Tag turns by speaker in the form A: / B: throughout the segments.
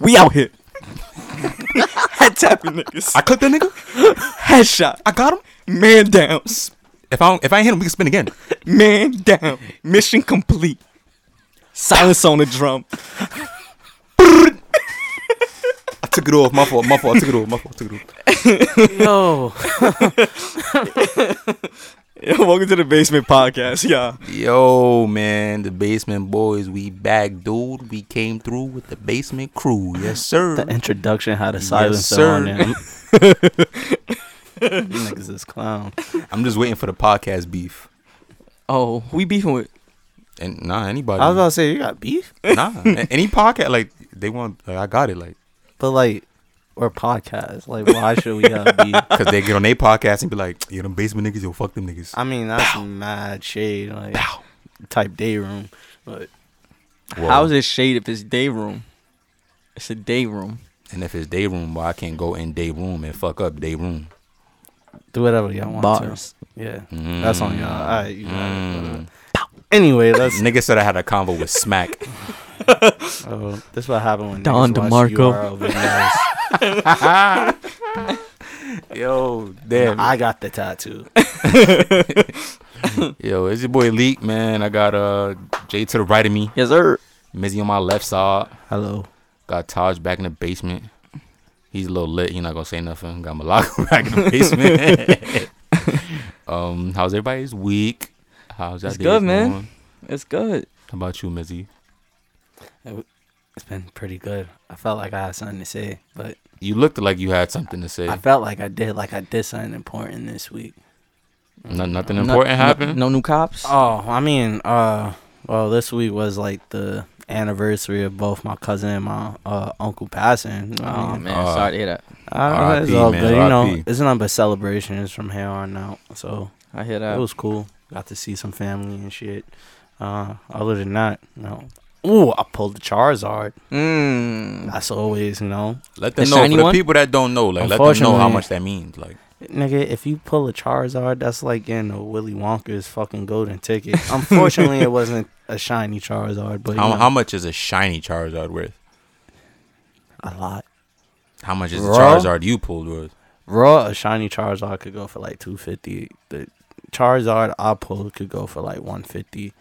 A: We out here. Head tapping niggas.
B: I cooked that nigga.
A: Headshot.
B: I got him.
A: Man down.
B: If I don't, if I ain't hit him, we can spin again.
A: Man down. Mission complete. Silence on the drum.
B: I took it off. My fault. My fault. I took it off. My fault. I took it off.
C: Yo.
A: Welcome to the Basement Podcast, y'all.
B: Yo, man, the basement boys, we back, dude. We came through with the basement crew. Yes, sir.
C: The introduction had a silence
B: sir.
C: on him. you niggas is clown.
B: I'm just waiting for the podcast beef.
A: Oh, we beefing with
B: And nah, anybody.
C: I was about to say you got beef,
B: nah, a- any podcast like they want. Like, I got it, like
C: but like we're podcasts. Like why should we have beef?
B: because they get on their podcast and be like, "Yo, them basement niggas, yo, fuck them niggas."
C: I mean that's mad shade like
B: Bow.
C: type day room. But
B: Whoa.
A: How's it shade if it's day room? It's a day room.
B: And if it's day room, why I can't go in day room and fuck up day room?
C: do whatever y'all want
A: Bars.
C: to. Yeah, that's on y'all. All right, you got it. uh,
B: Mm.
C: Anyway, that's
B: Nigga said I had a convo with Smack.
C: oh, this what happened when
A: Don
C: niggas watch
A: DeMarco.
C: URL videos.
B: Yo, damn.
C: I got the tattoo.
B: Yo, it's your boy Leak, man. I got uh Jay to the right of me,
A: Yes, sir.
B: Mizzy on my left side.
C: Hello.
B: Got Taj back in the basement. He's a little lit. He's not gonna say nothing. Got Malako back in the basement. um, how's everybody's week? How's y'all
A: It's
B: days
A: good, man.
B: going?
A: It's good.
B: How about you, Mizzy?
C: It's been pretty good. I felt like I had something to say, but
B: You looked like you had something to say.
C: I felt like I did. Like I did something important this week.
B: No- nothing
A: No-
B: important
A: no-
B: happened.
A: No, new cops.
C: Oh, I mean, uh, well, this week was like the anniversary of both my cousin and my uh, uncle passing.
A: Oh
C: Um,
A: man,
B: Uh,
A: sorry to hear that.
C: I, it's
B: RIP,
C: all
B: man,
C: good. You know,
B: RIP.
C: it's nothing but celebrations from here on out. So
A: I hear
C: it
A: that.
C: was cool. Got to see some family and shit. Uh, other than that, no. Ooh, I pulled the Charizard.
A: Mm.
C: That's always, you know,
B: Let them
A: The
B: know for
A: shiny
B: the
A: one?
B: people that don't know. Like, let them know how
C: Unfortunately.
B: much that means. Like,
C: Nigga, if you pull a Charizard, that's like getting a Willy Wonka's fucking golden ticket. Unfortunately, it wasn't a shiny Charizard, but you
B: how,
C: know,
B: how much is a shiny Charizard worth?
C: a lot.
B: How much is the
C: Raw?
B: Charizard you pulled worth?
C: Raw, a shiny Charizard could go for like two fifty. The Charizard I pulled could go for like one fifty.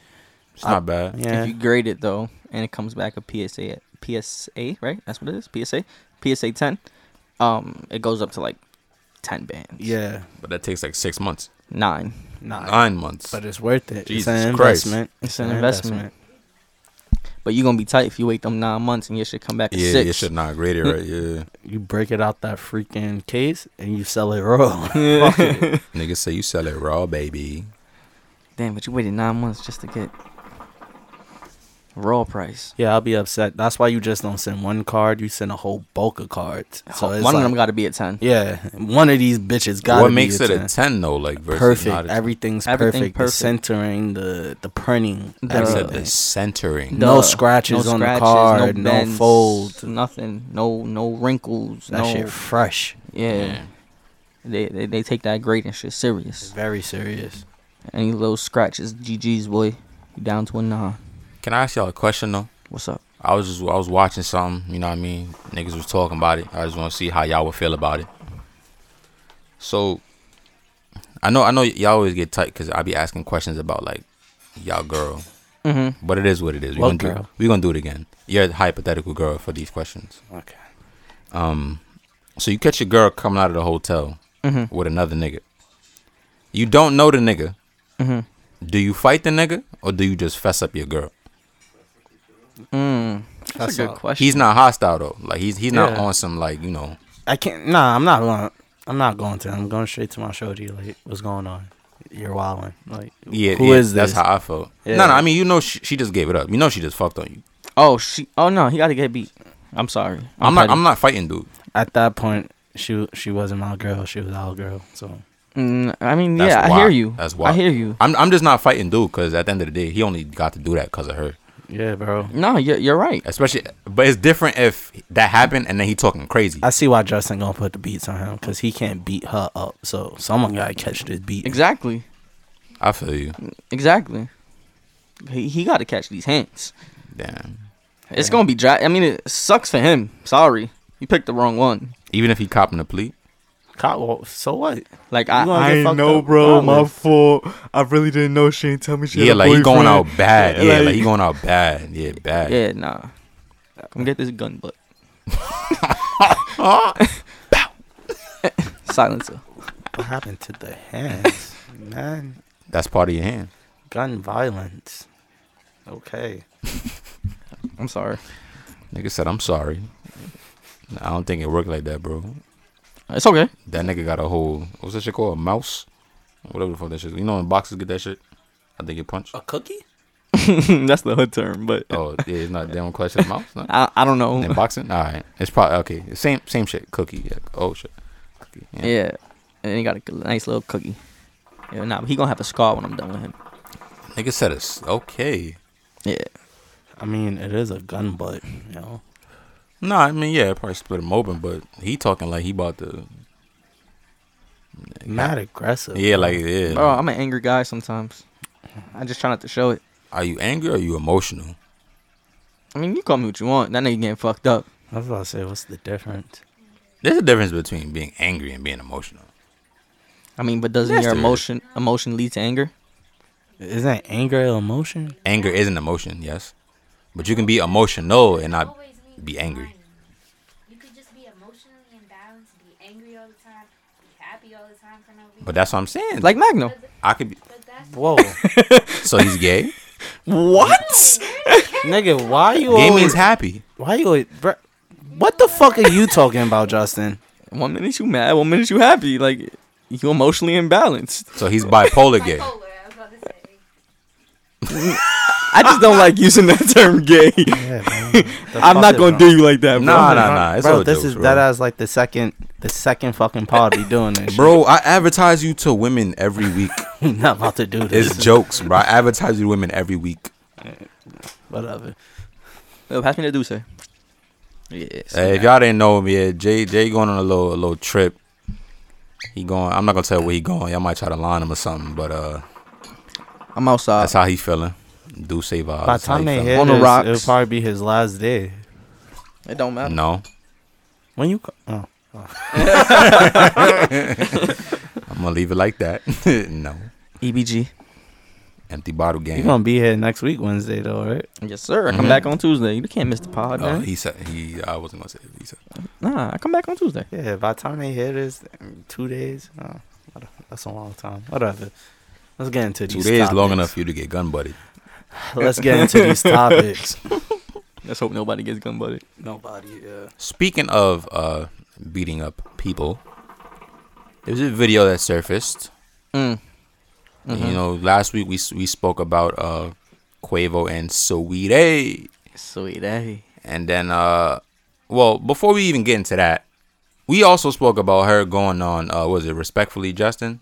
B: It's
C: I-
B: not bad.
C: Yeah,
A: If you grade it though, and it comes back a PSA, PSA, right? That's what it is. PSA, PSA ten. Um, it goes up to like ten bands.
C: yeah,
B: But that takes like six months,
A: nine.
C: nah,
B: nine months.
C: but it's worth it.
B: Jesus
C: it's an
B: Christ.
C: investment.
A: Uh, It's an investment. But you gonna be tight if you wait them nine months and your shit come back at
B: yeah,
A: six.
B: you should not grade it right. Yeah,
C: You break it out that freaking case and you sell it raw. Fuck it.
B: niggas say you sell it raw, baby.
A: Damn, but you waited nine months just to get raw price.
C: Yeah, I'll be upset. That's why you just don't send one card. You send a whole bulk of cards. So
A: one
C: it's
A: of
C: like-
A: them got to be at ten.
C: Yeah, one of these bitches got.
B: What makes it a ten though? Like versus Not
C: perfect?
B: a
C: Everything's
A: Everything
C: perfect. The
A: perfect.
C: centering, the the printing,
A: The-
B: I said
C: everything.
B: the centering.
C: No scratches on the card, no folds.
A: nothing, no no wrinkles,
C: that
A: no
C: shit fresh.
A: yeah. They, they they take that grade and shit serious.
C: Very serious.
A: Any little scratches, GG's boy, you down to a nine.
B: Can I ask y'all a question though?
A: What's up?
B: I was just I was watching something. You know what I mean? Niggas was talking about it. I just want to see how y'all would feel about it. So, I know I know y'all always get tight because I be asking questions about like y'all girl,
A: Mm-hmm.
B: but it is what it is. We gonna
C: What
B: do-
C: girl?
B: we gonna do it again. You're a hypothetical girl for these questions.
C: Okay.
B: Um, so you catch your girl coming out of the hotel
A: Mhm.
B: with another nigga. You don't know the nigga.
A: Mm-hmm.
B: Do you fight the nigga or do you just fess up your girl?
A: Mm. That's,
C: That's
A: a good
C: all.
A: question.
B: He's not hostile though. Like he's he's not
C: Yeah.
B: on some like you know.
C: I can't. Nah, I'm not going. I'm not going to. I'm going straight to my show. G. Like, what's going on? You're wilding. Like,
B: Yeah,
C: who is
B: yeah, That's
C: this?
B: how I felt.
C: Yeah.
B: No, no. I mean, you know, she, she just gave it up. You know, she just fucked on you.
A: Oh she. Oh no, he got to get beat. I'm sorry.
B: I'm not.
A: petty.
B: I'm not fighting, dude.
C: At that point, she she wasn't my girl. She was our girl. So
A: Mm, I mean,
B: That's
A: yeah, I
B: why.
A: hear you.
B: That's
A: I
B: why.
A: hear you.
B: I'm. I'm just not fighting, dude. Because at the end of the day, he only got to do that because of her.
C: yeah, bro.
A: No, you're, you're right.
B: Especially, but it's different if that happened and then he talking crazy.
C: I see why Justin gonna put the beats on him because he can't beat her up. So someone gotta catch this beat.
A: Exactly.
B: I feel you.
A: Exactly. He, he got to catch these hands.
B: Damn.
A: It's gonna be dry. I mean, it sucks for him. Sorry, you picked the wrong one.
B: Even if he copping a plea,
C: Cop, well, so what?
A: Like
C: You gonna
A: I,
C: get
D: I ain't
C: fucked
D: know,
C: up
D: bro. My
C: regardless.
D: fault. I really didn't know. She ain't tell me she
B: yeah,
D: had a
B: like he going
D: boyfriend.
B: out bad. Yeah, like,
D: like-
B: he going out bad. Yeah, bad.
A: yeah, nah. Come get this gun, but silencer.
C: What happened to the hands, man?
B: That's part of your hand.
C: Gun violence. Okay.
A: I'm sorry.
B: Nigga said, "I'm sorry." I don't think it worked like that, bro.
A: It's okay.
B: That nigga got a whole what's that shit called? A mouse, whatever the fuck that shit. is. You know, when boxers get that shit, I think it
D: Oh.
B: punch.
C: A cookie?
A: That's the hood term, but
B: Oh yeah, it's not. They don't clutch the mouse. No?
A: I, I don't know.
B: In boxing, all right. It's probably okay. Same same shit. Cookie. Yeah. Oh shit. Cookie. Yeah.
A: Yeah, and he got a good- nice little cookie. Yeah, nah, but he gonna have a scar when I'm done with him.
B: Nigga said it's okay.
A: Yeah,
C: I mean, it is a gun butt, you know.
B: No, I mean yeah, it probably split him open, but he talking like he about to.
C: Mad aggressive.
B: Yeah, like yeah.
A: bro,
D: Oh.
A: I'm an angry guy sometimes. I just try not to show it.
B: Are you angry or are you emotional?
A: I mean, you call me what you want. That nigga getting fucked up.
C: I was about to say, what's the difference?
B: There's a difference between being angry and being emotional.
A: I mean, but doesn't
B: Yes,
A: your
B: there is.
A: emotion emotion lead to anger?
C: Isn't anger an emotion?
B: Anger is an emotion, yes, but you can be emotional and not. be angry.
E: You could just be emotionally imbalanced, be angry all the time, be happy all the time for no reason.
B: But that's what I'm saying.
A: Like Magno.
E: But th-
B: I could be.
E: but that's
C: Whoa.
B: So he's gay.
A: What?
C: Nigga, why you
B: gay means
C: always...
B: happy.
C: why you always... Bro, what the fuck are you talking about, Justin?
A: One minute you mad, one minute you happy. Like you emotionally imbalanced.
B: So he's bipolar gay.
E: bipolar. I was about to say.
A: I just don't like using that term gay.
C: Yeah, man.
A: I'm not gonna do you like that, bro.
B: Nah, nah, nah. It's
C: bro,
B: all
C: this
B: jokes,
C: is
B: bro.
C: that as like the second, the second fucking pod we doing this. shit.
B: Bro, I advertise you to women every week.
C: we not about to do this.
B: It's jokes, bro. I advertise you to women every week.
C: Whatever.
A: Yo, pass me the deuce. Yes.
B: Hey, if y'all didn't know him, yeah, Jay Jay going on a little a little trip. He going. I'm not gonna tell where he going. Y'all might try to line him or something, but uh,
A: I'm outside.
B: that's how he feeling. Do save vibes.
C: By the
B: That's how he
C: time they
B: feeling.
C: hit
A: On the
C: this,
A: rocks.
C: it'll probably be his last day.
A: It don't matter.
B: No,
C: When you co- oh,
B: I'm gonna leave it like that. no,
A: EBG.
B: empty bottle
C: you
B: game.
C: gonna be here next week Wednesday though, right?
A: Yes, sir. I come
B: Mhm.
A: back on Tuesday. You can't miss the pod,
B: Oh,
A: man.
B: he said he. I wasn't gonna say. It. He said
A: Nah, I come back on Tuesday.
C: Yeah. By the time they hear this, in two days. Oh, what- that's a long time. Whatever. Let's get into
B: two
C: these.
B: days long
C: topics.
B: enough for you to get gun buddy.
C: Let's get into these topics.
A: Let's hope nobody gets gun butted.
C: Nobody. Yeah.
B: Speaking of uh, beating up people, there's a video that surfaced.
A: Mm.
B: And, You know, last week we s- we spoke about uh, Quavo and Saweetie,
A: Sweet eh? hey.
B: and then uh, well, before we even get into that, we also spoke about her going on uh, what was it respectfully Justin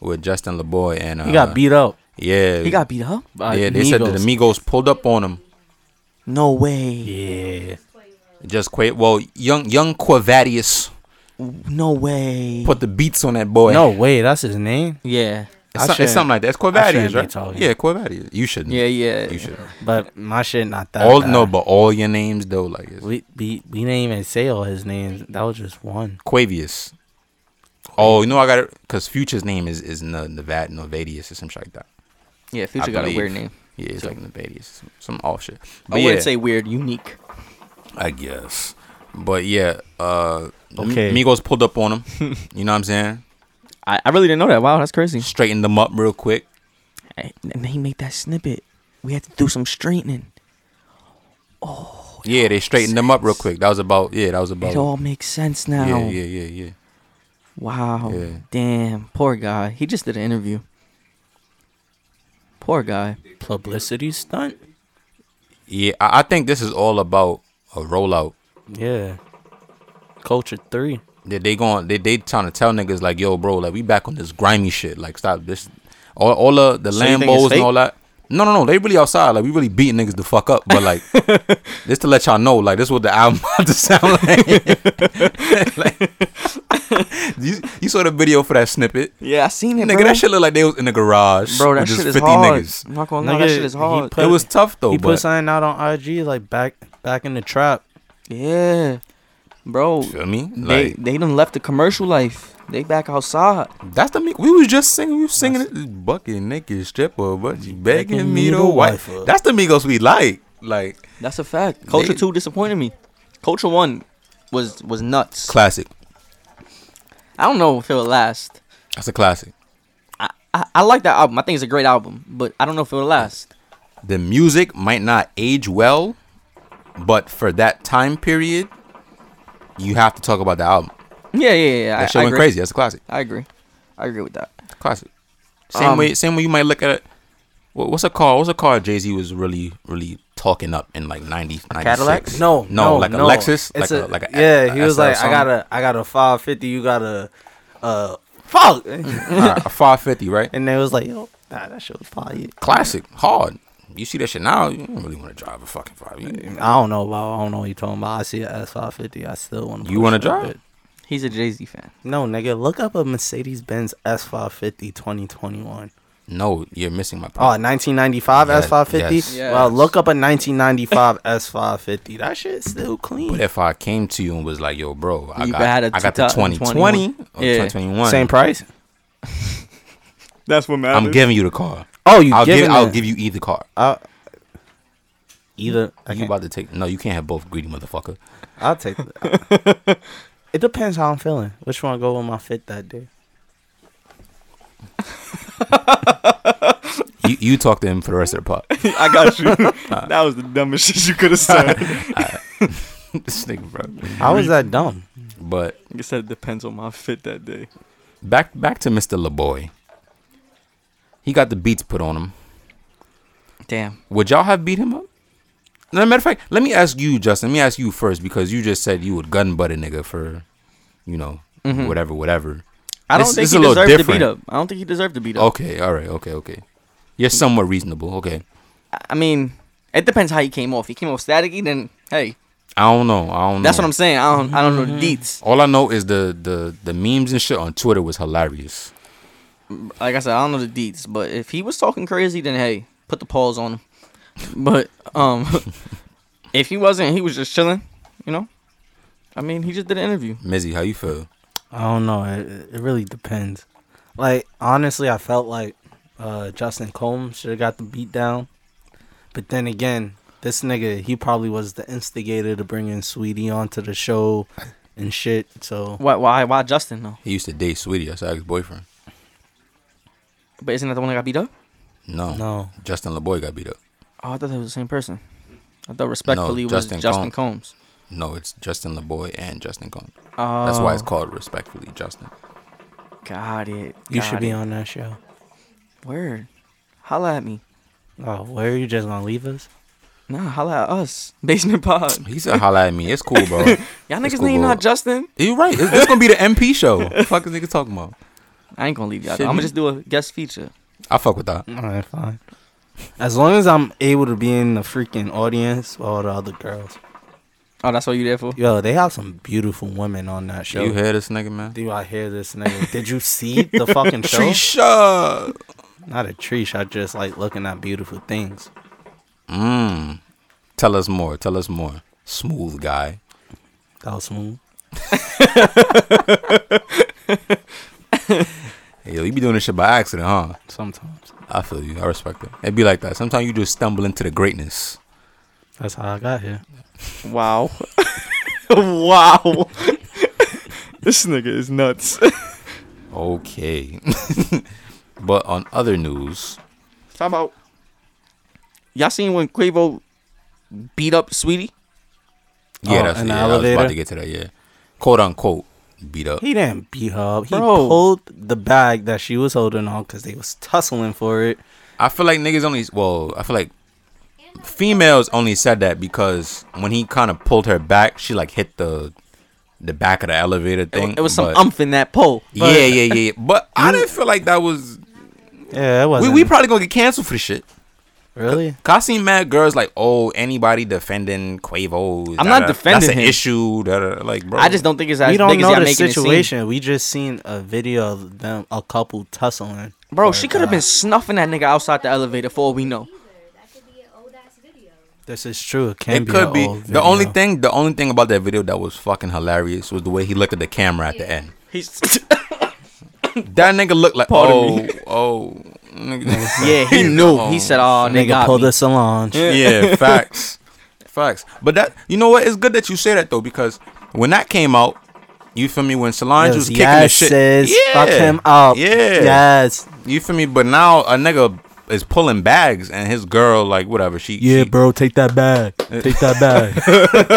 B: with Justin LeBoy and uh,
C: He got beat up.
B: Yeah,
A: He got beat up?
C: By
B: yeah. They said that the
C: Migos.
B: Migos pulled up on him.
A: No way.
C: Yeah.
B: Just Quavo, well, young young Quavadius
A: No way.
B: put the beats on that boy.
C: No way. That's his name.
A: Yeah.
B: It's,
C: I
B: some- it's
C: shouldn't-
B: something like that. It's
C: I shouldn't
B: Corvadius,
C: be
B: right?
C: talking.
B: Yeah, Corvadius. You shouldn't.
A: Yeah, yeah.
B: you should.
C: But my shit not that.
B: All
C: bad.
B: no, but all your names though, like it's
C: We, we we didn't even say all his names. That was just one.
B: Quavius. Oh, you know I got it because Future's name is is Ne- Nevad Novadius or some shit like that.
A: Yeah,
B: I
A: Future got a weird name.
B: believe. Yeah, it's
A: So-
B: like Novadius, some, some off shit.
A: I
B: But yeah,
A: wouldn't say weird, unique.
B: I guess. But yeah, uh,
C: Okay.
B: okay. Migos pulled up on him. you know what I'm saying?
A: I, I really didn't know that. Wow, that's crazy.
B: Straightened them up real quick.
A: Hey, And he made that snippet. We had to do some straightening.
B: Yeah, they straightened them up real quick. That was about yeah, that was
A: It
B: about
A: all makes sense now.
B: yeah, yeah, yeah, yeah.
A: Wow.
B: Yeah.
A: Damn. Poor guy. He just did an interview. Poor guy.
C: Publicity stunt.
B: Yeah, I, I think this is all about a rollout.
C: Yeah. Culture three.
B: They they going they they trying to tell niggas like, yo, bro, like we back on this grimy shit. Like stop this. All all the the
A: So you think it's
B: Lambos and
A: fake?
B: all that. No, no, no. They really outside. Like we really beating niggas the fuck up. But like, just to let y'all know, like this what the album about to sound like. Like, you, you saw the video for that snippet,
A: Yeah, I seen it,
B: nigga. That shit look like they was in the garage.
A: Bro, that
B: with just
A: shit is hard.
B: niggas.
A: I'm not gonna lie, that
C: Nigga,
A: shit is
C: he
A: hard.
C: put-
B: it was tough though.
C: he
B: Oh, but
C: put something out on IG like back Back in the trap.
A: Yeah, bro.
B: Feel me?
A: They
B: Like
A: they done left the commercial life. They back outside.
B: that's the me. We was just singing. We was singing this bucket naked stripper, but you begging me to wife.
C: up.
B: That's the Migos we like. Like
A: That's a fact. Culture
B: They-
A: two disappointed me. Culture one was was nuts.
B: classic.
A: I don't know if it'll last.
B: That's a classic.
A: I, I I like that album. I think it's a great album, but I don't know if it'll last.
B: The music might not age well, but for that time period, you have to talk about the album.
A: Yeah, yeah, yeah. I,
B: That shit
A: I
B: went
A: agree.
B: crazy. That's a classic.
A: I agree. I agree with that.
B: Classic. Same
A: Um,
B: way, same way you might look at it. wha- What's a car? What's a car? Jay Z was really, really talking up in like 90, 96.
A: Cadillac?
C: No,
B: no, like a Lexus, like
C: It's
B: a, like a
C: yeah. He was
B: SL
C: like, I
B: something.
C: got a, I got a five fifty. You got a, uh, fuck. and
B: All right, a five fifty, right?
C: they was like, yo, nah, that shit was fire.
B: Classic, hard. You see that shit now, you don't really want to drive a fucking five. You,
C: I don't know about. I don't know what you talking about. I see a S five fifty. I still want
B: You wanna drive?
A: He's a Jay Z fan.
C: No, nigga, look up a Mercedes Benz S five fifty 2021.
B: no, you're missing my
C: Oh,
B: point.
C: 1995
B: Yeah,
C: S five fifty.
B: yes.
C: Well,
A: Yes.
C: look up a 1995 S five fifty. That shit's still
B: but
C: clean.
B: if I came to you and was like, "Yo, bro, I
A: You
B: got,
A: had a
B: I got the Oh,
A: 2021.
B: 2020 or
A: Yeah.
B: 2021,
C: Same price.
D: That's what matters.
B: I'm giving you the car.
C: Oh, you
B: I'll
C: giving
B: give, I'll
C: it-
B: give you either car.
C: I- either I
B: you
C: can't-
B: about to take? No, you can't have both, greedy motherfucker.
C: I'll take that. it depends how I'm feeling. Which one go with my fit that day?
B: You you talk to him for the rest of the pod.
D: I got you. that was the dumbest shit you could have said.
B: this nigga, bro.
C: How is that dumb?
B: But
D: you said it depends on my fit that day.
B: back back to Mr. LeBoy. He got the beats put on him.
A: Damn.
B: Would y'all have beat him up? No, matter of fact, let me ask you, Justin. Let me ask you first because you just said you would gun butt a nigga for, you know,
A: Mm-hmm.
B: whatever, whatever.
A: I don't
B: This-
A: think
B: this is
A: he
B: a little
A: deserved to
B: different. Oh.
A: beat up. I don't think he deserved to beat up.
B: Okay, all right, okay, okay. You're somewhat reasonable. Okay,
A: I- I mean, it depends how he came off. He came off staticky, then hey,
B: I don't know. I don't.
A: that's
B: know.
A: what I'm saying. I don't I don't know the
D: Mm-hmm.
A: deets.
B: All I know is the the the memes and shit on Twitter was hilarious.
A: Like I said, I don't know the deets. But if he was talking crazy, then hey, put the paws on him. But um, if he wasn't, he was just chilling. You know, I mean, he just did an interview.
B: Mizzy, how you feel?
C: I don't know. It, it really depends. Like honestly, I felt like uh, Justin Combs should have got the beat down, but then again, this nigga he probably was the instigator to bringing Sweetie onto the show and shit. So
A: Why why why Justin though?
B: He used to date Sweetie, that's her ex boyfriend.
A: But isn't that the one that got beat up?
B: No,
C: no,
B: Justin LeBoy got beat up.
A: Oh, I thought that was the same person. I thought respectfully was
B: Justin
A: Justin, Combs.
B: No, it's Justin LeBoy and Justin Combs.
A: Oh,
B: That's why it's called respectfully Justin.
A: Got it.
C: you should
A: got
C: be
A: it.
C: on that show.
A: Word. Holla at me.
C: Oh, where are you just gonna leave us?
A: Nah, holla at us. Basement pod.
B: He said, "Holla at me. It's cool, bro.
A: Y'all
B: It's
A: niggas
B: cool,
A: name
B: bro.
A: not Justin.
B: You're right. It's, it's gonna be the MP show. What the fuck is niggas talking about?
A: I ain't gonna leave y'all.
B: Shit,
A: I'm gonna
B: you-
A: just do a guest feature.
B: I fuck with that.
C: All right, fine. As long as I'm able to be in the freaking audience with all the other girls.
A: Oh, that's what you there for?
C: Yo, they have some beautiful women on that show.
B: You hear this nigga, man?
C: Do I hear this nigga? Did you see the fucking show?
B: Trisha.
C: Not a treesh. I just like looking at beautiful things.
B: Mm. Tell us more. Tell us more. Smooth guy.
C: That was smooth.
B: Hey, yo, you be doing this shit by accident, huh?
C: Sometimes.
B: I feel you. I respect it. It be like that. Sometimes you just stumble into the greatness.
C: That's how I got here.
A: Wow. wow.
D: This nigga is nuts.
B: Okay. but on other news,
A: Talk about. Y'all seen when Quavo beat up Sweetie?
B: yeah,
C: Oh,
B: that's
C: in the
B: yeah, I was about
C: elevator?
B: to get to that. Yeah, quote unquote beat up.
C: He didn't beat her. up. He
A: Bro.
C: pulled the bag that she was holding on because they was tussling for it.
B: I feel like niggas only. Well, I feel like females only said that because when he kind of pulled her back, she like hit the the back of the elevator
A: It,
B: thing.
A: it was some
B: but-
A: umph in that poll.
B: yeah, yeah, yeah, yeah. But I didn't feel like that was.
C: Yeah, it
B: We,
C: wasn't.
B: we probably gonna get canceled for the shit.
C: really?
B: Cause I seen mad girls like, oh, anybody defending Quavo?
A: I'm not
B: da-da,
A: defending
B: That's an
A: him.
B: issue. da-da-da, Like, bro,
A: I just don't think it's as
C: We don't
A: big as
C: know
A: y'all
C: the
A: making it seem.
C: situation. We just seen a video of them, a couple tussling.
A: Bro,
C: for
A: she
C: it.
A: could have been snuffing that nigga outside the elevator for all we know.
E: Either. That could be an old ass video.
C: This is true. It can
B: It
C: be.
B: could
C: an
B: be.
C: old
B: The only
C: video.
B: thing, the only thing about that video that was fucking hilarious was the way he looked at the camera at the end.
A: He's
B: That nigga looked like,
A: Pardon
B: oh,
A: me.
B: oh, nigga.
A: yeah, he knew. He said, "Oh,
C: Nigga
A: nigga,
C: pulled
A: pull
C: a
A: this."
C: Solange.
B: yeah, facts, facts. But that, you know what? It's good that you say that though, because when that came out, you feel me? When Solange was kicking
C: Yes,
B: the
C: yes,
B: shit,
C: sis. Fuck him up.
B: Yeah.
C: Yes.
B: You feel me? But now a nigga is pulling bags, and his girl, like whatever, she,
C: Yeah,
B: she-
C: bro, take that bag. Take that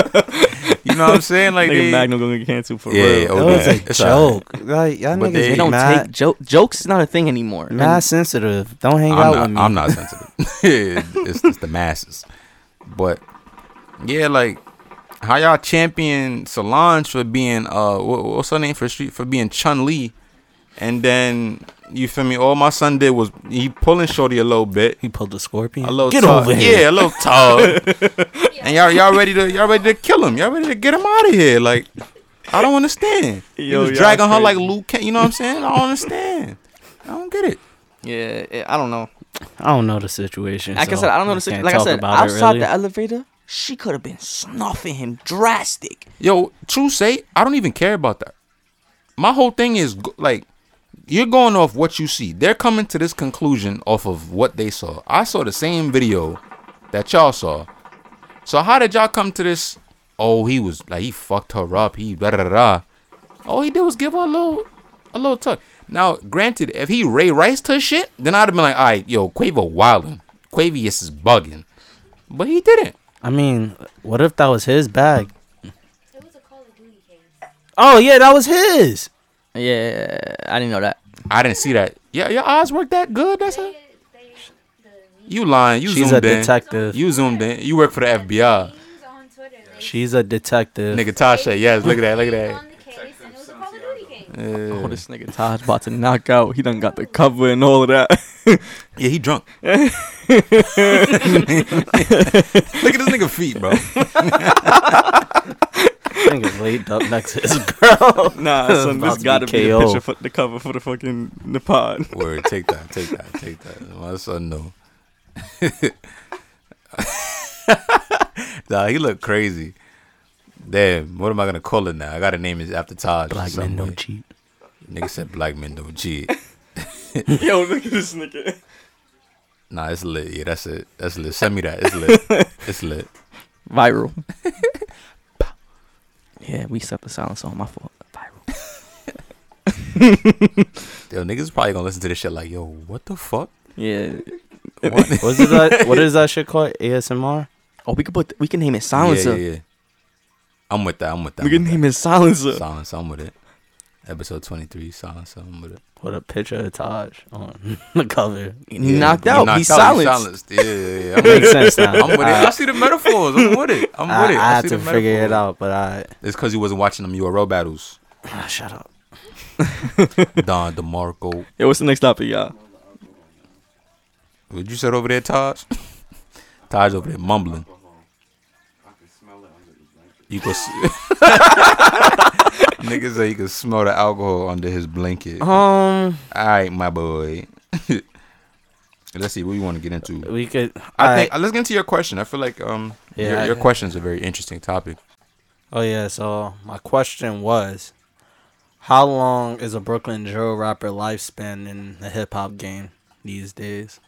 C: bag.
B: you know what I'm saying? Like,
D: Nigga
B: they-
D: Magno gonna get canceled for
B: yeah,
D: real.
B: yeah,
C: That
B: oh,
C: was
B: yeah.
C: a
B: It's alright.
C: joke. Like, y'all
B: But
C: niggas
B: they-
A: They
C: is
A: don't
C: mad,
A: take joke. Jokes is not a thing anymore.
C: mad sensitive. Don't hang
B: I'm
C: out
B: not,
C: with me.
B: I'm not sensitive. it's, it's the masses. But yeah, like how y'all champion Solange for being uh what, what's her name for street for being Chun Li, and then you feel me? All my son did was he pulling Shorty a little bit.
C: He pulled the scorpion.
B: A little
C: Get
B: tug.
C: over here.
B: Yeah, a little tug. and y'all y'all ready to y'all ready to kill him. Y'all ready to get him out of here. Like I don't understand. he
D: Yo,
B: was
D: y'all
B: dragging her like
D: crazy.
B: Luke. Cage, You know what I'm saying? I don't understand. I don't get it.
A: Yeah, yeah, I don't know.
C: I don't know the situation.
A: Like I
C: so
A: said, I don't know the situation.
C: can't
A: Like I
C: talk
A: said,
C: about it
A: outside
C: really.
A: the elevator, she could have been snuffing him drastic.
B: Yo, true say, I don't even care about that. My whole thing is go- like, you're going off what you see. They're coming to this conclusion off of what they saw. I saw the same video that y'all saw. So how did y'all come to this? Oh, he was like he fucked her up. He da da da. da. All he did was give her a little, a little tuck. Now, granted, if he Ray Rice her shit, then I'd have been like, all right, yo, Quavo wildin'. Quavius is bugging, but he didn't.
C: I mean, what if that was his bag?
E: It was a Call of Duty case.
C: Oh yeah, that was his.
A: Yeah, I didn't know that.
B: I didn't see that. Yeah, your eyes work that good. That's it.
E: They, they, the
B: You lying. You
C: She's a
B: zoomed in.
C: detective.
B: You zoomed in. You work for the FBI.
E: memes on Twitter. They
C: She's a detective.
B: Nigga Tasha, yes, look at that, look at that.
E: on the case, and it was a Call of Duty case.
A: Oh, this nigga Taj about to knock out. Oh, He done got the cover and all of that.
B: Yeah, he drunk. look at this nigga feet, bro.
C: Nigga laid up next to his
D: Nah, son,
C: About
D: this
C: to be
D: gotta be, the
C: KO.
D: picture for the cover for the fucking the pod.
B: Word, take that, take that, take that. My son no. nah, he look crazy. Damn, what am I gonna call it now? I gotta name it after Taj. or
C: black
B: some
C: men
B: way.
C: don't cheat.
B: Nigga said black men don't cheat.
D: Yo, look at this nigga.
B: Nah, it's lit. Yeah, that's it. That's lit. Send me that. It's lit. It's lit.
A: Viral. yeah, we set the silence on my fault. Viral.
B: Yo, niggas probably gonna listen to this shit like, yo, what the fuck?
A: Yeah.
B: What?
C: Was it that? What is that shit called? ASMR.
A: Oh, we could put. we can name it silencer.
B: Yeah, yeah, yeah. I'm with that. I'm with that.
A: We
B: I'm
A: can
B: with
A: name it silencer.
B: that. Silence. I'm with it. Episode 23. Silence. I'm with it.
C: What a picture of Taj on the cover.
A: He knocked out.
B: Knocked
A: He's
B: out, he
A: silenced.
B: Yeah, yeah, yeah. I'm with
C: Makes
B: it.
C: sense now.
B: I'm with it. I
C: I,
B: see the metaphors. I'm with it. I'm
C: I,
B: with it.
C: I had
B: see
C: to
B: the
C: figure it
B: metaphors.
C: out, but I
B: It's because you wasn't watching them URL battles.
C: ah, shut up.
B: Don DeMarco.
D: Yo, what's the next topic, y'all?
B: What you said over there, Taj? Taj over there mumbling. You can see. Niggas say you can smell the alcohol under his blanket.
C: Um,
B: All right, my boy. Let's see what you want to get into.
C: we could.
B: I
C: I-
B: think uh, let's get into your question. I feel like um
C: Yeah,
B: your,
C: I-
B: your question's a very interesting topic.
C: Oh yeah. So my question was, how long is a Brooklyn drill rapper lifespan in the hip hop game these days?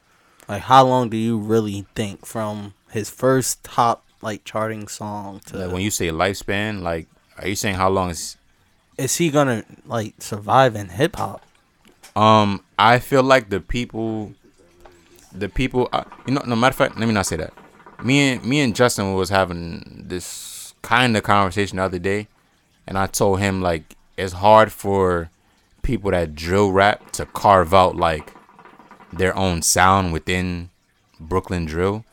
C: Like, how long do you really think from his first top like charting song to
B: Like when you say lifespan, like are you saying how long is
C: is he gonna like survive in hip hop?
B: um I feel like the people the people I, you know no matter of fact, let me not say that. Me and me and Justin was having this kind of conversation the other day and I told him like it's hard for people that drill rap to carve out like their own sound within Brooklyn drill,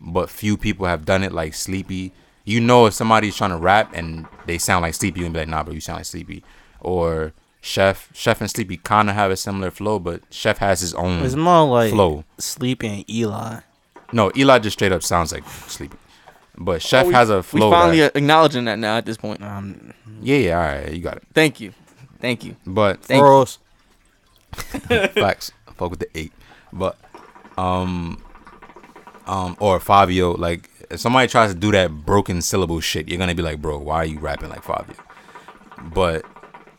B: but few people have done it like Sleepy. You know, if somebody's trying to rap and they sound like Sleepy, you can be like, nah, bro, you sound like Sleepy. Or Chef, Chef and Sleepy kind of have a similar flow, but Chef has his own.
C: It's more like
B: Mm. Flow.
C: Sleepy and Eli.
B: no, Eli just straight up sounds like Sleepy, but Chef has a flow.
A: Oh, We finally
B: that-
A: are acknowledging that now at this point.
C: Um,
B: yeah, yeah, all right, you got it.
A: Thank you. Thank you.
B: But
A: Thank you.
C: Earls.
B: Facts. Fuck with the eight, but um, um, or Fabio. Like if somebody tries to do that broken syllable shit, you're gonna be like, bro, why are you rapping like five years? But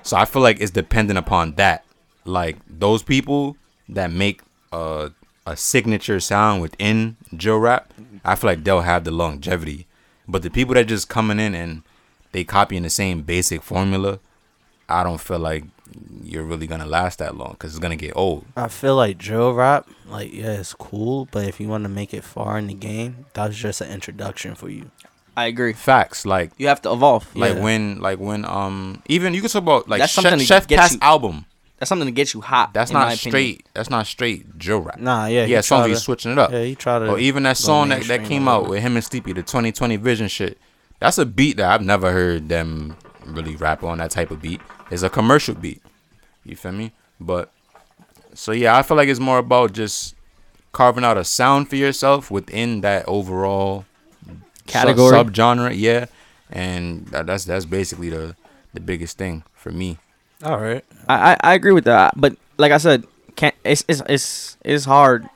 B: so I feel like it's dependent upon that. Like those people that make a a signature sound within drill rap, I feel like they'll have the longevity. But the people that just coming in and they copying the same basic formula, I don't feel like you're really gonna last that long because it's gonna get old.
C: I feel like drill rap, like yeah, it's cool, but if you want to make it far in the game, that was just an introduction for you.
A: I agree.
B: Facts like
A: You have to evolve.
B: like
C: Yeah.
B: when like when um even you can talk about like
A: That's
B: Chef,
A: something to
B: Chef
A: get
B: Pat's
A: you-
B: album.
A: That's something to get you hot.
B: That's
A: in my
B: not
A: opinion.
B: straight. That's not straight drill rap.
C: Nah, yeah,
B: yeah,
C: he
B: songs
C: tried
B: he's
C: to-
B: switching it up.
C: yeah, he tried to
B: Or even that
C: go
B: song that, that
C: mainstream
B: came
C: or
B: out with him and Sleepy, the 2020 Vision shit. That's a beat that I've never heard them really rap on. That type of beat It's a commercial beat. You feel me? But so yeah, I feel like it's more about just carving out a sound for yourself within that overall
A: Category.
B: sub genre. Yeah, and that, that's that's basically the the biggest thing for me.
C: All right.
A: I, I, I agree with that, but like I said, can't it's it's it's it's hard.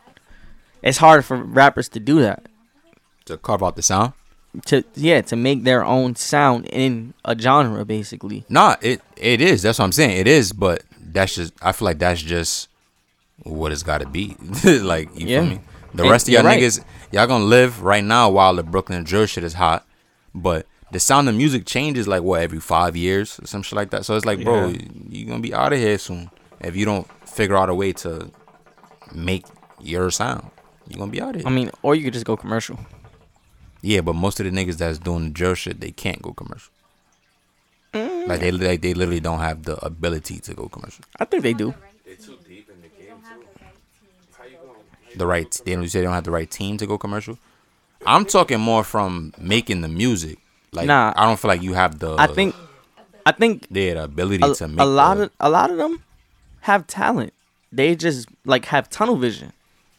A: It's hard for rappers to do that.
B: To carve out the sound.
A: To yeah, to make their own sound in a genre, basically.
B: Nah, it it is. That's what I'm saying. It is, but that's just. I feel like that's just what it's got to be. like you
A: Yeah.
B: feel me? The
A: And
B: rest of y'all
A: you're right.
B: niggas, y'all gonna live right now while the Brooklyn drill shit is hot, but the sound of music changes like what every five years or some shit like that. So it's like, bro,
C: Yeah.
B: you gonna be out of here soon if you don't figure out a way to make your sound. You gonna be out of here.
A: I mean, or you could just go commercial.
B: yeah, but most of the niggas that's doing the drill shit, they can't go commercial.
A: Mm.
B: Like they like they literally don't have the ability to go commercial.
A: I think they do.
B: the right they don't you say they don't have the right team to go commercial. I'm talking more from making the music. Like
A: Nah.
B: I don't feel like you have the
A: I think, I think
B: they had the ability
A: a,
B: to make
A: a lot
B: the-
A: of a lot of them have talent. They just like have tunnel vision.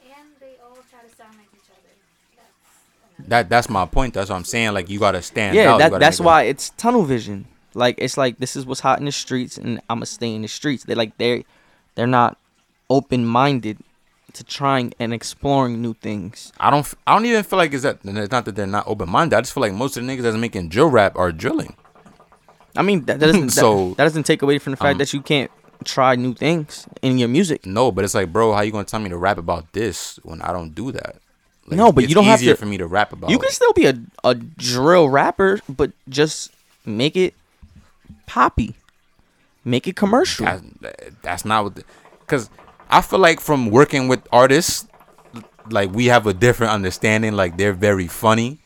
E: And they all try to sound like each other.
B: that that's my point. That's what I'm saying. Like you gotta stand out.
A: yeah,
B: You
A: that,
B: gotta
A: that's
B: make a-
A: why it's tunnel vision. Like it's like this is what's hot in the streets, and I'ma stay in the streets. They like they, they're not open minded to trying and exploring new things.
B: I don't f- I don't even feel like it's that it's not that they're not open minded. I just feel like most of the niggas that's making drill rap are drilling.
A: I mean that, that doesn't
B: So-
A: that, that doesn't take away from the fact
B: Um,
A: that you can't try new things in your music.
B: No, but it's like, bro, how you gonna tell me to rap about this when I don't do that? Like,
A: No, but you
B: it's
A: don't have
B: easier
A: to-
B: for me to rap about.
A: You can still be a, a drill rapper, but just make it poppy. Make it commercial.
B: That's, that's not what, because I feel like from working with artists, like we have a different understanding. Like they're very funny,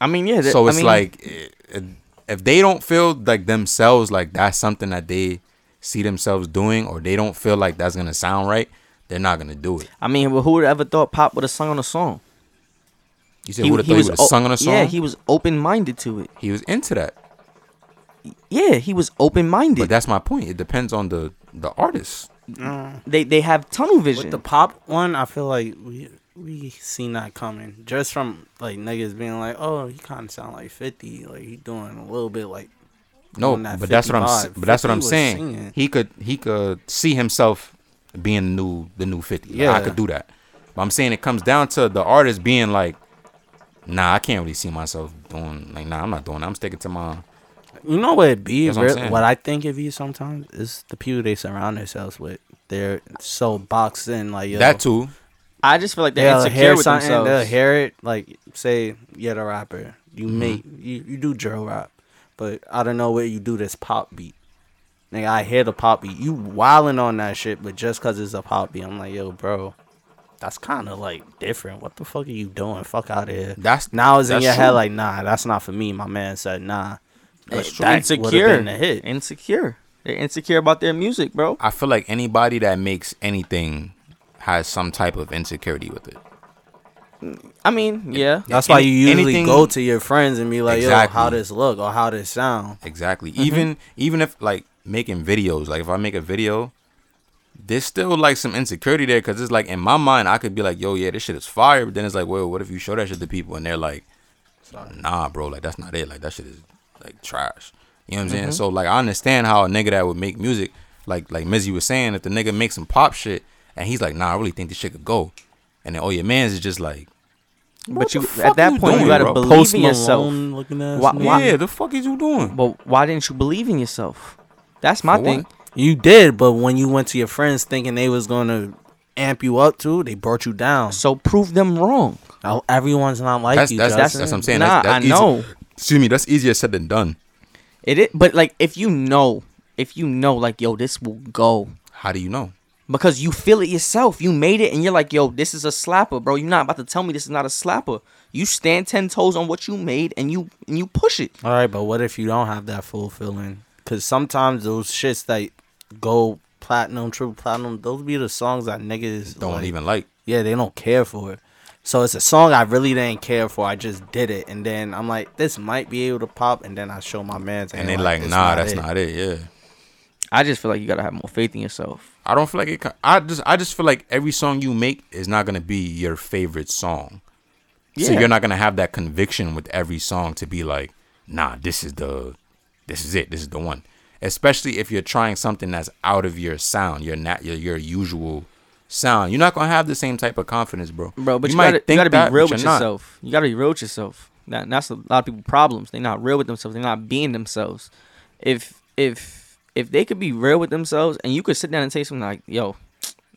A: I mean, yeah. that-
B: so
A: I
B: it's
A: mean,
B: like eh, eh, if they don't feel like themselves, like that's something that they see themselves doing, or they don't feel like that's gonna sound right, they're not gonna do it.
A: I mean, well, who would have ever thought Pop would have sung on a song?
B: You said would have thought he would
A: o-
B: have sung on a song.
A: Yeah,
B: he,
A: he was open minded to it.
B: was into that,
A: Yeah, he was open
B: but
A: minded.
B: that's my point. It depends on the the artist.
A: They they have tunnel vision.
C: With the pop one, I feel like we we seen that coming just from like niggas being like, oh, he kind of sound like Fifty, like he doing a little bit like
B: No,
C: on that
B: but that's what I'm. s-
C: 55.
B: But that's what
C: 50
B: I'm
C: was
B: saying.
C: singing.
B: He could he could see himself being the new the new fifty. yeah, I
C: Yeah.
B: could do that. But I'm saying it comes down to the artist being like, nah, I can't really see myself doing like, nah, I'm not doing. That. I'm sticking to my.
C: You know what it be?
B: That's what
C: What,
B: I'm
C: real,
B: saying.
C: what I think it be sometimes is the people they surround themselves with. They're so boxed in, like yo,
B: That too.
A: I just feel like they're
C: They'll
A: insecure
C: hear
A: with
C: something. They'll
A: themselves.
C: hear it. uh, Like say you're the rapper. You
B: Mm-hmm.
C: make you, you do drill rap, but I don't know where you do this pop beat. Nigga, I hear the pop beat. You wilding on that shit, but just cause it's a pop beat, I'm like, yo, bro, that's kind of like different. What the fuck are you doing? Fuck out of here.
B: That's
C: now it's in
B: that's
C: your head
B: true.
C: like, nah, that's not for me. My man said, nah. But
B: That's true.
C: that would've
A: insecure.
C: been a hit.
A: Insecure. They're insecure about their music, bro.
B: I feel like anybody that makes anything has some type of insecurity with it.
A: I mean, yeah.
C: That's
B: Any-
C: why you usually
B: anything-
C: go to your friends and be like,
B: Exactly.
C: yo, how this look or how this sound.
B: Exactly.
A: Mm-hmm.
B: Even even if like making videos, like if I make a video, there's still like some insecurity there because it's like in my mind I could be like, yo, yeah, this shit is fire, but then it's like, well, what if you show that shit to people and they're like, nah, bro, like that's not it, like that shit is like trash. You know what I'm
A: Mm-hmm.
B: saying? So like I understand how a nigga that would make music, like like Mizzy was saying, if the nigga makes some pop shit and he's like, nah, I really think this shit could go, and then oh your man's is just like,
A: but you
B: the
A: at
B: fuck
A: that
B: you
A: point
B: doing,
A: you gotta
B: bro?
A: believe in yourself.
C: Malone looking ass
A: Why-
C: nigga.
A: why-
B: Yeah, the fuck is you doing?
A: But why didn't you believe in yourself? That's my
B: For
A: thing.
B: what?
C: You did, but when you went to your friends thinking they was gonna amp you up too, they brought you down. So
A: So prove them wrong.
C: now everyone's not like
B: That's
C: you.
B: that's, that's
C: Justin.
B: that's what I'm saying.
A: Nah,
B: that's, that's
A: I
B: easy-
A: know.
B: Excuse me, that's easier said than done.
A: It is, but like if you know, if you know, like yo, this will go
B: How do you know?
A: because you feel it yourself. You made it, and you're like, yo, this is a slapper, bro. You're not about to tell me this is not a slapper. You stand ten toes on what you made, and you and you push it.
C: All right, but what if you don't have that full feeling? Because sometimes those shits that go platinum, triple platinum, those be the songs that niggas
B: Don't
C: like-
B: even like.
C: Yeah, they don't care for it. So it's a song I really didn't care for. I just did it, and then I'm like, this might be able to pop, and then I show my man's,
B: And they like, nah, that's not it. Yeah.
A: I just feel like you gotta have more faith in yourself.
B: I don't feel like it. co- I just, I just feel like every song you make is not gonna be your favorite song. So
A: Yeah.
B: you're not gonna have that conviction with every song to be like, nah, this is the, this is it, this is the one. Especially if you're trying something that's out of your sound, your nat, your your usual sound. You're not gonna have the same type of confidence, bro.
A: bro. But you,
B: might
A: gotta, you
B: think
A: gotta be
B: that,
A: real
B: but
A: with
B: you're not.
A: yourself. You gotta be real with yourself. That, that's a lot of people' problems. They're not real with themselves. They're not being themselves. If if if they could be real with themselves, and you could sit down and say something like, "Yo,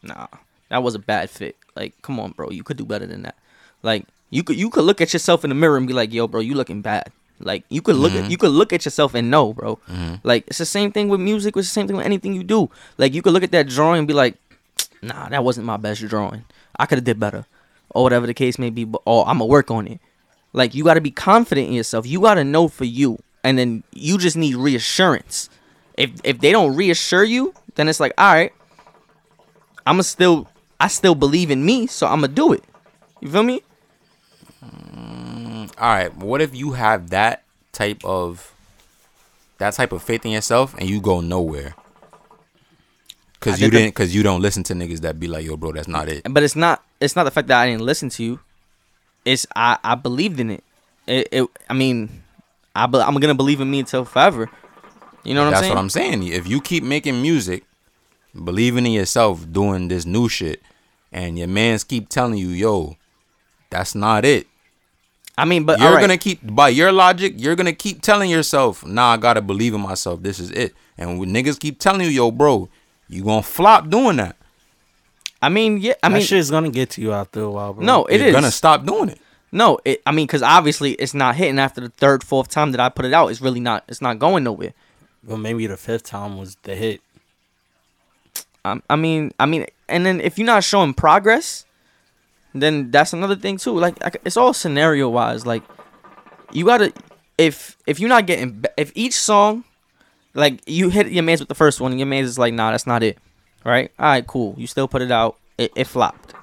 A: nah, that was a bad fit. Like, come on, bro, you could do better than that. Like, you could you could look at yourself in the mirror and be like, "Yo, bro, you looking bad." Like you could look at you could look at yourself and know, bro. Like it's the same thing with music. It's the same thing with anything you do. Like you could look at that drawing and be like, nah, that wasn't my best drawing. I could have did better, or whatever the case may be. But oh, I'm gonna work on it. Like you got to be confident in yourself. You got to know for you, and then you just need reassurance. If if they don't reassure you, then it's like, all right, I'm gonna still, I still believe in me, so I'm gonna do it. You feel me?
B: all right what if you have that type of that type of faith in yourself and you go nowhere
A: I
B: because
A: did
B: you
A: the-
B: didn't because you don't listen to niggas that be like yo bro that's not it
A: But it's not, it's not the fact that I didn't listen to you. It's I, I believed in it. It, it I mean, I, be, I'm gonna believe in me until forever. You know what
B: that's
A: I'm saying?
B: what i'm saying if you keep making music believing in yourself doing this new shit and your mans keep telling you yo that's not it
A: I mean, but
B: you're
A: all right.
B: gonna keep by your logic you're gonna keep telling yourself nah i gotta believe in myself this is it and when niggas keep telling you yo bro you gonna flop doing that
A: I mean, yeah. I
C: I mean,
A: mean,
C: that shit's gonna get to you after a while, bro.
A: no, it
B: you're
A: is.
B: gonna stop doing it
A: No, it, I mean, because obviously it's not hitting after the third, fourth time that I put it out. It's really not. It's not going nowhere.
C: well, maybe the fifth time was the hit.
A: Um, I, I mean, I mean, and then if you're not showing progress, then that's another thing too. Like I c- it's all scenario wise. Like you gotta, if if you're not getting, be- if each song, like you hit your man's with the first one, and your man's is like, nah, that's not it. Right? All right, cool. You still put it out. It, it flopped.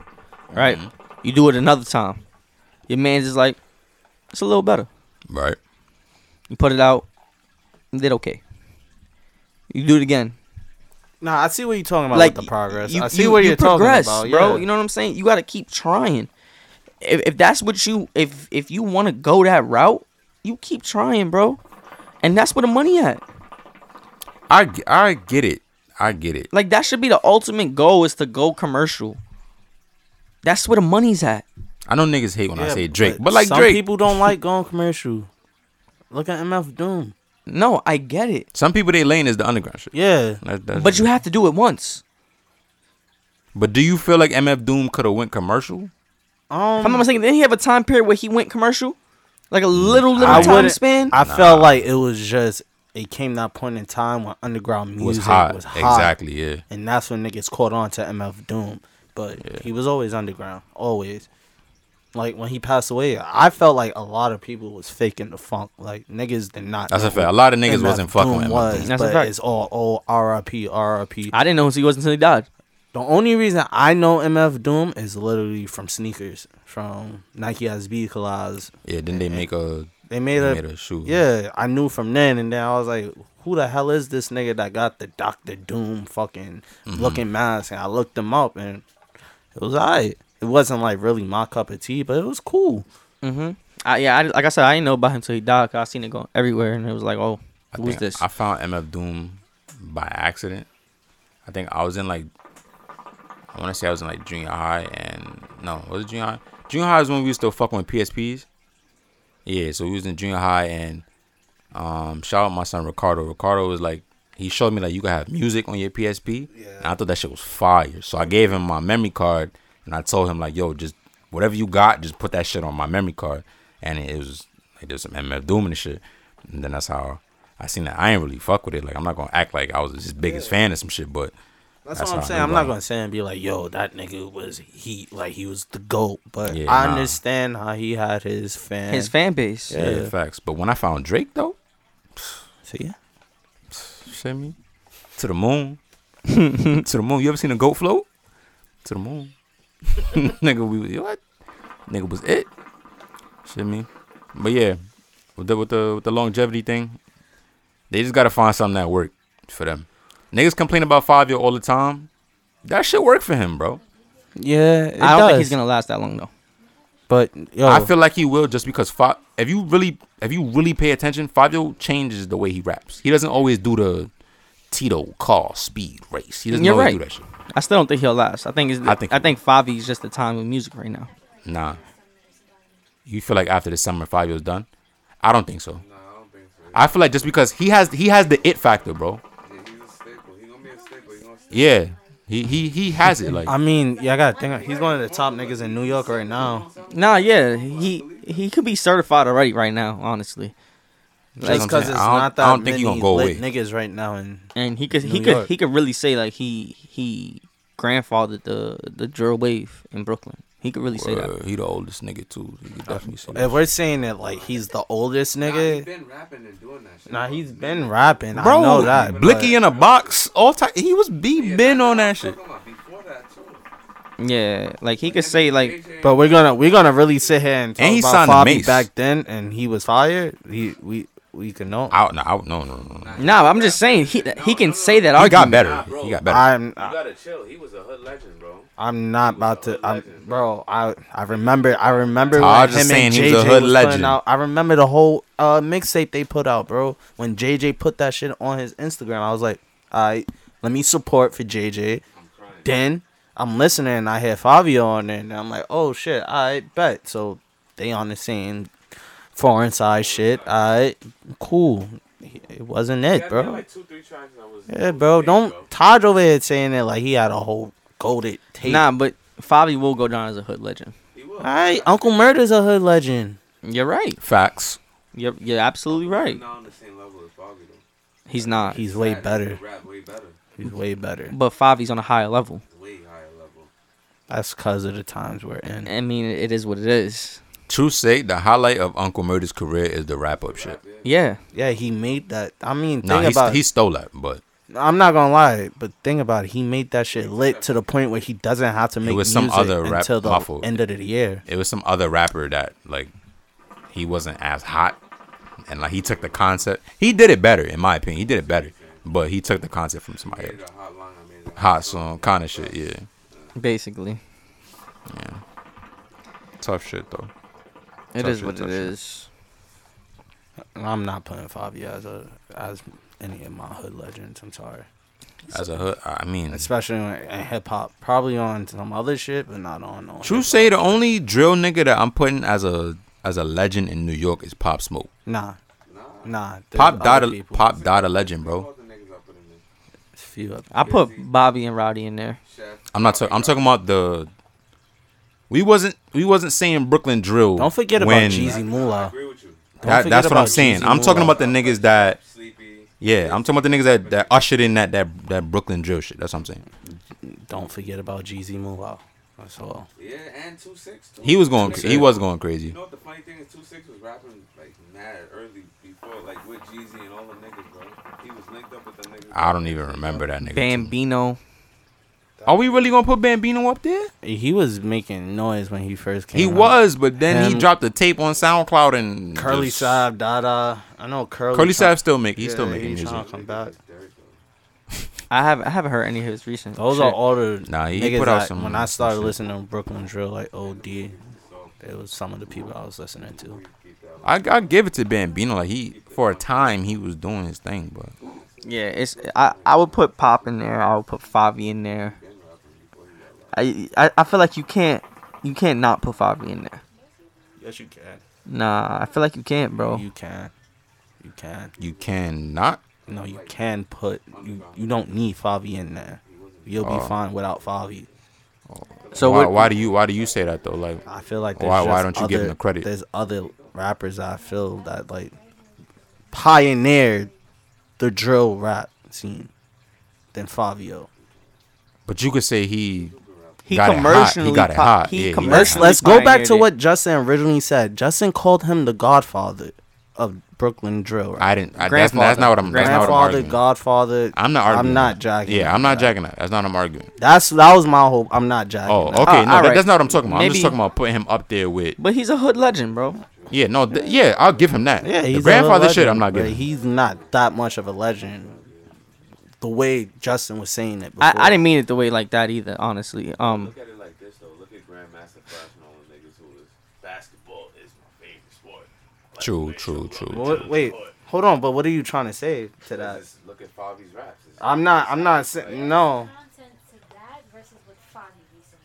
A: Right? You do it another time. Your man's is like, it's a little better.
B: right
A: You put it out, and did okay. You do it again.
C: Nah, I see what you're talking about with the progress.
A: you-
C: I see
A: you-
C: what
A: you
C: are talking
A: progress,
C: about,
A: bro.
C: yeah.
A: You know what I'm saying? You got to keep trying. If, if that's what you if if you want to go that route, you keep trying, bro. And that's where the money at.
B: I, g- I get it. I get it.
A: Like that should be the ultimate goal is to go commercial. That's where the money's at.
B: I know niggas hate when I
C: Yeah,
B: say Drake, but, like
C: some
B: Drake,
C: people don't like going commercial. Look at MF Doom.
A: No, I get it,
B: some people they lane is the underground shit.
C: Yeah,
B: That- that's-
A: but you have to do it once.
B: but do you feel like MF Doom could have went commercial?
C: um,
A: If I'm not mistaken, didn't he have a time period where he went commercial? Like a little little
C: I
A: time
C: wouldn't-
A: span.
C: I felt like it was just it came that point in time when underground music
B: Was hot. Exactly. Yeah.
C: and that's when niggas caught on to MF Doom. But he was always underground, always. Like when he passed away, I felt like a lot of people was faking the funk. Like niggas did not.
B: That's a
C: know
B: fact. A
C: who
B: lot of niggas
C: MF
B: wasn't fucking with
C: Doom
B: MF
C: was,
B: Doom.
A: That's a
C: but
A: fact.
C: It's all oh RIP RIP.
A: I didn't know who he was until he died.
C: The only reason I know MF Doom is literally from sneakers, from Nike SB collabs.
B: Yeah. Then they make a
C: They made
B: they
C: a,
B: made a shoe.
C: yeah. I knew from then, and then I was like, "Who the hell is this nigga that got the Doctor Doom fucking
B: Mm-hmm.
C: looking mask?" And I looked him up, and it was alright. It wasn't like really my cup of tea, but it was cool.
A: Mm-hmm. I, yeah, I, like I said, I didn't know about him till he died. 'cause I seen it go everywhere, and it was like, oh,
B: I
A: who's
B: think
A: this?
B: I found MF Doom by accident. I think I was in like I want to say I was in like junior high and no, was it junior high? Junior high is when we was still fucking with PSPs. Yeah, so we was in junior high and um shout out my son Ricardo. Ricardo was like he showed me like you could have music on your PSP.
C: Yeah.
B: And I thought that shit was fire. So I gave him my memory card and I told him like, yo, just whatever you got, just put that shit on my memory card. And it was like there's some MF Doom and shit. And then that's how I seen that I ain't really fuck with it. Like I'm not gonna act like I was his biggest fan or some shit, but
C: That's,
B: That's
C: what I'm
B: how I
C: saying.
B: knew
C: I'm not
B: about it.
C: gonna say and be like, "Yo, that nigga was he like he was the goat," but
B: Yeah,
C: I
B: nah.
C: understand how he had his fans.
A: His fan base.
B: yeah,
C: Yeah.
B: facts. But when I found Drake though,
C: See,
B: You feel me? To the moon. to the moon. You ever seen a goat float? To the moon. Nigga, we was what? Nigga was it. Shit me. But yeah, with the with the with the longevity thing, they just gotta find something that work for them. Niggas complain about five year all the time. That shit work for him, bro.
C: yeah, it
A: I don't think he's
C: does.
A: gonna last that long though.
C: But yo,
B: I
A: Oh.
B: feel like he will just because five. If you really, if you really pay attention, Fabio changes the way he raps. He doesn't always do the Tito car speed race. He doesn't
A: You're
B: always
A: right.
B: do that shit.
A: I still don't think he'll last. I think it's,
B: I
A: I think
B: think he
A: I think Favi is just the time of music right now.
B: Nah. You feel like after the summer five years done? I don't think so. Nah, I don't think so. I feel like just because he has he has the it factor, bro. Yeah, he he he has it like
C: I mean, yeah, I gotta think. He's one of the top niggas in New York right now.
A: Nah, yeah, he he could be certified already right now, honestly,
B: That's
C: Just
B: what I'm
C: because it's
B: saying. I don't-
C: not
B: I
C: that
B: don't think
C: many
B: he gonna go
C: lit
B: away.
C: niggas right now, and
A: and he could he
C: New
A: could
C: York.
A: he could really say like he he grandfathered the the drill wave in Brooklyn. He could really say that.
B: Uh, he the oldest nigga too. He could definitely say
C: if
B: that.
C: we're saying that like he's the oldest nigga,
F: been rapping and doing that shit.
C: nah, he's been rapping. I know that.
B: Blicky in a box, all time. He was be been on that shit.
F: Before that too.
A: Yeah, like he could say like
C: but, but we're gonna we're gonna really sit here and talk
B: And he
C: about
B: signed to
C: Bobby
B: Mace.
C: back then, and he was fired. He we we can know.
B: Out, no, out, no, no, no. no.
A: nah. I'm just saying he he can say that.
B: He
A: argument.
B: got better. He got better.
C: I'm
F: You gotta chill. He was a hood legend, bro.
C: I'm not about to. I'm, bro, I I remember I remember
B: Todd
C: when
B: just
C: him and
B: saying he was a
C: JJ
B: hood
C: was
B: legend.
C: putting out. I remember the whole uh, mixtape they put out, bro. When JJ put that shit on his Instagram, I was like, all right, let me support for JJ. Then I'm listening and I hear Fabio on there, and I'm like, oh shit, I bet. So they on the same foreign side shit. I cool. It wasn't it,
F: Yeah,
C: bro.
F: like two, three tracks and I was.
C: Yeah, bro. Don't Todd over here saying that like he had a whole goaded tape.
A: Nah, but Favi will go down as a hood legend.
F: He was.
C: All right, Uncle Murder's a hood legend.
A: You're right.
B: Facts.
A: You're you're absolutely right.
F: Not on the same level as Bobby though.
A: He's not.
C: He's way
F: Rap-
C: better.
F: Rap way better.
C: He's way better.
A: But Favi's on a higher level.
F: Way higher level.
C: That's because of the times we're in.
A: I mean, it is what it is.
B: True say, the highlight of Uncle Murder's career is the wrap up shit.
A: Yeah.
C: Yeah, he made that. I mean, think
B: Nah, he,
C: about.
B: he stole that, but
C: I'm not gonna lie, but think about it. He made that shit lit to the point where he doesn't have to make
B: was
C: music
B: some other rap
C: until the
B: muffled.
C: end of the year.
B: it was some other rapper that like he wasn't as hot and like he took the concept he did it better in my opinion he did it better but he took the concept from somebody else hot song kind of shit yeah
A: Basically,
B: tough shit though
A: it
B: Tough
A: is
B: shit,
A: what
B: tough
A: it
B: shit.
A: is.
C: I'm not putting Fabio as a as any of my hood legends. I'm sorry,
B: as a hood i mean
C: especially in, in hip hop. Probably on some other shit, but not on. on
B: true say the only drill nigga that i'm putting as a as a legend in new york is pop smoke
C: Nah, nah. there's
B: pop
C: other
B: died a,
C: people.
B: pop died a legend bro
C: Few other
A: I put Bobby and Rowdy in there.
B: i'm not talking i'm talking about the we wasn't we wasn't saying brooklyn drill
C: Don't forget
B: when-
C: about Jeezy Moolah.
F: Agree with you.
C: Don't
B: That,
C: forget
B: that's what
C: about
B: I'm saying.
C: Jeezy
B: I'm talking
C: Moolah.
B: about the niggas that
F: Sleepy.
B: yeah, I'm talking about the niggas that, that ushered in that, that that Brooklyn drill shit. That's what I'm saying.
C: Don't forget about Jeezy Moolah. That's all.
F: Yeah, and two six. Too.
B: He was going
F: Two Six-
B: he was going crazy.
F: You know what the funny thing is? Two six was rapping like mad early before, like with Jeezy and all the niggas, bro. He was linked up with the niggas.
B: I don't even remember that nigga. too.
A: Bambino.
B: Are we really gonna put Bambino up there?
C: He was making noise when he first came.
B: He
C: out.
B: was, but then he
C: Him.
B: dropped the tape on SoundCloud and
C: Curly
B: just-
C: Sab, Dada. I know Curly.
B: Curly
C: try-
B: Sab still make he's still
C: Yeah,
B: making
C: he's
B: music.
C: trying to come back.
A: I have I haven't heard any of his recent.
C: Those
A: shit.
C: are all the
B: Nah, he
C: niggas
B: put out
C: that-
B: some-
C: When I started
B: some shit.
C: listening to Brooklyn Drill, like OD, it was some of the people I was listening to.
B: I I give it to Bambino. Like he for a time he was doing his thing, but
A: Yeah, it's I, I would put Pop in there. I would put Favi in there. I, I I feel like you can't you can't not put Five E in there.
D: Yes, you can.
A: Nah, I feel like you can't, bro.
C: You can. You can.
B: You cannot.
C: No, you can put. You, you don't need Favi in there. You'll be
B: Oh.
C: fine without Favi.
A: So
B: why,
A: what?
B: why do you why do you say that though? Like
C: I feel like there's
B: Why- why
C: just
B: don't you
C: other,
B: give him the credit?
C: There's other rappers I feel that like pioneered the drill rap scene than Fabio.
B: but you could say he
A: he
B: got it hot.
A: commercially
B: He got it
A: po-
B: hot.
A: he
B: Yeah, he got it
A: commercially
B: hot.
C: Let's let's go back
A: pioneered
C: to
A: it.
C: what Justin originally said. Justin called him the godfather of Brooklyn drill rap.
B: I didn't I, that's, that's not what I'm that's not what I'm
C: Grandfather,
B: arguing.
C: godfather.
B: I'm not arguing.
C: I'm not
B: that.
C: jacking.
B: Yeah, I'm not
C: that.
B: jacking that. That's not what I'm arguing.
C: That's that was my hope. I'm not jacking.
B: Oh, okay.
C: that.
A: Oh,
B: no,
A: all
B: that,
A: right.
B: that's not what I'm talking about. I'm
A: Maybe-
B: just talking about putting him up there with.
A: But he's a hood legend, bro.
B: Yeah, no, th- yeah, I'll give him that.
C: Yeah, he's
B: the
C: a
B: grandfather
C: legend,
B: shit. I'm not
C: but
B: giving.
C: He's not that much of a legend. The way Justin was saying it. Before.
A: I, I didn't mean it the way like that either, honestly. Um,
F: Look at it like this though. Look at Grandmaster Flash and all the niggas who is basketball is my favorite sport. Like,
B: True,
F: man,
B: true,
F: so
B: true.
F: love
C: What, wait, hold on. But what are you trying to say to
F: it.
C: that?
F: Just Look at Favi's raps. It's-
C: I'm not. I'm not saying
B: Oh.
C: no.
E: Content to that versus what Foggy recently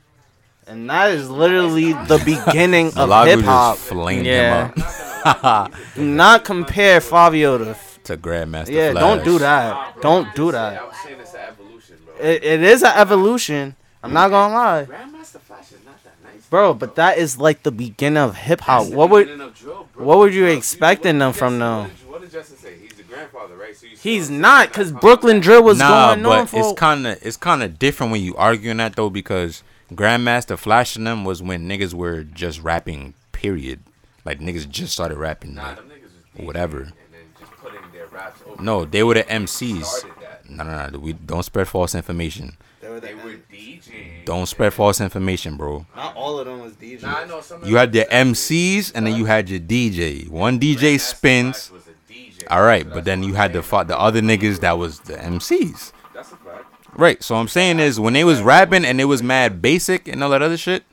C: And that is literally the beginning
B: The
C: of hip
B: Lagu
C: hop.
B: just flamed
A: Yeah.
B: him up
C: Do not compare Fabio to.
B: to Grandmaster.
C: Yeah,
B: Flash.
C: don't do that. Don't do that.
F: I'm saying it's an evolution, bro.
C: It, it is an evolution. I'm not gonna lie,
F: Grandmaster Flash is not that nice,
C: bro. But that is like the beginning of hip
F: That's
C: hop.
F: the
C: What would?
F: beginning of drill, bro.
C: what would you
F: Bro,
C: expecting
F: what
C: them
F: did
C: from
F: Justin-
C: them?
F: What did, what did Justin say? He's the grandfather, right? So you still
C: He's
F: saying
C: not,
F: that
C: cause
F: coming
C: Brooklyn
F: back.
C: drill was
B: nah,
C: going on
B: but
C: for.
B: it's kind of it's kind of different when you arguing that though because Grandmaster flashing them was when niggas were just rapping. Period. Like niggas just started rapping.
F: Nah,
B: Like,
F: them niggas was deep
B: whatever.
F: and then just putting their raps over.
B: No, they were the MCs.
F: started that.
B: No, no, no. We don't spread false information.
F: They were DJing.
B: Don't spread false information, bro.
C: Not all of them was DJ.
F: Nah, I know some of
B: You had
F: them-
B: your MCs and then you had your DJ. One DJ
F: Grandmaster
B: spins.
F: Flash was a DJ.
B: All right,
F: So
B: but
F: that's
B: then
F: what
B: you
F: I'm
B: had the
F: saying.
B: fought the other niggas that was the MCs.
F: That's a fact.
B: Right. So I'm saying is when they was rapping and it was mad basic and all that other shit,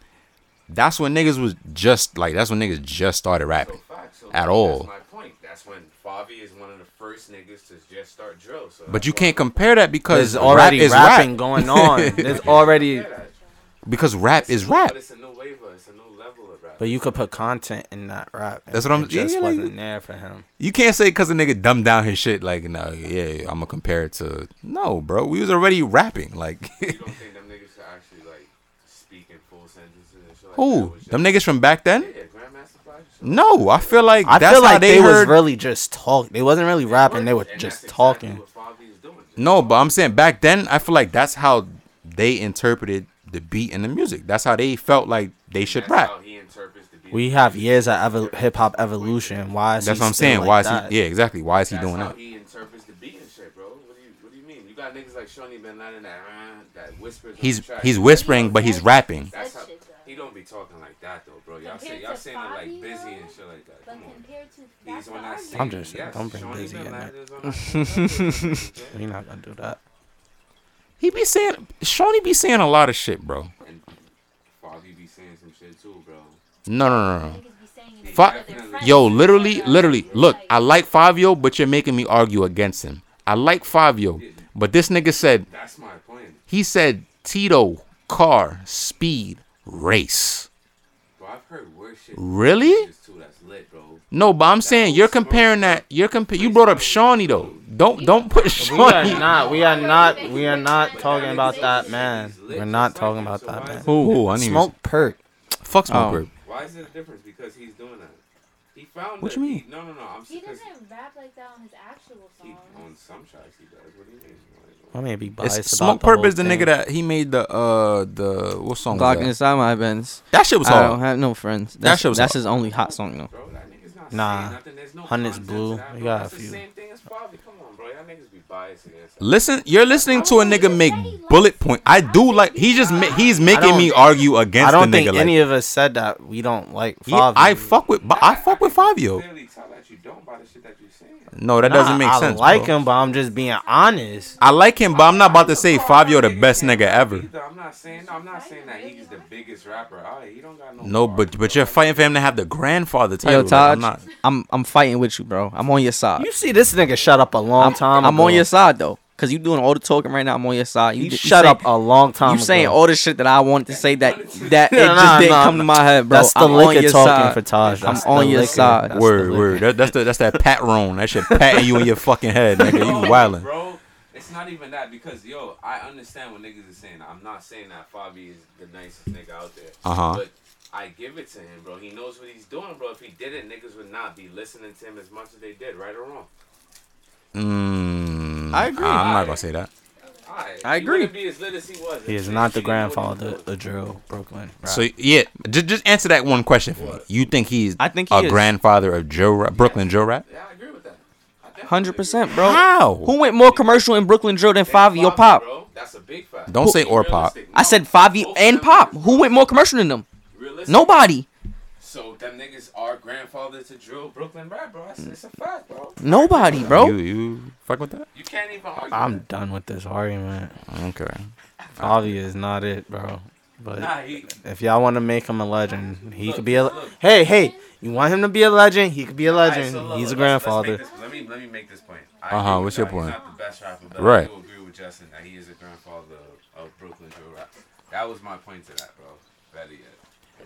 B: that's when niggas was just like that's when niggas just started
F: So
B: rapping.
F: fact. So
B: At
F: that's
B: all.
F: my point. That's when Favi is one of the first niggas to just start drill. So
B: But you can't compare that because
C: There's already
B: rap is
C: rapping
B: rap.
C: going on. There's already,
B: Because rap is
F: But
B: rap.
F: it's a new wave. It's a new level of rap.
C: but you could put content in that rap. and
B: That's what I'm-
C: It just
B: yeah, like-
C: wasn't there for him.
B: You can't say because a nigga dumbed down his shit like no, yeah, I'm gonna compare it to no, bro. We was already rapping like.
F: You don't think them niggas should actually like speak in full sentences and shit like
B: Who?
F: that?
B: Them niggas from back then?
F: Yeah, Grandmaster Flash.
B: No, I feel like
C: I
B: that's
C: feel
B: how
C: like
B: they,
C: they, was
B: heard.
C: really just talking. They wasn't really rapping. They were
F: And that's
C: just
F: exactly
C: talking.
F: what Favi is doing. Just
B: No, but I'm saying back then, I feel like that's how they interpreted the beat and the music. That's how they felt like they should
F: that's
B: rap.
F: how he interprets the beat.
C: We have years of evo- hip hop evolution. Why is
B: That's
C: he
B: what I'm
C: still
B: saying.
C: Like
B: Why is
C: that?
B: he? Yeah, exactly. Why is he
F: That's
B: doing
F: how
B: that?
F: he interprets the beat and shit, bro. What do you What do you mean? You got niggas like Shawnee Bin Laden that uh, that whispers. on
B: He's
F: the track.
B: he's whispering, but he's rapping.
F: That's how,
E: That shit, though.
F: he don't be talking like that though, bro. Y'all say
E: Compared
F: y'all
E: to
F: saying it like
E: Favi,
F: busy
E: though,
F: and shit like that.
E: But
F: Come on.
E: compared to that's
F: He's
E: the
F: on that
E: argument.
F: same.
C: I'm just-
F: yes,
C: don't bring
F: Shawnee
C: Busy
F: Bin
C: in
F: Laden
C: that.
F: is on that shit.
C: We're not gonna do that.
B: He be saying, Shawnee be saying a lot of shit, bro.
F: And Favi be saying some shit too, bro.
B: No, no, no, no.
E: Niggas be saying it in
B: Fuck.
E: front of their friends.
B: Yo, literally,
E: Like,
B: literally.
E: like,
B: Look, I like Favio, but you're making me argue against him. I like Favio, but this nigga said
F: That's my point.
B: he said Tito car speed race.
F: Bro, I've heard worse shit.
B: Really?
F: Too, that's lit, bro.
B: No, but I'm saying you're comparing that. You're compa- You brought up Shawnee though. Don't don't put
C: We are
B: Shawney.
C: not. We are not. We are not talking about that man. We're not talking about that man.
B: Who? I didn't even-
C: Smoke perk.
B: Fuck smoker.
F: Why is there a difference? Because he's doing that. He found.
B: What
F: that
B: you
F: he-
B: mean?
F: no, no, no. I'm
E: He
F: because
E: doesn't rap like that on his actual
F: he, on
E: songs.
F: some tracks he does. What do you mean? Like,
C: I may be biased.
B: It's smoke
C: about
B: Purp is the
C: whole
B: nigga
C: thing.
B: that he made the uh the what song? Was
A: Glock
B: that?
A: inside my Benz.
B: that shit was
A: I don't
B: hard.
A: have no friends. That's
B: shit was
A: that's
B: hard.
A: his only hot song though.
F: Bro, that nigga's not
C: Nah.
F: saying nothing. There's no
C: Hunter's
F: content
C: Blue.
F: to that,
C: We
F: bro.
C: got a
F: That's
C: few.
F: the same thing as Favi. Come on, bro. Y'all niggas be biased against him.
B: Listen, you're listening to a nigga make bullet point. I do like he just ma- he's making me argue against
C: I don't
B: the
C: think
B: nigga. Like,
C: any of us said that we don't like
B: he- I
C: Favi.
B: fuck with but I fuck with Fabio.
F: Clearly tell that you don't buy the shit that you're saying.
B: No, that
C: Nah,
B: doesn't make sense.
C: I like
B: bro.
C: him, but I'm just being honest.
B: I like him, but I'm not about to say
F: Oh,
B: Fabio the
F: nigga
B: best
F: can't
B: nigga
F: rap
B: ever.
F: either. I'm not saying no, I'm not saying that he's the biggest rapper. All right, he don't got no.
B: No,
F: bars,
B: but but
F: bro.
B: you're fighting for him to have the grandfather title.
A: Yo,
B: Like,
A: Taj,
B: I'm not.
A: I'm I'm fighting with you, bro. I'm on your side.
B: Uh,
C: You see this nigga shut up a long time.
A: I'm
C: ago.
A: on your side though. Cause you doing all the talking right now. I'm on your side. You,
C: You
A: di- you
C: shut
A: say-
C: up a long time.
A: You saying
C: ago.
A: all the shit that I wanted to say that that
C: No,
A: it just
C: no,
A: didn't
C: no,
A: come to my head, bro.
C: That's the
A: I'm on
C: liquor
A: your
C: talking
A: side.
C: for Taj.
A: I'm
C: That's
A: on
C: the
A: your
C: liquor.
A: side.
C: That's the
B: word,
C: liquor.
B: word. That, that's the, that's that pat roan. That shit patting you in your fucking head, nigga. You wildin'.
F: Bro, it's not even that because yo, I understand what niggas is saying. I'm not saying that Fabi is the nicest nigga out there.
B: Uh-huh.
F: But I give it to him, bro. He knows what he's doing, bro. If he didn't, niggas would not be listening to him as much as they did, right or wrong.
B: Mm,
A: I agree.
B: I'm not gonna say that.
F: Alright,
A: I
F: he
A: agree.
F: wouldn't Be as lit as he was.
C: He
F: If
C: is
F: niggas
C: not the
F: didn't know what he
C: grandfather
F: was.
C: of Drill Brooklyn. Right.
B: So yeah, just, just answer that one question for me. You think he's
A: I think he
B: a
A: is.
B: grandfather of Joe Ra- Brooklyn Joe Rat?
F: Yeah, I agree with that. I definitely
A: Hundred percent, bro.
B: How?
A: Who went more commercial in Brooklyn Drill than
F: agree.
A: Favi or
F: Fabi,
A: Pop?
F: Bro, that's a big fact.
B: Don't say or Pop.
F: Realistic,
A: I
F: no,
A: said Favi
F: both of
A: and
F: them
A: Pop.
F: niggas,
A: Who
F: bro.
A: went more commercial than them?
F: Realistic.
A: Nobody.
F: So them niggas are grandfathers to drill Brooklyn rap, bro. That's, it's a fact, bro.
A: Nobody, bro.
B: You you fuck with that?
F: You can't even argue.
C: I'm done with this argument.
B: Okay.
C: Favi is not it, bro.
F: that.
C: But
F: Nah, he,
C: if y'all want to make him a legend, he
F: Look,
C: could be a.
F: look.
C: Hey, hey, you want him to be a legend? He could be a
F: Alright,
C: legend.
F: so look,
C: He's a
F: look, let's- let's
C: grandfather.
F: make this- Let me let me make this point. I
B: Uh-huh,
F: agree with
B: what's your
F: that.
B: point?
F: He's not the best rapper, but
B: Right.
F: I do agree with Justin that he is a grandfather of, of Brooklyn drill rap. That was my point to that, bro. Better yet,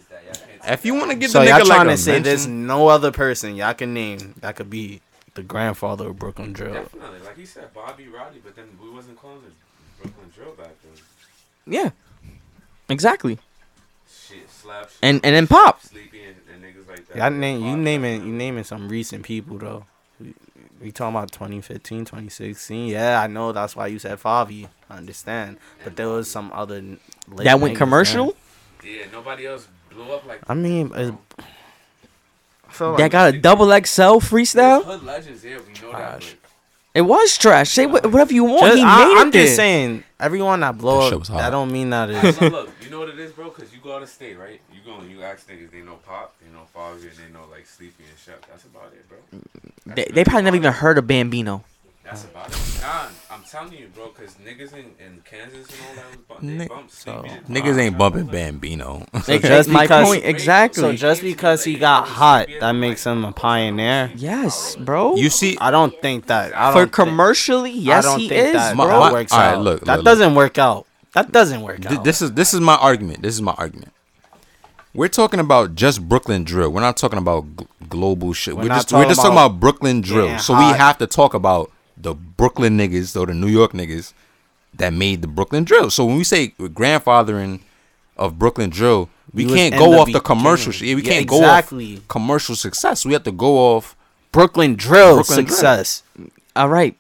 F: is that y'all can't take
B: If you
F: that.
B: want to give
C: so
B: the
C: y'all
B: nigga like
C: trying
B: a
C: to say there's
B: mention-
C: no other person y'all can name that could be the grandfather of Brooklyn Drill?
F: Definitely, like he said, Bobby Roddy, but then we wasn't calling it Brooklyn drill back then.
A: Yeah. Exactly.
F: Shit, slap. Shit,
A: And and then Pop.
F: sleepy and, and niggas like that.
C: Y'all name you
F: Pop,
C: naming you
F: definitely.
C: naming some recent people though. We, we talking about 2015, 2016. Yeah, I know that's why you said Favi. I understand, but there was some other n- late
A: That
C: niggas
A: went
C: then.
A: commercial.
F: Yeah, nobody else blew up like.
C: I mean, uh, it's, I feel
A: That
C: like
A: got a double XL freestyle.
F: Hood legends, yeah, we know
B: Ah,
F: that.
C: Gosh.
F: But
A: It was trash. Say wha- whatever you want.
C: just,
A: he made
C: I, am
A: it
C: just
A: there.
C: saying everyone that
B: That
C: blow
B: shit
C: up.
B: was
C: That
B: hard.
C: don't mean that
F: Hey,
C: is.
F: so look, you know what it is, bro? Cause you go out of state, right? You go and you ask niggas, they know Pop, they know Foggy, and they know like Sleepy and Shep. That's about it, bro. That's
A: They,
F: really
A: they probably never even
F: about
A: heard of Bambino.
F: it.
C: Mm.
F: That's about it. Nah, I'm telling you, bro. Cause niggas in, in Kansas and all that was bump, they
B: Ni-
F: bump
B: so,
F: Sleepy. did Pop,
B: Oh, niggas ain't
F: Shep,
B: bumping
F: all that.
B: Bambino.
C: So
A: Ex-
C: just
A: my
C: because-
A: point
F: Great.
A: exactly.
C: So just because he got hot, that makes him a pioneer.
A: yes, bro.
B: you see,
C: I don't think that. I
A: For
C: don't think-
A: commercially, yes,
C: I don't
A: he
C: think
A: is,
C: that,
B: My-
A: bro.
C: that
B: my-
C: works
B: alright,
C: out.
B: look,
C: that
B: look, look.
C: doesn't work out. That doesn't work
B: Th-
C: out.
B: this is this is my argument. This is my argument. We're talking about just Brooklyn drill. We're not talking about gl- global shit.
C: We're
B: We're,
C: not
B: just we're
C: talking
B: just talking
C: about
B: about Brooklyn drill.
C: getting
B: so we
C: hot.
B: have to talk about the Brooklyn niggas or the New York niggas that made the Brooklyn drill. So when we say grandfathering of Brooklyn drill, we
C: You was
B: can't
C: in
B: go
C: the
B: off the commercial shit.
C: beginning.
B: Yeah, we
C: Yeah,
B: can't go
C: exactly.
B: off commercial success. We have to go off.
C: Brooklyn drill
B: Brooklyn drill.
C: success,
A: All right,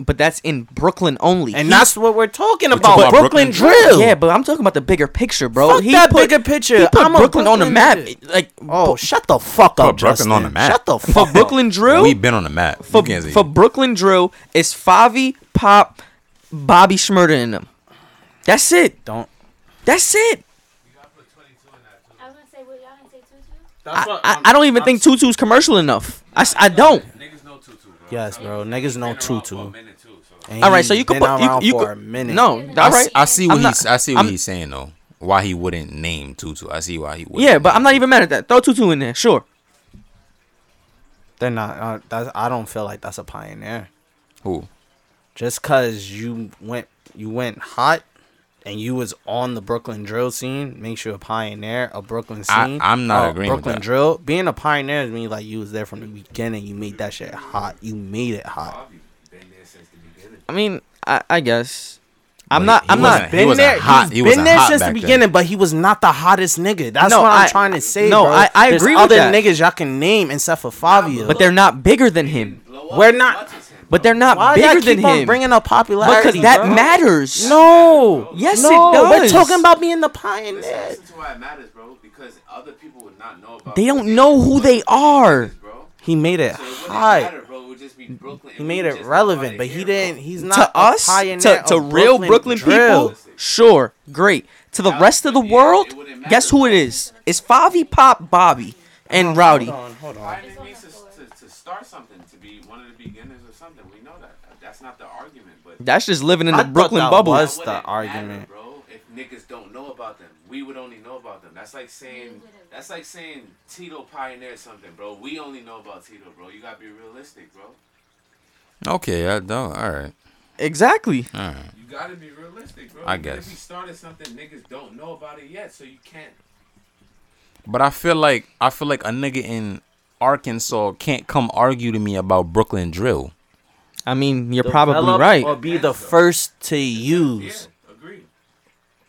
A: but that's in Brooklyn only.
C: and
A: He-
C: that's what we're talking about.
B: talking about
C: Brooklyn,
B: Brooklyn
C: drill.
A: yeah, but I'm talking about the bigger picture, bro.
C: Fuck that bigger picture.
A: He put
C: I'm a
A: Brooklyn on the
C: Brooklyn
A: map.
C: nigga.
A: Like,
C: Oh,
A: oh,
C: shut the fuck
B: Brooklyn
C: up, Justin.
B: on the map.
C: Shut the
A: for
C: fuck up.
A: Brooklyn drill,
B: We've been on the map.
A: for,
B: you can't say
A: for Brooklyn drill, it's Favi, Pop, Bobby Schmurda in them. That's it.
C: Don't.
A: That's it.
E: I was gonna say, well, y'all didn't say tutu.
A: I, I, I don't even think Tutu's commercial enough. I, s- I don't.
F: Niggas know Tutu, bro.
C: Yes,
F: I'm telling
C: bro.
F: you,
C: Niggas
F: he's
C: know
F: been around
C: Tutu.
F: For a minute too, so.
C: And
A: All right, so
C: he's
A: you could
C: been
A: put you,
C: around
A: you
C: for a
A: could
C: minute.
A: no.
B: I
A: All
B: s-
A: right,
B: I see
A: I'm
B: what
A: not-
B: he's. I see what
A: I'm-
B: he's saying though. Why he wouldn't name Tutu? I see why he would.
A: yeah, but I'm not even mad at that. Throw Tutu in there, sure.
C: they're not. Uh, that's, I don't feel like that's a pioneer.
B: Who?
C: Just cause you went, you went hot, and you was on the Brooklyn drill scene makes you a pioneer of Brooklyn
B: I-
C: scene.
B: I'm not
C: uh,
B: agreeing with
C: Brooklyn
B: that.
C: drill being a pioneer means like you was there from the beginning. You made that shit hot. You made it hot.
F: Bobby been there since the beginning.
A: I mean, I, I guess. I'm
B: he-
A: not.
B: he
A: I'm
B: wasn't-
A: not.
B: he wasn't hot-
C: he's
B: he
C: been
B: wasn't
C: there
B: hot
C: since the
B: back then.
C: beginning, but he was not the hottest nigga. That's
A: No,
C: what I'm
A: I-
C: trying to say.
A: no,
C: bro.
A: I- I
C: There's
A: agree with
C: other
A: that.
C: niggas y'all can name except for Fabio.
A: But they're not bigger than him.
F: Blow up
C: We're
F: as
C: not-
F: much as him,
A: But
F: bro.
A: they're not
C: why y'all
A: bigger
C: keep
A: than
C: on
A: him.
C: bringing up popularity?
A: because that
C: bro?
A: matters.
C: No.
A: Yes, it
C: no, We're
A: does.
C: talking about being the
F: Listen,
C: pioneer.
F: listen to why it matters, bro. Because other people would not know about.
A: They
F: what
A: don't know who
F: what
A: they
F: it
A: are.
F: is, bro.
C: He made it
F: So it wouldn't
C: hot.
F: matter, bro. It would just be Brooklyn.
C: He
F: We
C: made
F: would
C: it
F: just
C: relevant,
F: nobody
C: but he
F: here,
C: didn't.
F: bro.
C: He's not
A: to us,
C: a pioneer
A: to, to
C: of
A: real Brooklyn
C: drill.
A: people, sure, great. To the rest of the
F: Yeah, it
A: world,
F: wouldn't matter.
A: guess who it is? It's Favi Pop Bobby and Rowdy.
C: Oh, Hold on, hold on.
F: Pioneer means to, to, to start something, to be one of the beginners of something. We know that. That's not the argument, but
A: That's just living in
C: I
A: the
C: thought
A: Brooklyn
C: that
A: bubble.
C: was- That's
F: That
C: the
F: wouldn't
C: argument.
F: bro. If niggas don't know about them, we would only know about them. That's like saying that's like saying Tito pioneered something, bro. We only know about Tito, bro. You gotta be realistic, bro.
B: Okay, I don't. All right.
A: Exactly.
B: All right.
F: You gotta be realistic, bro.
B: I
F: Even
B: guess.
F: If you started something, niggas don't know about it yet, so you can't.
B: But I feel like I feel like a nigga in Arkansas can't come argue to me about Brooklyn drill.
A: I mean, you're probably
C: Develop
A: right.
C: Or be the first to use.
F: Yeah, agreed.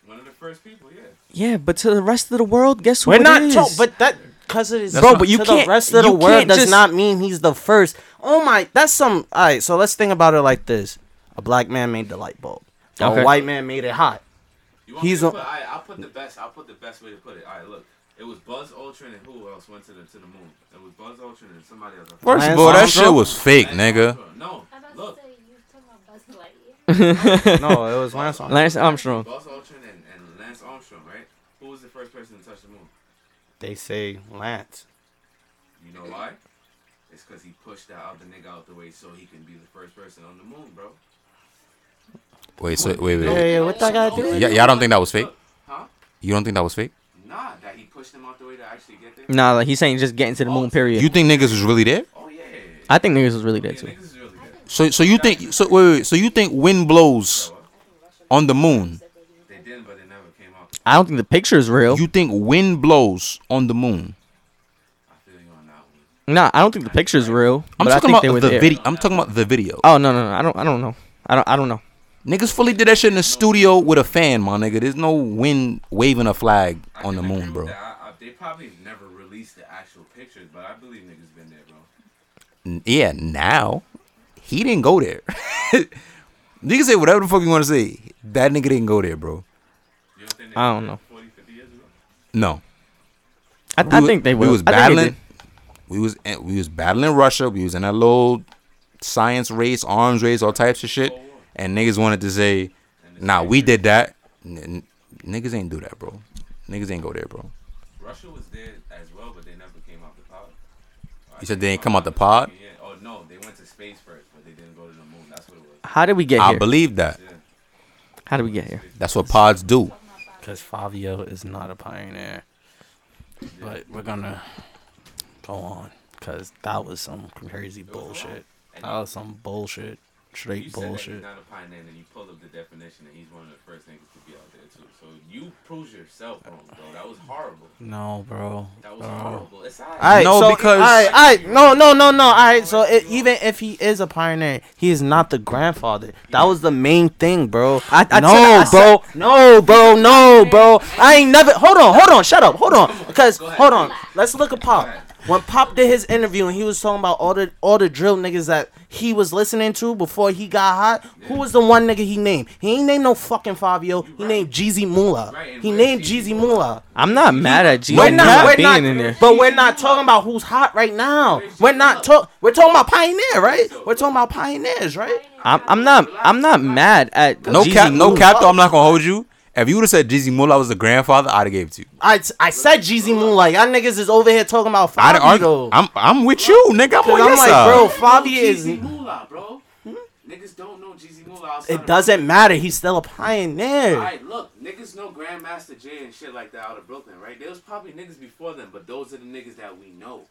F: One of the first people, yeah.
A: Yeah, but to the rest of the world, guess who
C: We're
A: it
C: not,
A: is?
C: to- but that because it is
B: That's Bro, not-
C: but
B: but
C: you
B: you
C: to
B: can't-
C: The rest of the
B: you
C: world
B: can't
C: does
B: just-
C: not mean he's the first. Oh my, that's some. All right, so let's think about it like this: a black man made the light bulb, a
A: Okay.
C: white man made it hot.
F: You want me
C: He's
F: to
C: a-
F: put, I, I'll put the best. I'll put the best way to put it. All right, look. It was Buzz Aldrin and who else went to the to the moon? It was Buzz Aldrin and somebody else.
B: First
C: Lance
B: of all, that
C: Armstrong?
B: shit was fake, nigga.
F: No,
E: I'm about
F: look.
E: to say you talking about Buzz Lightyear.
C: No, it was Lance. Armstrong.
A: Lance Armstrong.
F: Buzz Aldrin and, and Lance Armstrong, right? Who was the first person to touch the moon?
C: They say Lance.
F: You know why? It's because he pushed that other nigga out the way so he can be the first person on the moon, bro.
B: Wait, so wait, wait. wait.
C: Hey, what that gotta do?
B: Y- y'all don't think that was fake?
F: Huh?
B: You don't think that was fake?
F: Nah, that he pushed him out the way to actually get there.
A: Nah, like he's saying just getting to the moon. Period.
B: Oh, You think niggas was really there?
F: Oh yeah.
A: I think niggas was really dead
F: yeah,
A: too.
F: niggas is really good.
B: So so you think so wait, wait, wait so you think wind blows on the moon?
F: They didn't, but they never came out.
A: I don't think the picture is real.
B: You think wind blows on the moon?
F: I feel you on that one.
A: nah, I don't think the picture is real.
B: I'm
A: but I
B: talking
A: think they were
B: about the
A: there.
B: video. I'm talking about the video.
A: Oh no, no, no. I don't. I don't know. I don't. I don't know.
B: Niggas fully did that shit in the studio with a fan, my nigga. There's no wind waving a flag
F: I
B: on the
F: can agree
B: moon, bro.
F: with that. I, I, they probably never released the actual pictures, but I believe niggas been there, bro.
B: N- Yeah, now he didn't go there. you can say whatever the fuck you want to say. That nigga didn't go there, bro.
F: You don't think they
A: I
F: did
A: don't
F: that
A: know.
F: 40, 50 years ago?
B: No,
A: I, I think they
B: we
A: will.
B: was
A: I think they
B: battling.
A: did.
B: We was in- we was battling Russia. We was in that little science race, arms race, all types of shit. And niggas wanted to say, "Nah, we did that." N- n- niggas ain't do that, bro. Niggas ain't go there, bro.
F: Russia was there as well, but they never came out the pod. Or I
B: You said
F: think
B: they
F: if
B: ain't
F: I'm
B: come out
F: not
B: the pod?
F: mistaken, Yeah. Oh no, they went to space first, but they didn't go to the moon. That's what it was.
A: How did we get
B: I
A: here?
B: believe that.
A: How did we get here?
B: That's what pods do.
C: Because Fabio is not a pioneer. But we're gonna go on. Because that was some crazy bullshit. That was some bullshit.
F: You
C: Straight
F: said that he's
C: bullshit.
F: not a pioneer, and you pulled up the definition, and he's one of the first niggas to be out there too. So you proved yourself wrong, bro. That was horrible.
C: No, bro.
F: That was
C: bro.
F: horrible. It's all
C: All
F: right.
C: right,
B: No,
C: so,
B: because-
C: all right, all right, no, no, no, no. All right, so it, even if he is a pioneer, he is not the grandfather. That was the main thing, bro.
A: I- I said-
C: no,
A: I said-
C: bro, no, bro, no, bro. I ain't never. Hold on, hold on, shut up, hold on, because hold on. Let's look at Pop. When Pop did his interview and he was talking about all the all the drill niggas that he was listening to before he got hot, who was the one nigga he named? He ain't named no fucking Fabio. He named Jeezy Moolah.
F: Right, and
C: He
F: where
C: named
F: Jeezy
C: Jeezy Moolah.
A: I'm not mad at G.
C: We're
A: not,
C: not, we're
A: being
C: not,
A: in there.
C: but we're not talking about who's hot right now. We're not talk. We're talking about pioneer, right? We're talking about pioneers, right?
A: I'm, I'm not. I'm not mad at
B: No
A: Jeezy
B: cap, no
A: Moolah.
B: cap. Though I'm not gonna hold you. If you would have said Jeezy Moolah was the grandfather, I'd have gave it to you.
C: I, I said Jeezy Moonlight. Y'all niggas is over here talking about
B: I'd
C: Fabio.
B: argue.
C: though.
B: I'm I'm with you, nigga. I'm
C: 'Cause
B: on
C: I'm
B: your
C: like,
B: side.
C: bro,
F: Niggas
C: Fabio
F: know
C: is. Hmm?
F: Jeezy Moolah, bro. Niggas don't know Jeezy Moolah. outside
C: It
F: of-
C: doesn't matter. He's still a pioneer.
F: Alright, look, niggas know Grandmaster Jay and shit like that out of Brooklyn, right? There was probably niggas before them, but those are the niggas that we know.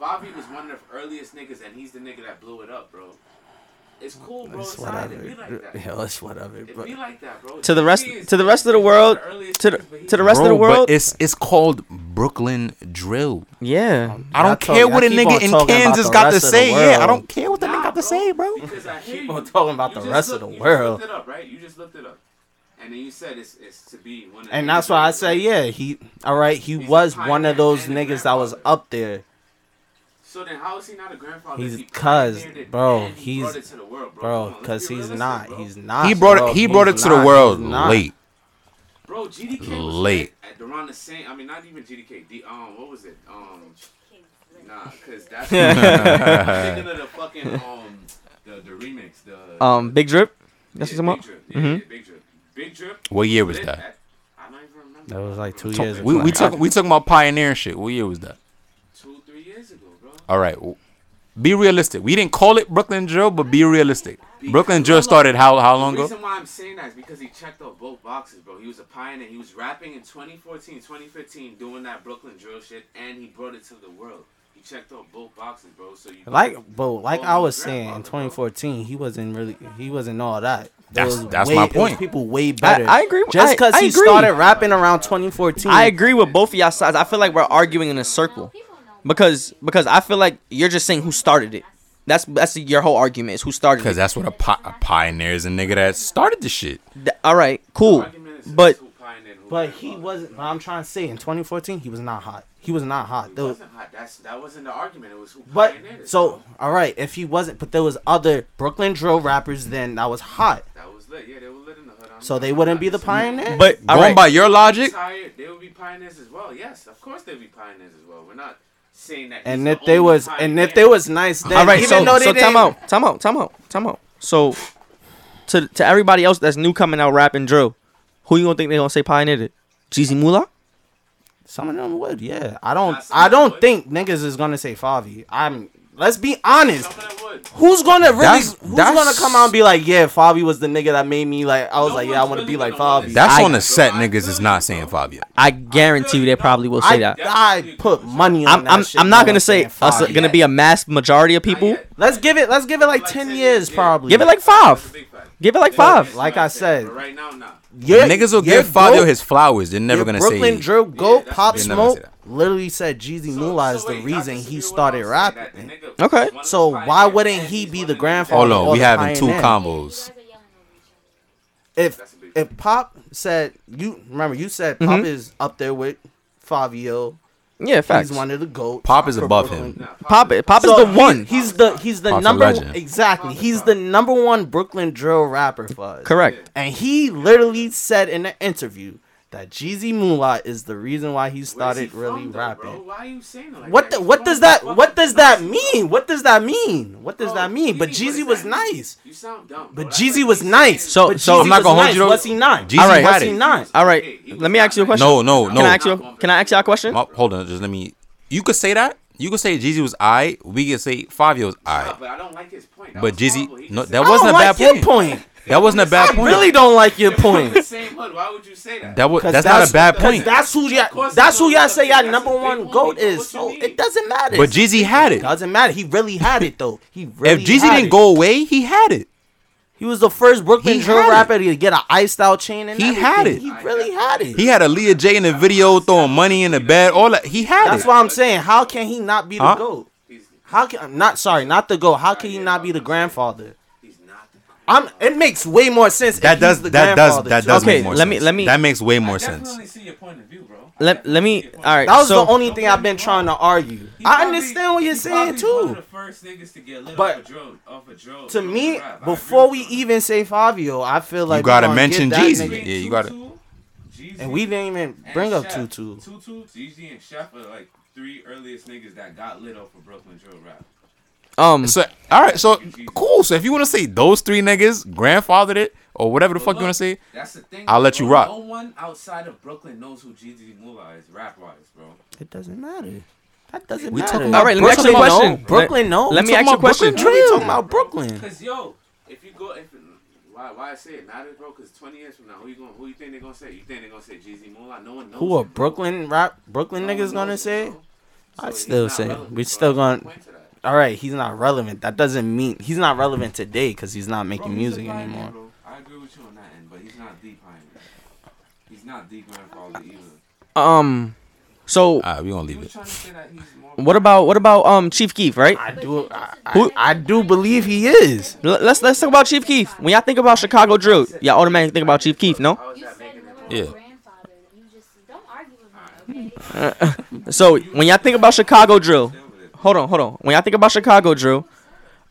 F: Fabi was one of the earliest niggas, and he's the nigga that blew it up, bro. It's cool, bro. It's
C: It's
F: alright. It be
C: whatever.
F: like that.
C: Yo, it's whatever.
F: It
C: Bro.
F: be like that, bro.
A: To the rest,
F: Jay is-
A: to the rest of the
F: Jay is
A: world,
F: one of earliest
A: to the,
F: niggas, but he-
A: to the rest of the
B: Bro,
A: world.
B: But it's it's called Brooklyn drill.
A: yeah,
B: I
C: Y'all
B: don't
C: talk-
B: care what
C: y'all
B: a
C: keep on
B: nigga in
C: talking about
B: Kansas
C: the
B: got to
C: rest of the
B: say. Yeah, I
C: world.
B: don't care what the
F: Nah,
B: nigga got to say, bro.
F: Because I hear
C: Keep
F: you.
C: on talking about
F: You
C: the
F: just
C: rest of
F: looked-
C: the
F: you
C: world.
F: Just looked it up, right? You just looked it up, and then you said it's it's to be one. Of the
C: And
F: niggas
C: that's why I
F: that
C: say,
F: we know.
C: yeah, he. All right, he
F: He's a
C: was one
F: pioneer
C: of those
F: and a
C: niggas that was
F: grandfather.
C: up there.
F: So then, how is he not a grandfather?
C: He's-
F: He
C: 'cause,
F: pioneered it
C: bro,
F: and he brought
C: he's-
F: it to the world, bro. Come on,
C: bro.
F: let's
C: Because
F: be
C: he's
F: realistic,
C: not.
F: bro.
C: He's not.
B: He brought
C: bro.
B: it. He brought it
C: He's
B: to the
C: not,
B: world
C: he's not.
B: late.
F: Bro, GDK was
B: Late.
F: at around the same. I mean, not even GDK. The, um, what was it? Um,
E: Kids, like,
F: nah, cause that's I'm thinking of the fucking um the, the remix. The
C: Uh,
A: um, big drip. That's
F: yeah,
A: what I'm
F: Big Drip.
C: Mm-hmm.
F: Yeah, yeah, Big Drip. Big Drip.
B: What year was
F: Lit
B: that?
F: at- I don't even remember.
C: That was like two
B: Talk-
C: years.
B: we
C: ago.
B: we talking we talking about pioneer shit. What year was that?
F: two, three years ago, bro.
B: All right. w- Be realistic. We didn't call it Brooklyn drill, but be realistic. Brooklyn drill started how how long
F: The
B: ago?
F: reason why I'm saying that is because he checked off both boxes, bro. He was a pioneer. He was rapping in 2014, 2015, doing that Brooklyn drill shit, and he brought it to the world. He checked off both boxes, bro. So you
C: Like, bro, like I
F: Well,
C: was
F: your
C: saying in
F: grandfather, bro.
C: 2014, he wasn't really, he wasn't all that. There
B: That's-
C: was
B: that's
C: way-
B: my
C: it was
B: point.
C: people way better.
A: I agree with-
C: Just
A: I-
C: because
A: I
C: he
A: agree.
C: started rapping around 2014,
A: I agree with both of y'all sides. I feel like we're arguing in a circle because because I feel like you're just saying who started it. That's that's your whole argument is who started
B: Because
A: it.
B: that's what a, pi- a pioneer is a nigga that started the shit.
A: Th- All right, cool.
F: Argument is
A: But
F: who pioneered who
C: But
F: grandfathered.
C: he wasn't. But I'm trying to say, in 2014, he was not hot. He was not hot.
F: It
C: There was,
F: wasn't hot. That's that wasn't the argument. It was who
C: but
F: pioneered it,
C: so
F: bro.
C: all right, if he wasn't, but there was other Brooklyn drill rappers then that was hot,
F: that was lit. Yeah, they were lit in the hood. I'm
C: so
F: not-
C: they
F: I'm
C: wouldn't
F: not
C: be the
F: disagreeing.
C: pioneer.
B: But
A: All
B: going
A: right.
B: by your logic,
F: Tired, they would be pioneers as well. Yes, of course they'd be pioneers as well. We're not saying that.
C: and
F: he's
C: if
F: the
C: they
F: only
C: was and
F: pioneer.
C: if they was nice, then
A: All right,
C: even
A: so
C: though they
A: so time
C: didn't-
A: out, time out, time out, time out. So to to everybody else that's new coming out rapping drill, who you gonna think they gonna say pioneered it? Jeezy Moolah?
C: Some of them would, yeah. I don't.
F: Nah, some
C: I
F: of them
C: don't
F: would.
C: think niggas is gonna say Favi. I'm. Let's be honest.
F: Some of them would.
C: Who's gonna really?
B: That's-
C: who's
B: that's-
C: gonna come out and be like, yeah, Favi was the nigga that made me like. I was
F: No
C: like,
F: one's
C: yeah, I want to
F: really
C: be like
F: gonna want
C: Favi.
F: it.
B: that's
A: I-
B: on the set.
F: I
B: Niggas is
F: feel you,
B: not saying
F: bro.
B: Fabio.
A: I guarantee you they probably will say that.
C: I, I put money on
A: I'm
C: that
A: I'm,
C: shit.
A: I'm not
C: No
A: gonna
C: one's
A: say
C: saying
A: us
C: Favi
A: gonna
C: yet.
A: be a mass majority of people.
F: Not yet.
C: Let's give it. Let's give it like, ten, years,
F: yeah.
C: probably.
A: Give it like
F: That's a
A: five.
F: big fact.
A: Give it like
F: That's
A: five.
F: what
C: Like
F: I'm
C: I said.
F: saying, but right now, nah.
C: Your-
B: Niggas will
C: your
B: give Fabio
C: Bro-
B: his flowers. They're never
C: your
B: gonna
C: Brooklyn
B: say
C: drill
F: Yeah,
C: go
F: that's-
C: pop
B: They're never gonna say
C: smoke. Literally said Jeezy Moolah is
F: So
C: the
F: wait, I
C: reason
F: disagree
C: he
F: with
C: started
F: y'all saying that
C: rapping.
F: the nigga
A: Okay.
F: was one of
C: So
F: the
C: why
F: pioneers
C: wouldn't
F: and
C: he
F: he's
C: be
F: one
C: the
F: of niggas
C: grandfather?
B: Hold
F: that-
B: on,
C: Or
B: we
C: the
B: having two
C: pioneer.
B: combos.
C: If
F: That's a big
C: if Pop said you remember you said Pop
B: Mm-hmm.
A: Mhm.
C: is up there with Fabio.
A: Yeah, facts.
C: He's one of the goats.
B: Pop is
C: for
B: above
C: Brooklyn.
B: him.
F: Nah,
A: Pop it. Pop
C: So
A: is the one.
C: He's the he's the
B: Pop's a
C: number
B: legend.
C: exactly. He's the number one Brooklyn drill rapper for us.
A: Correct.
C: And he literally said in an interview that Jeezy Moolah is the reason why he
F: Where's he
C: started
F: from,
C: really
F: though,
C: rapping.
F: bro? Why are you saying it like
C: What
F: that?
C: the, what
F: He's
C: does
F: from
C: that
F: fucking
C: what does that
F: Bronx,
C: mean? What does that mean? What does
F: bro.
C: that
F: What
C: mean?
F: do
C: But
F: you mean, what
C: Jeezy
F: does
C: was
F: that mean?
C: nice.
F: You sound dumb, bro.
C: But
F: That's like
C: Jeezy
F: you
C: was
F: saying-
C: nice.
A: So-
C: But
A: so-
C: Jeezy
A: I'm not
C: was
B: gonna hold you
C: nice.
B: though.
C: Was he not?
B: Jeezy
C: was
A: Alright. had
C: he
A: it.
C: not?
A: All right,
F: Hey, he
A: let
F: was
A: me ask you a
F: not
A: question.
B: No, no,
A: Can
B: no.
A: I ask you? Can I ask you a question?
B: Mo- hold on, just let me. You could say that. You could say Jeezy was I. We could say Fabio was
F: Nah,
B: I.
F: But I don't like his point. That
B: But
F: was horrible. He
B: Jeezy, no,
F: just
B: that
C: I
B: wasn't a
C: don't
B: bad
C: like your
B: point. That wasn't a bad
C: I
B: point.
C: really don't like your
F: said- You're from
C: point.
F: the Same hood. Why would you say that?
B: That was
C: 'Cause
B: that's not a bad
C: 'cause
B: point.
C: That's who
F: Of
C: y'all.
F: course
C: That's who
F: it's not.
C: y'all say y'all
F: That's a
C: number
F: big
C: one
F: one,
C: goat
F: but what
C: is.
F: you
C: So
F: mean?
C: it doesn't matter.
B: But Jeezy had it.
C: doesn't matter. He really had it though. He
B: If
C: really.
B: Jeezy
C: had
B: didn't
C: it.
B: go away, he had it.
C: he was the first Brooklyn
B: He
C: drill
B: had it.
C: rapper to get an iced out chain. And
B: He
C: everything.
B: had it.
C: He really had it.
B: He had a Leah J in the video throwing money in the bed. All that he had
C: That's
B: it.
C: why I'm saying, how can he not be the
B: Huh?
C: goat?
F: He's,
C: How can I'm not sorry, not the goat? How can he not be the grandfather?
F: he's not the grandfather.
C: I'm. It makes way more sense.
B: that
C: if
B: does
C: he's the
B: that does
C: grandfather,
B: that
C: too.
B: does
A: Okay,
B: make more
A: let me-
B: sense.
A: let me-
B: that makes way more sense.
F: Definitely see your point of view, bro.
A: Let Let me. All right.
C: That was
A: so,
C: the only thing I've been trying to argue.
F: He
C: I
F: probably-
C: understand what you're
F: he
C: saying
F: probably One of
C: too.
F: the first niggas to get lit
C: But
F: off a drill, off a drill,
C: To
F: off a
C: me,
F: rap. I agree
C: before
F: with
C: we
F: you on that.
C: even say Fabio, I feel like we
B: gotta
C: gonna
B: mention
C: give that
B: Jeezy.
C: nigga-
B: Yeah, you gotta-
F: Tutu, Jeezy,
C: And we didn't even
F: and
C: bring up
F: Chef.
C: Tutu.
F: Tutu, Jeezy, and Chef are like three earliest niggas that got lit off of Brooklyn drill rap.
A: um,
B: So all right, so cool. So if you want to say those three niggas grandfathered it or whatever the
F: But
B: fuck you
F: look,
B: want to say,
F: That's the thing.
B: I'll let
F: bro.
B: you rock.
F: No one outside of Brooklyn knows who Jeezy Moolah is, rap wise, bro.
C: It doesn't matter. That doesn't
B: We
C: matter.
B: talking about All right, let me ask you a
C: Brooklyn,
A: question.
C: No. Brooklyn, no.
A: Let
C: We
A: me ask
C: talking
A: you a
C: about Brooklyn
A: question.
C: Drill. We talking about Brooklyn.
F: Cause yo, if you go, if why why I say it now, bro? Cause twenty years from now, who you going? to Who you think they gonna say? You think they gonna say Jeezy Moolah? No one knows.
C: Who are
F: him, bro.
C: Brooklyn rap? Brooklyn
F: No one
C: niggas gonna
F: knows
C: say?
F: him, bro.
C: I'd
F: Oh, So he's
C: still
F: not
C: say
F: relevant,
C: we
F: bro.
C: still
F: That's
C: gonna-
F: the point to that.
C: All right, he's not relevant. That doesn't mean he's not relevant today because he's not
F: Bro,
C: making
F: he's a
C: music
F: pioneer,
C: anymore.
F: bro. I agree with you on that end, but he's not the pioneer. He's not the grandfather either.
A: um, so
B: all right, we gonna
F: He
B: leave
F: was
B: it.
F: trying to say that he's more.
A: what about what about um Chief Keef? Right.
C: I do. I,
A: Who-
C: I, I do believe he is.
A: L- let's let's talk about Chief Keef. When y'all think about Chicago drill, y'all automatically think about Chief Keef, no?
F: How Oh, is
E: You
F: that
E: said
F: making it?
E: one of
B: Yeah.
E: the grandfathers. You just don't argue with me, okay?
A: So when y'all think about Chicago drill,
F: Deal with it.
A: hold on, hold on. When y'all think about Chicago drill,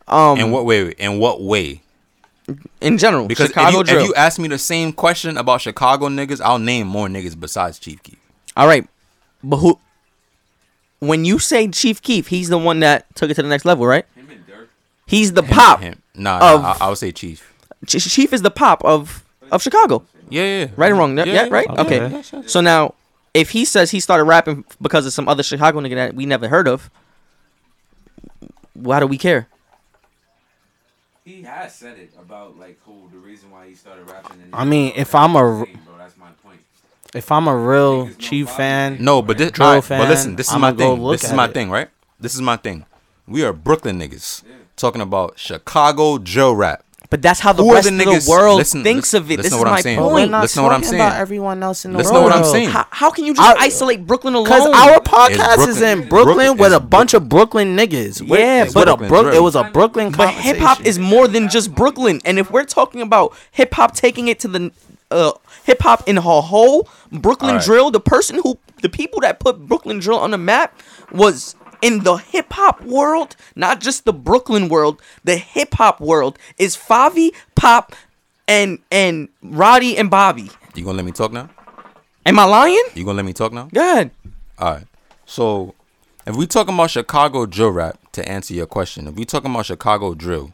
A: um,
B: In what way? In what way?
A: in general,
B: Because if
A: Chicago
B: you,
A: drill.
B: if you ask me the same question about Chicago niggas, I'll name more niggas besides Chief Keef.
A: All right, but who? When you say Chief Keef, he's the one that took it to the next level, right?
F: Him and Dirk.
A: He's the pop.
B: Him. Nah,
A: Of-
B: nah I, I would say Chief.
A: Ch- Chief is the pop of of Chicago.
B: Yeah, yeah.
A: Right or wrong? Yeah, yeah, right? Okay. So now, if he says he started rapping because of some other Chicago nigga that we never heard of, why do we care?
F: He has said it about like who the reason why he started rapping. And
C: I mean, if I'm a-
F: bro, that's my point.
C: If I'm a real Chief fan,
B: No, but this
C: Drill
B: all right,
C: fan,
B: But listen, this is my
C: I'ma go
B: thing.
C: look
B: This is
C: at
B: my
C: it.
B: thing, right? This is my thing. We are Brooklyn niggas talking about Chicago Joe rap.
A: But that's how the
B: Who are
A: rest
B: the
A: of
B: niggas-
A: the world
B: listen-
A: thinks of it.
B: listen
A: This
B: to
A: is
B: what I'm
A: my
B: saying.
C: But we're
A: point.
C: not
B: Listen to what I'm
C: talking
B: saying.
C: about everyone else in the
B: Listen to
C: world.
B: what I'm saying.
A: How, how can you just
C: I-
A: isolate Brooklyn alone?
C: Because our podcast
B: Brooklyn-
C: is in
B: it's
C: Brooklyn,
B: Brooklyn-
C: with a
B: it's
C: bunch of Brooklyn niggas. With-
A: Yeah,
B: It's
C: with a
B: Brooklyn
C: Brook,
B: drill.
C: it was a Brooklyn.
A: But hip hop is more than just Brooklyn. And if we're talking about hip hop taking it to the uh, hip hop in a whole Brooklyn
B: Alright.
A: drill, the person who the people that put Brooklyn drill on the map was in the hip hop world, not just the Brooklyn world, the hip hop world is Favi, Pop, and and Roddy and Bobby.
B: You gonna let me talk now?
A: Am I lying?
B: You gonna let me talk now?
A: God.
B: All right. So, if we talking about Chicago drill rap, to answer your question, if we talking about Chicago drill,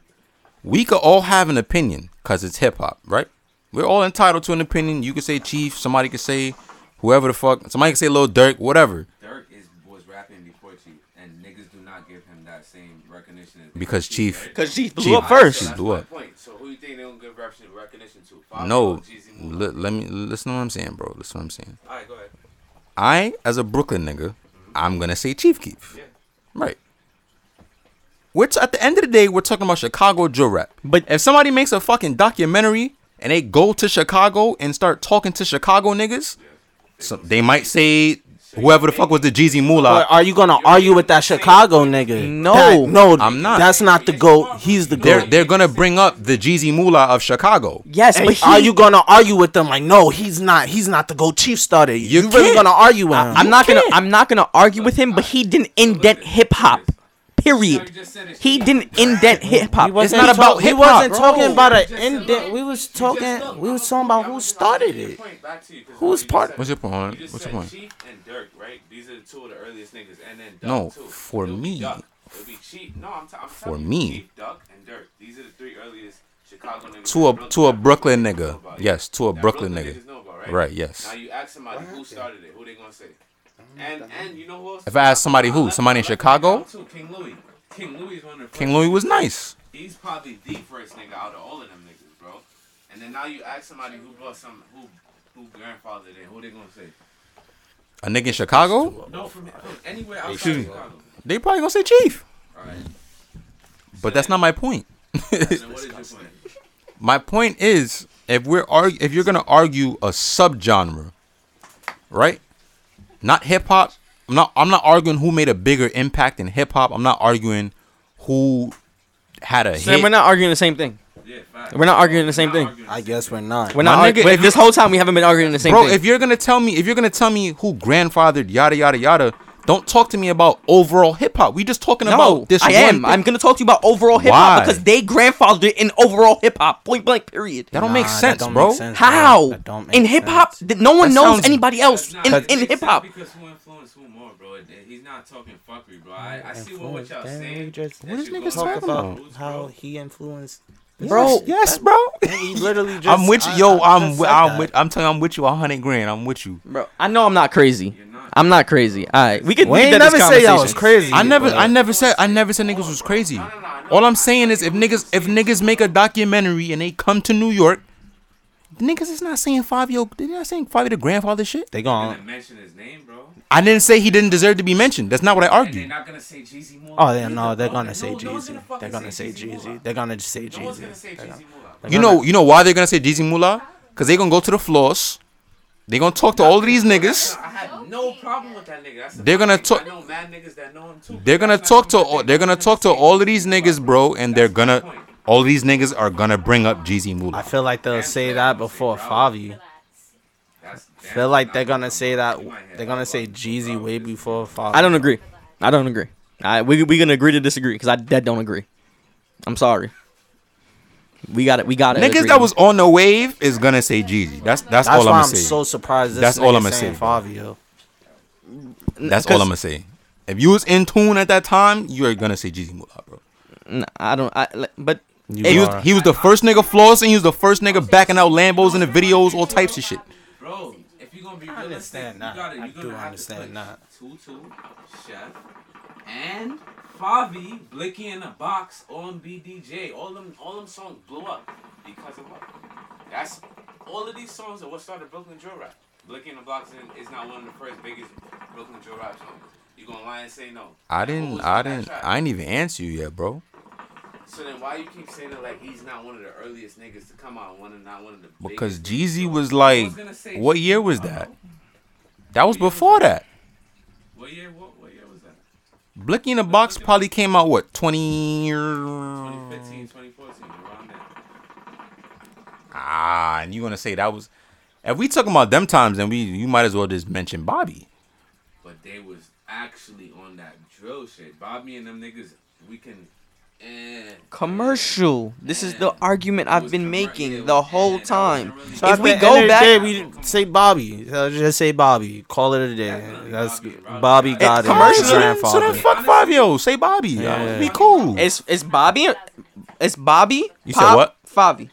B: we could all have an opinion because it's hip hop, right? We're all entitled to an opinion. You could say Chief, somebody could say whoever the fuck, somebody could say Lil Durk, whatever,
F: Dirk is was rapping before Chief, and niggas do not give him that same recognition. As
B: because Chief.
A: Because she blew
B: Chief.
A: up first.
B: Chief.
F: That's
B: blew
F: my
B: up.
F: point. So who you think they don't give recognition- recognition to? Five
B: No,
F: Jeezy Moon.
B: let, let me listen to what I'm saying, bro. Listen to what I'm saying.
F: All right, go ahead.
B: I, as a Brooklyn nigga, I'm gonna say Chief Keef.
F: Yeah.
B: Right. We're t- at the end of the day, we're talking about Chicago drill rap.
A: But-
B: if somebody makes a fucking documentary and they go to Chicago and start talking to Chicago niggas, so they might say whoever the fuck was the Jeezy Moolah.
F: uh,
C: But are you gonna argue with that Chicago nigga?
A: No.
C: That- no,
B: I'm not.
C: That's not the goat. He's the
B: They're
C: goat.
B: they're gonna bring up the Jeezy Moolah of Chicago.
A: Yes,
C: And
A: but he,
C: are you gonna argue with them? Like, no, he's not. He's not the goat. Chief starter. You, really
B: can't.
C: gonna argue with him?
A: I, am not gonna I'm not gonna argue with him, but he didn't indent hip hop. Period. He didn't indent hip hop. It's
C: wasn't
A: not
C: talk-
A: about
C: He
A: hip
C: wasn't
A: hop.
C: talking about an
F: Just
C: end.
F: look.
C: We was
F: You just
C: talking.
F: look.
C: We
F: I'm
C: was
F: gonna-
C: talking about
F: I'm
C: who
F: gonna
C: started
F: give you a
C: it.
F: point back to you, 'cause
C: Who was
F: you just
C: part-
F: said-
B: What's your point?
F: you just
B: What's your
F: said
B: point?
F: Chief and Dirk, right? These are the two of the earliest niggas, and then Duck
B: No,
F: too.
B: for
F: It'll be
B: me.
F: Duck. It'll be Chief. No, I'm, t- I'm
B: For
F: telling you,
B: me.
F: Chief, Duck, and Dirk. These are the three earliest Chicago
B: To
F: niggas. that
B: a to a
F: that
B: Brooklyn
F: niggas know
B: nigga.
F: about.
B: Yes, to a
F: That
B: Brooklyn nigga.
F: niggas know about, right?
B: Right, yes.
F: Now you ask somebody who started it, who they gonna say? And and you know who else?
B: If I ask somebody who,
F: left-
B: somebody in
F: I left
B: Chicago,
F: down too, King Louis. King Louis is one of the
B: King
F: first
B: Louis was
F: niggas.
B: nice.
F: He's probably the first nigga out of all of them niggas, bro. And then now you ask somebody who brought some who who grandfathered in, who they gonna say?
B: A nigga in Chicago,
F: No, Oh, from, from anywhere outside
B: Excuse me.
F: Chicago.
B: they probably gonna say Chief.
F: All right.
B: But that's not my point.
F: Then what is your point?
B: my point is, if we're arg- if you're gonna argue a subgenre, right? Not hip hop. I'm not. I'm not arguing who made a bigger impact in hip hop. I'm not arguing who had a
A: Sam,
B: hit.
A: we're not arguing the same thing.
F: Yeah, fact.
A: We're not arguing the same thing.
F: arguing
C: I
F: the
C: guess we're not.
A: We're not
B: My
A: arguing.
B: nigga, if
A: this whole time we haven't been arguing the same
B: Bro,
A: thing.
B: if you're gonna tell me, if you're gonna tell me who grandfathered yada yada yada, don't talk to me about overall hip hop. We just talking
A: no,
B: about this.
A: I
B: one
A: am.
B: thing.
A: I'm gonna talk to you about overall hip hop
B: Why?
A: because they grandfathered it in overall hip hop. Point blank. Period.
B: That don't make
C: Nah, that
B: sense,
C: don't
B: bro.
C: make sense.
A: How
C: That don't make
A: in hip hop
C: sense.
A: no one
B: That
A: knows
B: sounds-
A: anybody else
F: That's
A: in,
F: not-
A: in
F: it's
A: hip hop?
F: Because who influenced who more, bro? He's not talking fuckery, bro. I, I see what, what y'all saying.
C: What
F: is niggas
B: talking about?
C: How he influenced,
A: Bro,
B: Yes, bro.
C: He literally just.
B: I'm with you, yo.
C: I
B: I'm.
C: just
B: wi-
C: said
B: I'm
C: that.
B: with. I'm telling. you, I'm with you. a hundred grand. I'm with you.
A: bro, I know I'm not crazy.
F: You're not.
A: I'm not crazy. All right, we can
C: We
A: leave
C: ain't
A: that this
C: never say y'all was
A: conversation.
C: crazy.
B: I never. I
C: but-
B: never said. I never said niggas was crazy. All I'm saying is, if niggas, if niggas make a documentary and they come to New York, niggas is not saying five yo. They're not saying five the grandfather shit.
C: They
F: They're gonna
C: gone.
F: mention his name, bro.
B: I didn't say he didn't deserve to be mentioned. That's not what I
F: And they're
B: argued.
F: not gonna say Jeezy more.
C: Oh yeah, no, they're
F: No,
C: gonna
F: no,
C: say
F: no one's
C: Jeezy.
F: fucking
C: They're gonna say
F: Moore.
C: Jeezy. They're gonna just say
F: No one's gonna
C: Jeezy.
F: say Jeezy Moolah.
B: You know. You know why they're gonna say Jeezy Mula? Cause they gonna go to the floors. They gonna talk to all of these niggas.
F: I had no problem with that nigga. That's the
B: They're gonna
F: thing. I
B: talk-
F: know mad niggas that know him too.
B: They're gonna
F: That's not
B: talk to
F: what
B: all,
F: they
B: they're gonna talk to
F: say.
B: all of these niggas, bro, and they're
F: my
B: gonna
F: point.
B: all of these niggas are gonna bring up Jeezy
C: I
B: Moolah.
C: feel like they'll say that before Favi.
F: That's- that's
C: Feel like
F: not
C: they're gonna
F: what
C: say
F: I'm
C: that.
F: talking about.
C: They're gonna say Jeezy way before Favi.
A: I don't agree. I don't agree. All right, we we gonna agree to disagree because I dead don't agree. I'm sorry. We got it. We got it.
B: Niggas that was on the wave is gonna say Jeezy. That's that's,
C: That's
B: all
C: why
B: I'm
C: I'm,
B: gonna say.
C: so surprised. This
B: That's all
C: nigga
B: I'ma
C: saying
B: say, bro.
C: Favi, yo.
B: that's all I'm gonna say. If you was in tune at that time, you are gonna say Jeezy Moolah, bro.
A: Nah, I don't. I like, but
C: You
A: Hey,
B: He
A: you-
C: are.
B: was, he was the first nigga flossing. He was the first nigga backing out Lambos in the videos, all types of shit.
F: Bro, if you're gonna be
C: I understand
F: realistic,
C: that.
F: you gotta,
C: I
F: you're
C: do
F: gonna have
C: understand that.
F: to put Tutu, Chef, and Favi, Blicky in a box on BDJ. All them, all them songs blew up because of what? That's all of these songs are what started Brooklyn drill rap. Blicky in a box is not one of the first biggest Brooklyn drill rap songs. You gonna lie and say no?
B: I
F: Who was
B: didn't.
F: on
B: I
F: that
B: didn't.
F: track?
B: I ain't even answer you yet, bro.
F: So then why you keep saying that like he's not one of the earliest niggas to come out, one of not one of the
B: Because
F: biggest
B: Jeezy
F: niggas?
B: was
F: I
B: like,
F: was gonna say-
B: what year was that? That was before that.
F: What year? What, what year was that?
B: Blicky in the Box probably came out what twenty?
F: 2015, 2014, around there.
B: Ah, and you gonna say that was? If we talking about them times, then we you might as well just mention Bobby.
F: But they was actually on that drill shit. Bobby and them niggas, we can. Eh,
A: Commercial. This is the argument
F: It was
A: I've been
F: commer- yeah, it
A: making the
F: was-
A: whole
F: and that wasn't
A: time.
F: really-
A: If
C: at
A: we
C: the
A: go
C: end of the
A: back-
C: day, we say Bobby. So just say Bobby. Call it a day.
F: Definitely
C: That's
F: Bobby.
C: good. Bobby
F: It-
C: got it.
B: Commercial.
C: His
B: So then, so then
C: grandfather.
B: fuck five yo. Say Bobby.
C: Yeah.
B: That would be cool.
A: It's it's Bobby. It's Bobby.
B: You said what?
A: Favi.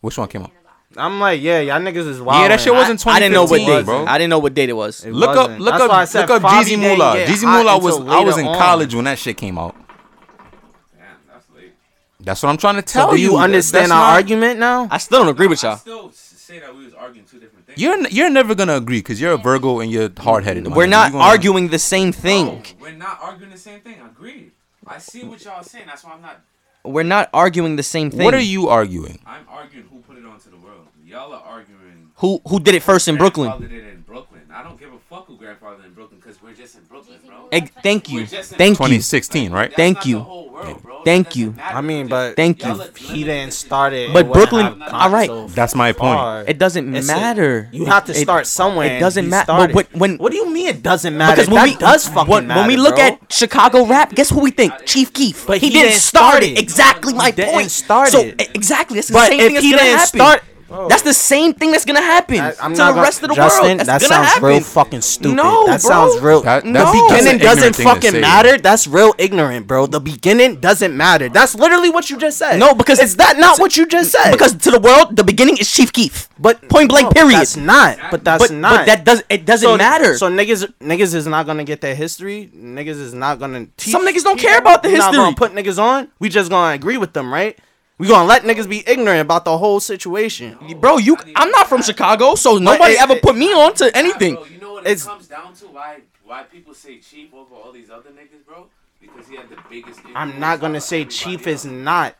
B: Which one came out?
C: I'm like, yeah, y'all niggas is wild.
B: yeah, that shit wasn't
A: I, I
B: twenty
A: didn't know what
B: fifteen,
A: date.
B: bro.
A: I didn't know what date it was.
C: It
B: Look up,
C: wasn't.
B: look
C: That's why I
B: up,
C: said
B: look up
C: Favi
B: Jeezy
C: didn't
B: Moolah.
C: get
B: Jeezy
C: hot
B: Moolah was
C: until
B: I was
C: later
B: in
C: on.
B: college when that shit came out.
F: Damn, that's late.
B: That's what I'm trying to
C: So
B: tell
C: do you
B: That-
C: understand
B: that's
C: our
B: not-
C: argument now?
A: I still don't agree with
F: I
A: y'all.
F: still s- say that we was arguing two different things.
B: You're n- you're never gonna agree because you're a Virgo and you're hard headed.
A: We're not arguing the same thing.
F: No, we're not arguing the same thing. Agreed. I see what y'all saying. That's why I'm not.
A: We're not arguing the same thing.
B: What are you arguing?
F: I'm arguing who put it onto the world. Y'all are arguing.
A: Who who did it first in Brooklyn?
F: Grandfather did it in Brooklyn. I don't give a fuck who grandfather in Brooklyn because we're just in Brooklyn, bro.
A: Egg, thank you.
F: We're just in-
A: Thank you.
B: 2016, right?
F: That's
A: Thank
F: not
A: you.
F: the whole world, bro. That
A: Thank
F: doesn't
A: you.
F: matter.
C: I mean, but
A: Thank
F: Y'all
A: you.
F: are
C: if he didn't
F: limited.
C: start it.
A: But
C: it wouldn't
A: Brooklyn-
C: have
A: all right.
C: gone so
B: That's my point.
C: far.
A: It doesn't
C: It's a-
A: matter.
C: you have to
A: It-
C: start somewhere.
A: It doesn't
C: and he
A: matter.
C: started.
A: But what, when
C: what do you mean it doesn't matter? Because that
A: we
C: does fucking
A: when,
C: matter,
A: when we look
C: bro.
A: at Chicago rap, guess who we think? Chief Keef.
C: But
A: he,
C: he
A: didn't,
C: didn't
A: start
C: start
A: it.
C: it.
A: Exactly my
C: didn't
A: point.
C: start
A: so
C: it.
A: e- exactly, that's the
C: But
A: same
C: if
A: thing that's
C: he
A: gonna
C: didn't
A: happen.
C: start-
A: that's the same thing that's gonna happen
C: I- Oh. I'm
A: to
C: not
A: the
C: gonna-
A: rest of the
C: Justin,
A: world. That's
C: that
A: gonna
C: sounds
A: happen.
C: real fucking stupid.
A: No,
C: that
A: bro.
C: sounds real.
B: That-
A: No. The
B: that's that's
A: beginning
B: an
C: beginning doesn't
B: ignorant thing to
C: fucking
B: say.
C: matter. That's real ignorant, bro. The beginning doesn't matter. That's literally what you just said.
A: No, because
C: is that not what you just said?
A: because to the world, the beginning is Chief Keef.
C: but
A: point blank,
C: no,
A: period.
C: That's not. But that's
A: but,
C: not.
A: But that does it doesn't
C: so,
A: matter.
C: So niggas, niggas is not gonna get their history. Niggas is not gonna teach.
A: Some niggas don't care about the
C: We Not
A: history.
C: gonna put niggas on. We just gonna agree with them, right? We gonna let niggas be ignorant about the whole situation.
A: Bro, you I'm not from Chicago, so nobody
C: it-
A: ever
C: it-
A: put me on to anything.
F: Bro, you know what
C: It's-
F: it comes down to? Why why people say Chief over all these other niggas, bro? Because he had the biggest.
C: I'm
F: influence
C: not
F: on
C: gonna say
F: everybody
C: Chief is
F: else.
C: not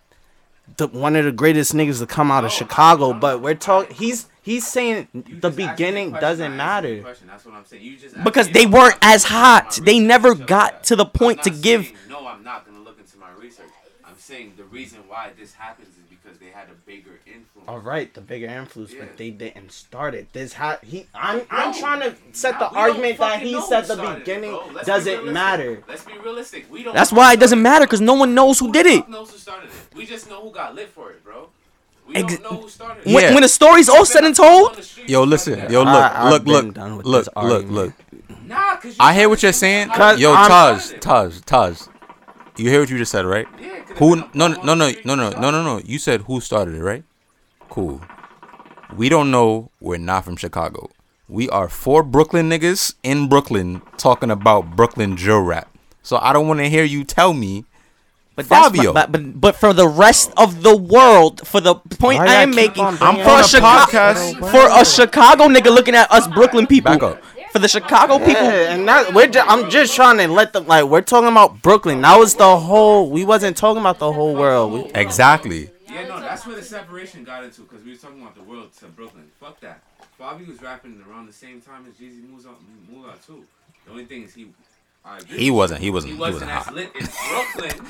C: the one of the greatest niggas to come out of Chicago, but we're talking. He's he's saying
F: You
C: the
F: just asked me a
C: beginning
F: question, I
C: doesn't
F: answered your
C: matter.
F: question, That's what I'm saying. You just asked
A: Because
F: me
A: they
F: if
A: weren't
F: I'm
A: as
F: gonna look
A: hot.
F: into my
A: They
F: research
A: never
F: and shit
A: got
F: like
A: to the
F: that.
A: point
F: I'm
A: to
F: not
A: give-
F: saying, no, I'm not gonna look into my research. I'm saying the reason why this happens is because they had a bigger influence.
C: All right, the bigger influence,
F: Yeah.
C: but they didn't start it. This ha- he. I'm I'm
F: No.
C: trying to set
F: Nah,
C: the
F: we don't
C: argument that
F: fucking
C: he
F: know
C: said
F: who
C: the
F: started it,
C: beginning
F: bro. Let's be
C: doesn't
F: realistic.
C: matter.
F: Let's be realistic. We don't.
A: That's
F: know
A: why
F: who
A: it doesn't
F: started
A: matter because no one knows who did
F: the
A: it.
F: fuck knows who started it. We just know who got lit for it, bro. We
A: Ex-
F: don't know who started it.
A: When,
B: Yeah.
A: when the story's all said and told,
B: Yo, listen. Yo, look,
C: I- I've
B: look,
C: been
B: look,
C: done with
B: look,
C: this
B: look,
C: argument.
B: look.
F: Nah, cause you
B: I hear what you're saying.
C: Cause
B: Yo,
C: I'm-
B: Taj, Taj, Taj. You hear what you just said, right?
F: Yeah, 'cause
B: Who?
F: if I'm
B: No, no,
F: on
B: no,
F: the
B: no,
F: street,
B: no, no,
F: you
B: no, no, no. You said who started it, right? Cool. We don't know. We're not from Chicago. We are four Brooklyn niggas in Brooklyn talking about Brooklyn drill rap. So I don't want to hear you tell me.
A: but, that's,
B: Fabio.
A: but, but but for the rest of the world, for the point
C: Why
A: I
C: y'all
A: am
C: keep
A: making,
C: on
A: for
C: bringing
A: a,
B: up
A: Chicago,
B: podcasts?
A: for a Chicago nigga looking at us Brooklyn people,
B: Back up.
A: for the Chicago people,
C: Yeah, and that we're ju- I'm just trying to let them like we're talking about Brooklyn. That was the whole. We wasn't talking about the whole world. We,
B: Exactly.
F: Yeah, no, that's where the separation got into because we were talking about the world to Brooklyn. Fuck that. Bobby was rapping around the same time as Jeezy moves on Moolah too. The only thing is he. I agree.
B: He wasn't. He wasn't.
F: He
B: He wasn't
F: wasn't as
B: hot.
F: lit in Brooklyn.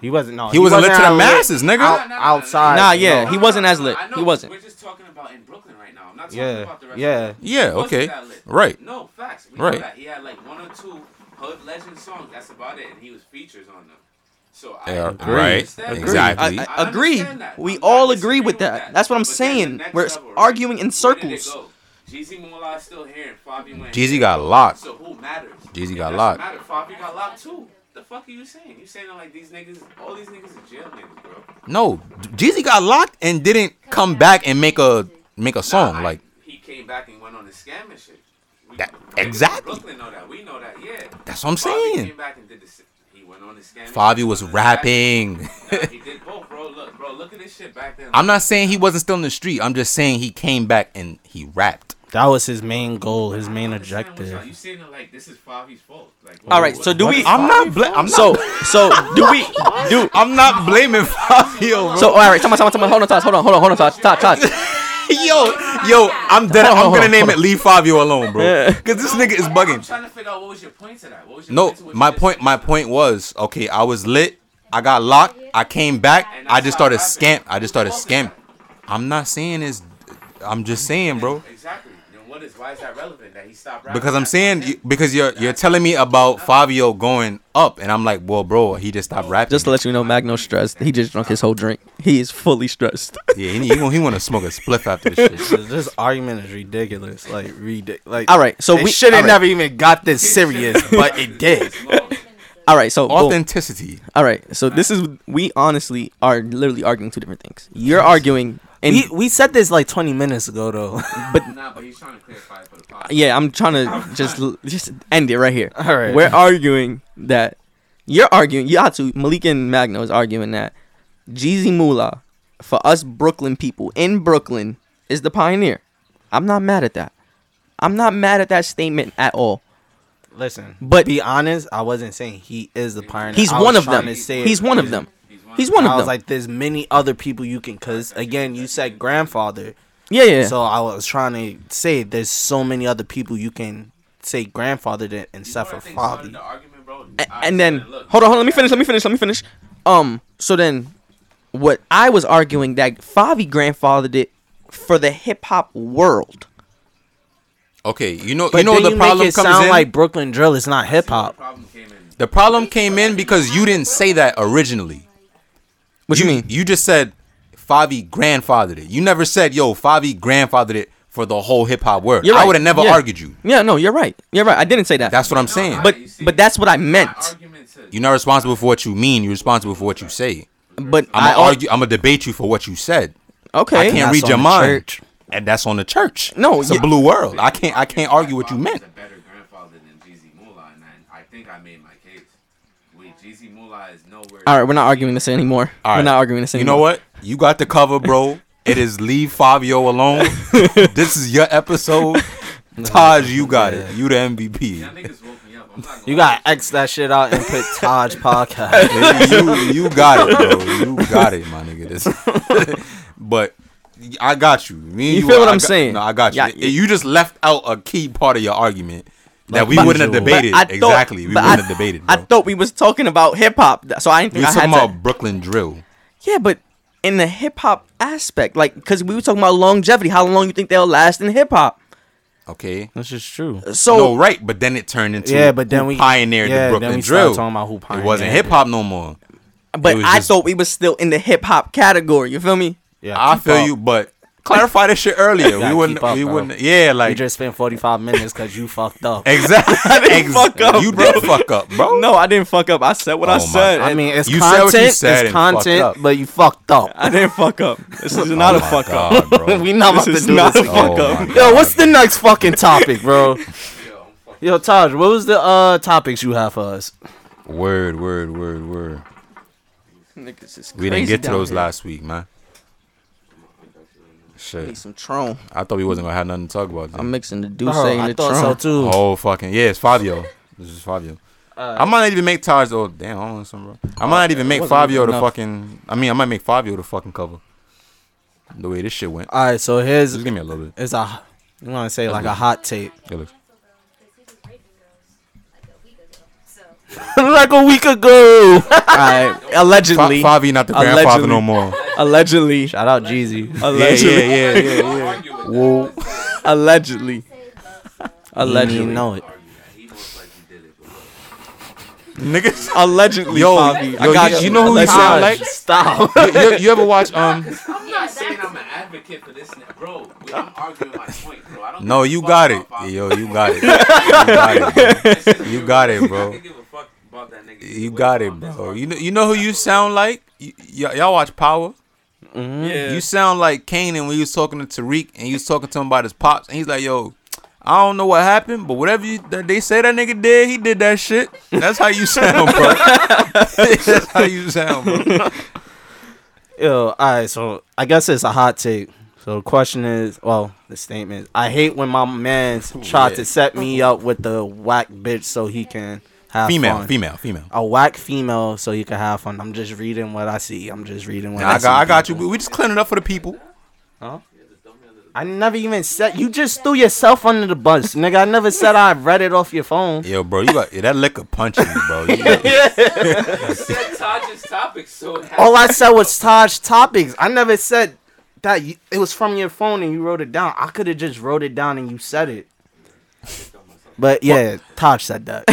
C: he wasn't. No,
B: He wasn't lit to the
C: out lit
B: masses, nigga.
C: out- outside.
A: Nah, yeah,
C: no.
A: he wasn't as lit.
F: I know,
A: He wasn't.
F: We're just talking about in Brooklyn right now. I'm not talking
C: Yeah,
F: about the rest.
C: yeah.
F: Of the
B: Yeah.
F: He wasn't
B: Okay.
F: that lit.
B: Right.
F: No facts. We
B: Right.
F: Know that. He had like one or two hood legend songs. That's about it, and he was features on them. So I
B: Yeah,
F: I
B: right,
F: understand that.
B: exactly.
A: I,
F: I
A: I agree.
F: understand that.
A: We
F: I'm not
A: all agree
F: disagreeing
A: with
F: with
A: that.
F: that.
A: That's what I'm
F: But then the
A: saying.
F: next
A: We're
F: level, right?
A: arguing in
F: Where did it
A: circles.
F: go? Jeezy Moolah is still here, and Fabi went.
B: Jeezy got locked.
F: So who matters?
B: Jeezy
F: It
B: got
F: doesn't
B: locked.
F: Matter. Fabi got locked too. The fuck are you saying? You saying that like these niggas, all these niggas are jail niggas, bro.
B: No, Jeezy got locked and didn't come back and make a make a song
F: Nah, I-
B: like
F: he came back and went on the scam and shit. We-
B: That-
F: niggas in
B: exactly.
F: Brooklyn know that. We know that. Yeah.
B: That's what I'm
F: Fabi
B: saying.
F: Came back and did the, s- he went on the scam.
B: Favi was
F: Went on the scam.
B: rapping.
F: Nah, he did both, bro. Look, bro, look at this shit back then.
B: I'm not saying he wasn't still in the street. I'm just saying he came back and he rapped.
C: That was his main goal, his main
F: I'm just saying, what y'all- You
C: objective.
F: saying it like this is Favi's fault. Like,
A: All right, so do we?
B: I'm not. Bla- I'm
A: so so do we?
B: dude. I'm not blaming Fabio, bro.
A: So all right, someone, someone, someone. Hold on, Tosh. Hold on, hold on, hold on, Tosh. Tosh, Tosh.
B: yo, yo, I'm dead.
A: Hold on,
B: I'm
A: hold
B: gonna
A: on,
B: name
A: hold
B: it. Leave Fabio alone, bro.
A: Yeah.
B: Because this nigga is
F: I'm
B: bugging.
F: trying to figure out what was your point to that. What was your
B: No,
F: point to what
B: my
F: you just
B: point.
F: said?
B: My point was okay. I was lit. I got locked. I came back.
F: And
B: I
F: that's
B: just
F: how
B: started
F: it
B: scam.
F: happened.
B: I just started
F: Who told you
B: scamming. I'm not saying it's. I'm just saying, bro.
F: Exactly. Then what is? Why is that relevant? That he stopped rapping?
B: Because I'm
F: That's
B: saying
F: not
B: you-
F: him.
B: because you're you're telling me about Fabio going up, and I'm like, well, bro, he just stopped rapping.
A: Just to let you know, Magno stressed. He just drunk his whole drink. He is fully stressed.
B: yeah, he, he, want- he want to smoke a spliff after this shit.
C: This, this argument is ridiculous. Like, ridiculous. Like,
A: All right, so
C: they
A: we-
C: should have
A: all right.
C: never even got this serious, but it did.
A: All right, so boom.
B: Authenticity.
A: all right, so this is we honestly are literally arguing two different things. You're arguing, and
C: we we said this like 20 minutes ago though.
A: but
F: Nah, but he's trying to clarify it for the podcast.
A: yeah, I'm trying to just just end it right here.
C: All right.
A: We're arguing that you're arguing. You have to Malik and Magno is arguing that Jeezy Mula, for us Brooklyn people in Brooklyn, is the pioneer. I'm not mad at that. I'm not mad at that statement at all.
C: Listen,
A: But-
C: be honest, I wasn't saying he is the pioneer.
A: He's
C: I was
A: one of
C: trying
A: them.
C: to say
A: He's
C: it.
A: one of them. He's
C: I
A: one of
C: was
A: them.
C: like, there's many other people you can, cause again, you said grandfather,
A: yeah, yeah.
C: so I was trying to say there's so many other people you can say grandfather to and
F: You know what
C: suffer
F: I think started
C: father.
F: the argument, bro?
A: A-
F: I
A: and
F: said,
A: then
F: look,
A: hold on, hold on. Let me finish. Let me finish. Let me finish. Um. So then, what I was arguing that Favi grandfathered it for the hip hop world.
B: Okay, you know
C: But
B: you know
C: then
B: the
C: you
B: problem
C: make it
B: comes
C: sound
B: in.
C: like Brooklyn drill is not hip hop.
F: Problem came in.
B: the problem came in because you didn't say that originally.
A: What you mean?
B: You just said Favi grandfathered it. You never said, yo, Favi grandfathered it for the whole hip hop world.
A: You're right.
B: I would have never
A: Yeah.
B: argued you.
A: Yeah. No, you're right. You're right. I didn't say that.
B: That's what I'm saying.
A: but
F: You see,
A: but that's what I meant.
F: my argument to
B: you're not responsible for what you mean. You're responsible for what you say.
A: But
B: I'm
A: I
B: gonna argue. I'm gonna debate you for what you said.
A: Okay.
B: I can't
C: That's
B: read your
C: on the
B: mind,
C: church.
B: and that's on the church.
A: No,
B: it's a
A: you-
B: blue world. I can't. I can't argue what you
F: Favi was
B: meant.
F: A better grandfather than Jeezy Moolah, and I, I think I made my case. Wait, Jeezy Moolah is nowhere.
A: All right, we're not arguing this anymore.
B: All right.
A: We're not arguing this
B: You
A: anymore.
B: know what? You got the cover, bro. It is leave Fabio alone. this is your episode. Taj, you got it. You the
F: Y'all
B: MVP.
F: niggas woke me up. I'm not gonna
C: You
F: lie.
C: got to X that shit out and put Taj podcast.
B: you, you got it, bro. You got it, my nigga. This, but I got you. Me and
A: You
B: you
A: feel
B: I
A: what I'm
B: got-
A: saying?
B: No, I got you.
A: Yeah.
B: you just left out a key part of your argument that we
C: Like
B: wouldn't have
C: usual.
A: But
B: debated.
A: I thought-
B: exactly, we
A: but
B: wouldn't
A: I-
B: have debated.
A: I
B: Bro.
A: thought we was talking about hip hop, th- so I didn't
B: we
A: think
B: were
A: I had
B: talking
A: to.
B: about Brooklyn drill.
A: yeah, but in the hip hop aspect, like, because we were talking about longevity, how long you think they'll last in hip hop?
B: Okay.
C: That's just true.
A: So
B: no, right, but then it turned into
C: Yeah, but then
B: who
C: we-
B: pioneered
C: yeah,
B: the
C: then
B: Brooklyn
C: we started
B: drill.
C: talking about who
B: it wasn't
C: pioneered
B: hip hop no more.
A: But
B: was
A: I
B: just-
A: thought we was still in the hip hop category. You feel me?
C: Yeah,
B: I
C: keep
B: feel
C: up.
B: you, but clarify this shit earlier. we
C: gotta
B: wouldn't.
C: keep up,
B: we
C: bro.
B: wouldn't. Yeah,
C: You
B: like
C: just spent 45 minutes because you fucked up.
B: exactly.
A: fuck up,
B: you
A: bro.
B: did fuck up, bro.
A: No, I didn't fuck up. I said what
B: Oh
A: I
B: my-
A: said.
C: I mean, it's
B: You said
C: content.
B: what you said
C: it's
B: and fucked up.
C: content, but you fucked up.
A: I didn't fuck up. This is not a fuck up.
B: Oh bro.
C: we not about to
A: This is
C: do
A: not
C: this.
A: a
C: again.
A: fuck
B: Oh
A: up.
B: my
C: Yo,
B: God.
C: what's the next fucking topic, bro?
F: Yo, I'm fucking
C: Yo, Taj, what was the uh topics you have for us?
B: Word, word, word, word.
A: Niggas is
B: We
A: crazy
B: didn't get to
A: down
B: those
A: here.
B: last week, man.
A: Need
B: Shit,
A: some Tron.
B: I thought we wasn't gonna have nothing to talk about.
A: I'm
B: then.
A: mixing the Duce
C: Bro,
A: and
C: I
A: the
C: thought
A: Tron.
C: so too.
B: Oh fucking yeah, it's Fabio. This is Fabio.
A: Uh,
B: I might not even make Taj. Oh damn, I don't know something, bro. I might not even make
C: wasn't
B: Fabio
C: even
B: the
C: enough.
B: fucking. I mean, I might make Fabio the fucking cover. The way this shit went.
C: All right, so here's
B: Just give me a little bit.
C: is a you want to say like a hot take.
B: It looks-
C: like a week ago.
A: Alright, allegedly,
B: Fa- Favi not the
A: Allegedly.
B: grandfather no more.
A: allegedly,
C: Shout out Jeezy.
B: yeah,
A: allegedly,
B: yeah, yeah, yeah.
F: argue with
B: Whoa.
A: allegedly,
C: Allegedly,
A: allegedly,
C: know it.
F: that. He most likely did it, but
B: Niggas.
A: allegedly,
B: Yo,
A: Favi.
B: yo,
A: I got
B: you-
A: you,
B: you know who he
A: Allegedly.
B: sound like?
C: Stop.
B: You, you- you ever watch um?
F: I'm not saying I'm an advocate for this, nigga. bro. I'm arguing my point, bro. I don't.
B: No,
F: give a
B: you
F: fuck
B: got it.
F: about Favi.
B: Yo, you got it. You got it. bro.
F: That's just
B: You
F: the
B: got
F: real
B: it,
F: shit.
B: bro.
F: I could give a fuck about that nigga.
B: You got it, bro. You know, you know who you sound like? Y- y- y'all watch Power.
A: Yeah.
B: You sound like Kanan when you was talking to Tariq and you was talking to him about his pops, and he's like, "Yo, I don't know what happened, but whatever you, that they say that nigga did, he did that shit." That's how you sound, bro. That's how you sound, bro.
C: Yo, all right, so I guess it's a hot take. So the question is, well, the statement is, I hate when my man's try to set me up with the whack bitch so he can have
B: Female,
C: fun.
B: female, female.
C: A whack female so he can have fun. I'm just reading what I see. I'm just reading what
B: Nah,
C: I,
B: I
C: see.
B: got, I got you.
C: Oh, people.
B: We we just cleaning it up for the people.
C: I never even said you just threw yourself under the bus, nigga. I never said I read it off your phone.
B: Yo, bro, you got yeah, that liquor punching, you, bro. You got-
F: You said Taj's topic, so it has-
C: All I said was Taj topics. I never said that you, it was from your phone and you wrote it down. I could have just wrote it down and you said it. But yeah, Taj said that.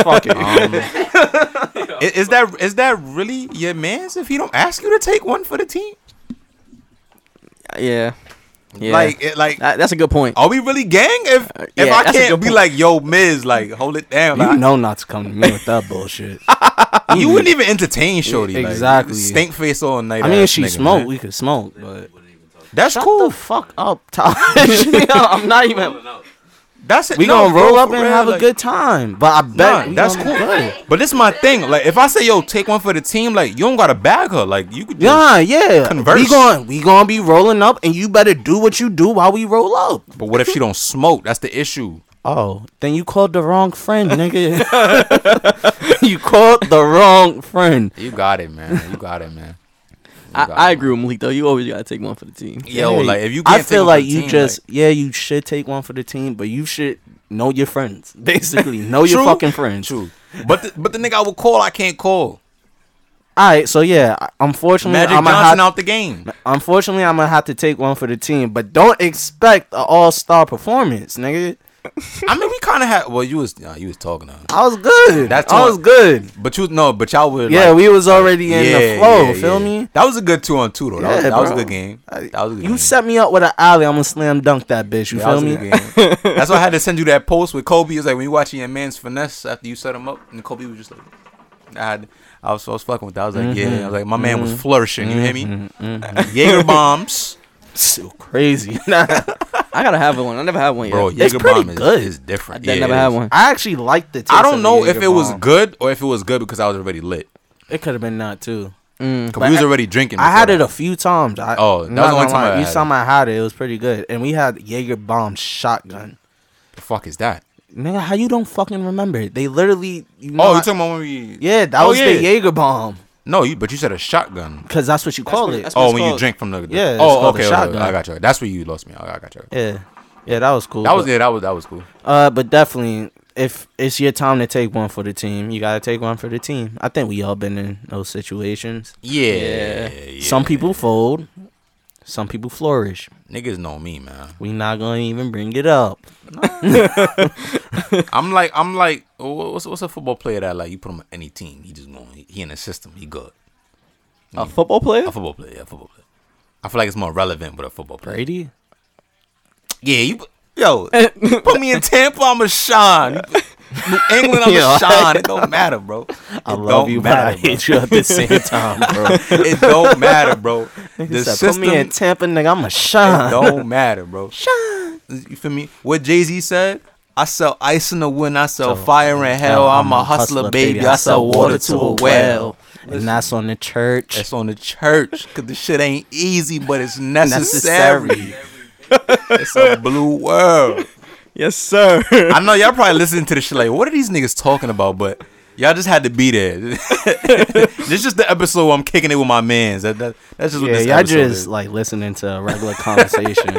C: Fuck it.
B: Um, i- is, that is that really your man's? If he don't ask you to take one for the team,
A: Yeah. Yeah.
B: like it, like
A: That- that's a good point.
B: are we really gang? If if
A: yeah,
B: I
A: that's a
B: can't
A: good
B: be
A: point.
B: like yo Miz, like hold it down,
C: you
B: like,
C: know not to come to me with that bullshit.
B: you wouldn't even entertain Shorty. like,
C: Exactly.
B: stink face all night.
C: I mean, if
B: ass
C: she
B: nigga,
C: smoked,
B: man.
C: we could smoke, but
B: That's
C: shut
B: cool.
C: the fuck up, Taj. Yo, I'm not even.
F: Rolling out.
B: That's it.
C: We
B: No,
C: gonna
B: bro,
C: roll up
B: for
C: and
B: real,
C: have a
B: like-
C: good time, but I bet
B: Nah,
C: we
B: that's
C: gonna
B: cool.
C: be good.
B: But this is my thing. Like, if I say, "Yo, take one for the team," like you don't gotta bag her. Like you could. Just,
C: Yeah, yeah.
B: Converse.
C: We going we gonna be rolling up, and you better do what you do while we roll up.
B: But what if she don't smoke? That's the issue.
C: Oh, then you called the wrong friend, nigga. you called the wrong friend.
B: You got it, man. You got it, man.
A: I, I agree with Malik though. You always gotta take one for the team.
B: Yo,
C: Hey,
B: like if you,
C: I
B: can't take
C: feel
B: one for
C: like
B: the
C: you
B: team,
C: just yeah, you should take one for the team, but you should know your friends. Basically, know your
B: True.
C: fucking friends.
B: True. But the, but the nigga I would call, I can't call.
C: All right, so yeah, I- unfortunately,
B: Magic
C: I'm gonna
B: Johnson
C: have,
B: out the game.
C: unfortunately I'm gonna have to take one for the team, but don't expect an all star performance, nigga.
B: I mean, we kind of had. Well, you was nah, you was talking to her.
C: I was good.
B: That's
C: I
B: all-
C: was good.
B: but you no, but y'all were.
C: Yeah,
B: like,
C: we was already in
B: yeah,
C: the flow.
B: yeah,
C: feel
B: yeah.
C: me?
B: That was a good two on two though. That, was,
C: Yeah,
B: that was a
C: bro.
B: good game. That was a good
C: You
B: game.
C: set me up with an alley. I'm gonna slam dunk that bitch. You
B: Yeah,
C: feel
B: that was a
C: me?
B: good game. That's why I had to send you that post with Kobe. It's like when you watching your man's finesse after you set him up, and Kobe was just like, I, had, I was, I was fucking with that. I was like,
C: Mm-hmm.
B: yeah, I was like, my man was flourishing. You hear me? Jaeger bombs,
C: So crazy.
A: I gotta have one. I never had one yet.
B: bro.
A: Bro,
B: Jaeger
C: It's pretty
B: bomb is,
C: good.
B: is different.
A: I
B: Yeah,
A: never
B: it
A: had
B: is.
A: one.
C: I actually liked the. Taste
B: I don't know
C: of the
B: if it was
C: Jagerbomb.
B: good or if it was good because I was already lit.
C: It could have been that too.
B: 'Cause we was already drinking.
C: Mm, I
B: before
C: had
B: that.
C: it a few times. I,
B: Oh, that was
C: not
B: the only
C: gonna
B: time
C: lie,
B: I had
C: Each time I had it, it was pretty good. And we had Jaeger bomb shotgun.
B: The fuck is that?
C: Nigga, how you don't fucking remember it? They literally. You know,
B: Oh,
C: I-
B: you talking about when we?
C: yeah, that
B: Oh,
C: was
B: yeah.
C: the Jaeger bomb
B: No, you, but you said a shotgun.
C: because that's what you call
A: what-
C: it.
A: that's what-
B: Oh,
A: it's
B: when you
A: called-
B: drink from the. the-
C: Yeah, it's
B: Oh,
C: called
B: okay,
C: a
B: okay, okay,
C: shotgun.
B: I got you. That's where you lost me. I I got you.
C: yeah, yeah, that was cool.
B: That
C: but-
B: was yeah. That was that was cool.
C: Uh, but definitely, if it's your time to take one for the team, you gotta take one for the team. I think we all been in those situations.
B: Yeah.
A: Yeah.
B: yeah.
C: Some people fold, some people flourish.
B: niggas know me, man.
C: We not gonna even bring it up.
B: I'm like I'm like wha- what's what's a football player that like you put him on any team, he just going he, he in the system, he good.
A: a football player?
B: A football player, yeah, a football player. I feel like it's more relevant with a football player.
C: Brady,
B: Yeah, you put- yo put me in Tampa, I'ma shine. You put- New England, I'ma
C: Yo.
B: shine. It don't matter, bro.
C: I love you, but I hate you at the same time, bro.
B: It don't matter, bro. The
C: He said,
B: system
C: put me in Tampa, nigga. I'ma
B: it
C: shine.
B: don't matter, bro. You feel me? What Jay Z said? I sell ice in the wind, I sell fire in hell. I'm a hustler, baby. I sell water to a well.
C: and that's on the church.
B: That's on the church, cause the shit ain't easy, but it's necessary. it's a blue world.
A: Yes, sir.
B: I know y'all probably listening to this shit like, what are these niggas talking about? But y'all just had to be there. this is just the episode where I'm kicking it with my mans. That, that, that's just what
C: Yeah,
B: this
C: y'all
B: episode
C: just
B: is.
C: like listening to a regular conversation.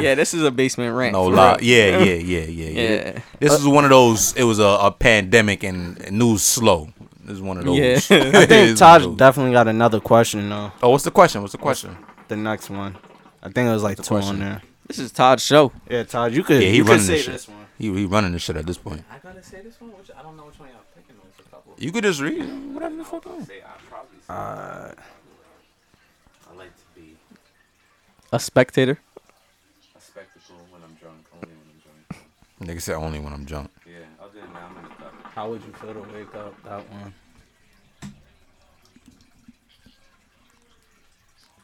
A: yeah, this is a basement rant.
B: No
A: for
B: lie.
A: real.
B: Yeah, yeah, yeah, yeah, yeah.
A: Yeah.
B: This is one of those. It was a, a pandemic and and news slow. This is one of those.
A: Yeah.
C: I
B: It is
C: think
B: one of
C: Taj
B: those.
C: definitely got another question though.
B: Oh, what's the question? What's the question?
C: The next one, I think it was like two
B: question.
C: on there.
A: This is Todd's show.
C: Yeah, Todd, you could.
B: Yeah, he
C: you could
B: running
C: say
B: this shit.
C: this one.
B: He, he running this shit at this point.
F: I gotta say this one, which I don't know which one y'all picking. There's a couple.
B: You could just read it. whatever the fuck.
F: Say I probably. Uh, I like to be
A: A spectator.
F: a spectacle when I'm drunk, only when I'm drunk.
B: Nigga said only when I'm drunk.
F: Yeah, other than that, I'm in the cup.
C: How would you feel to wake up that one?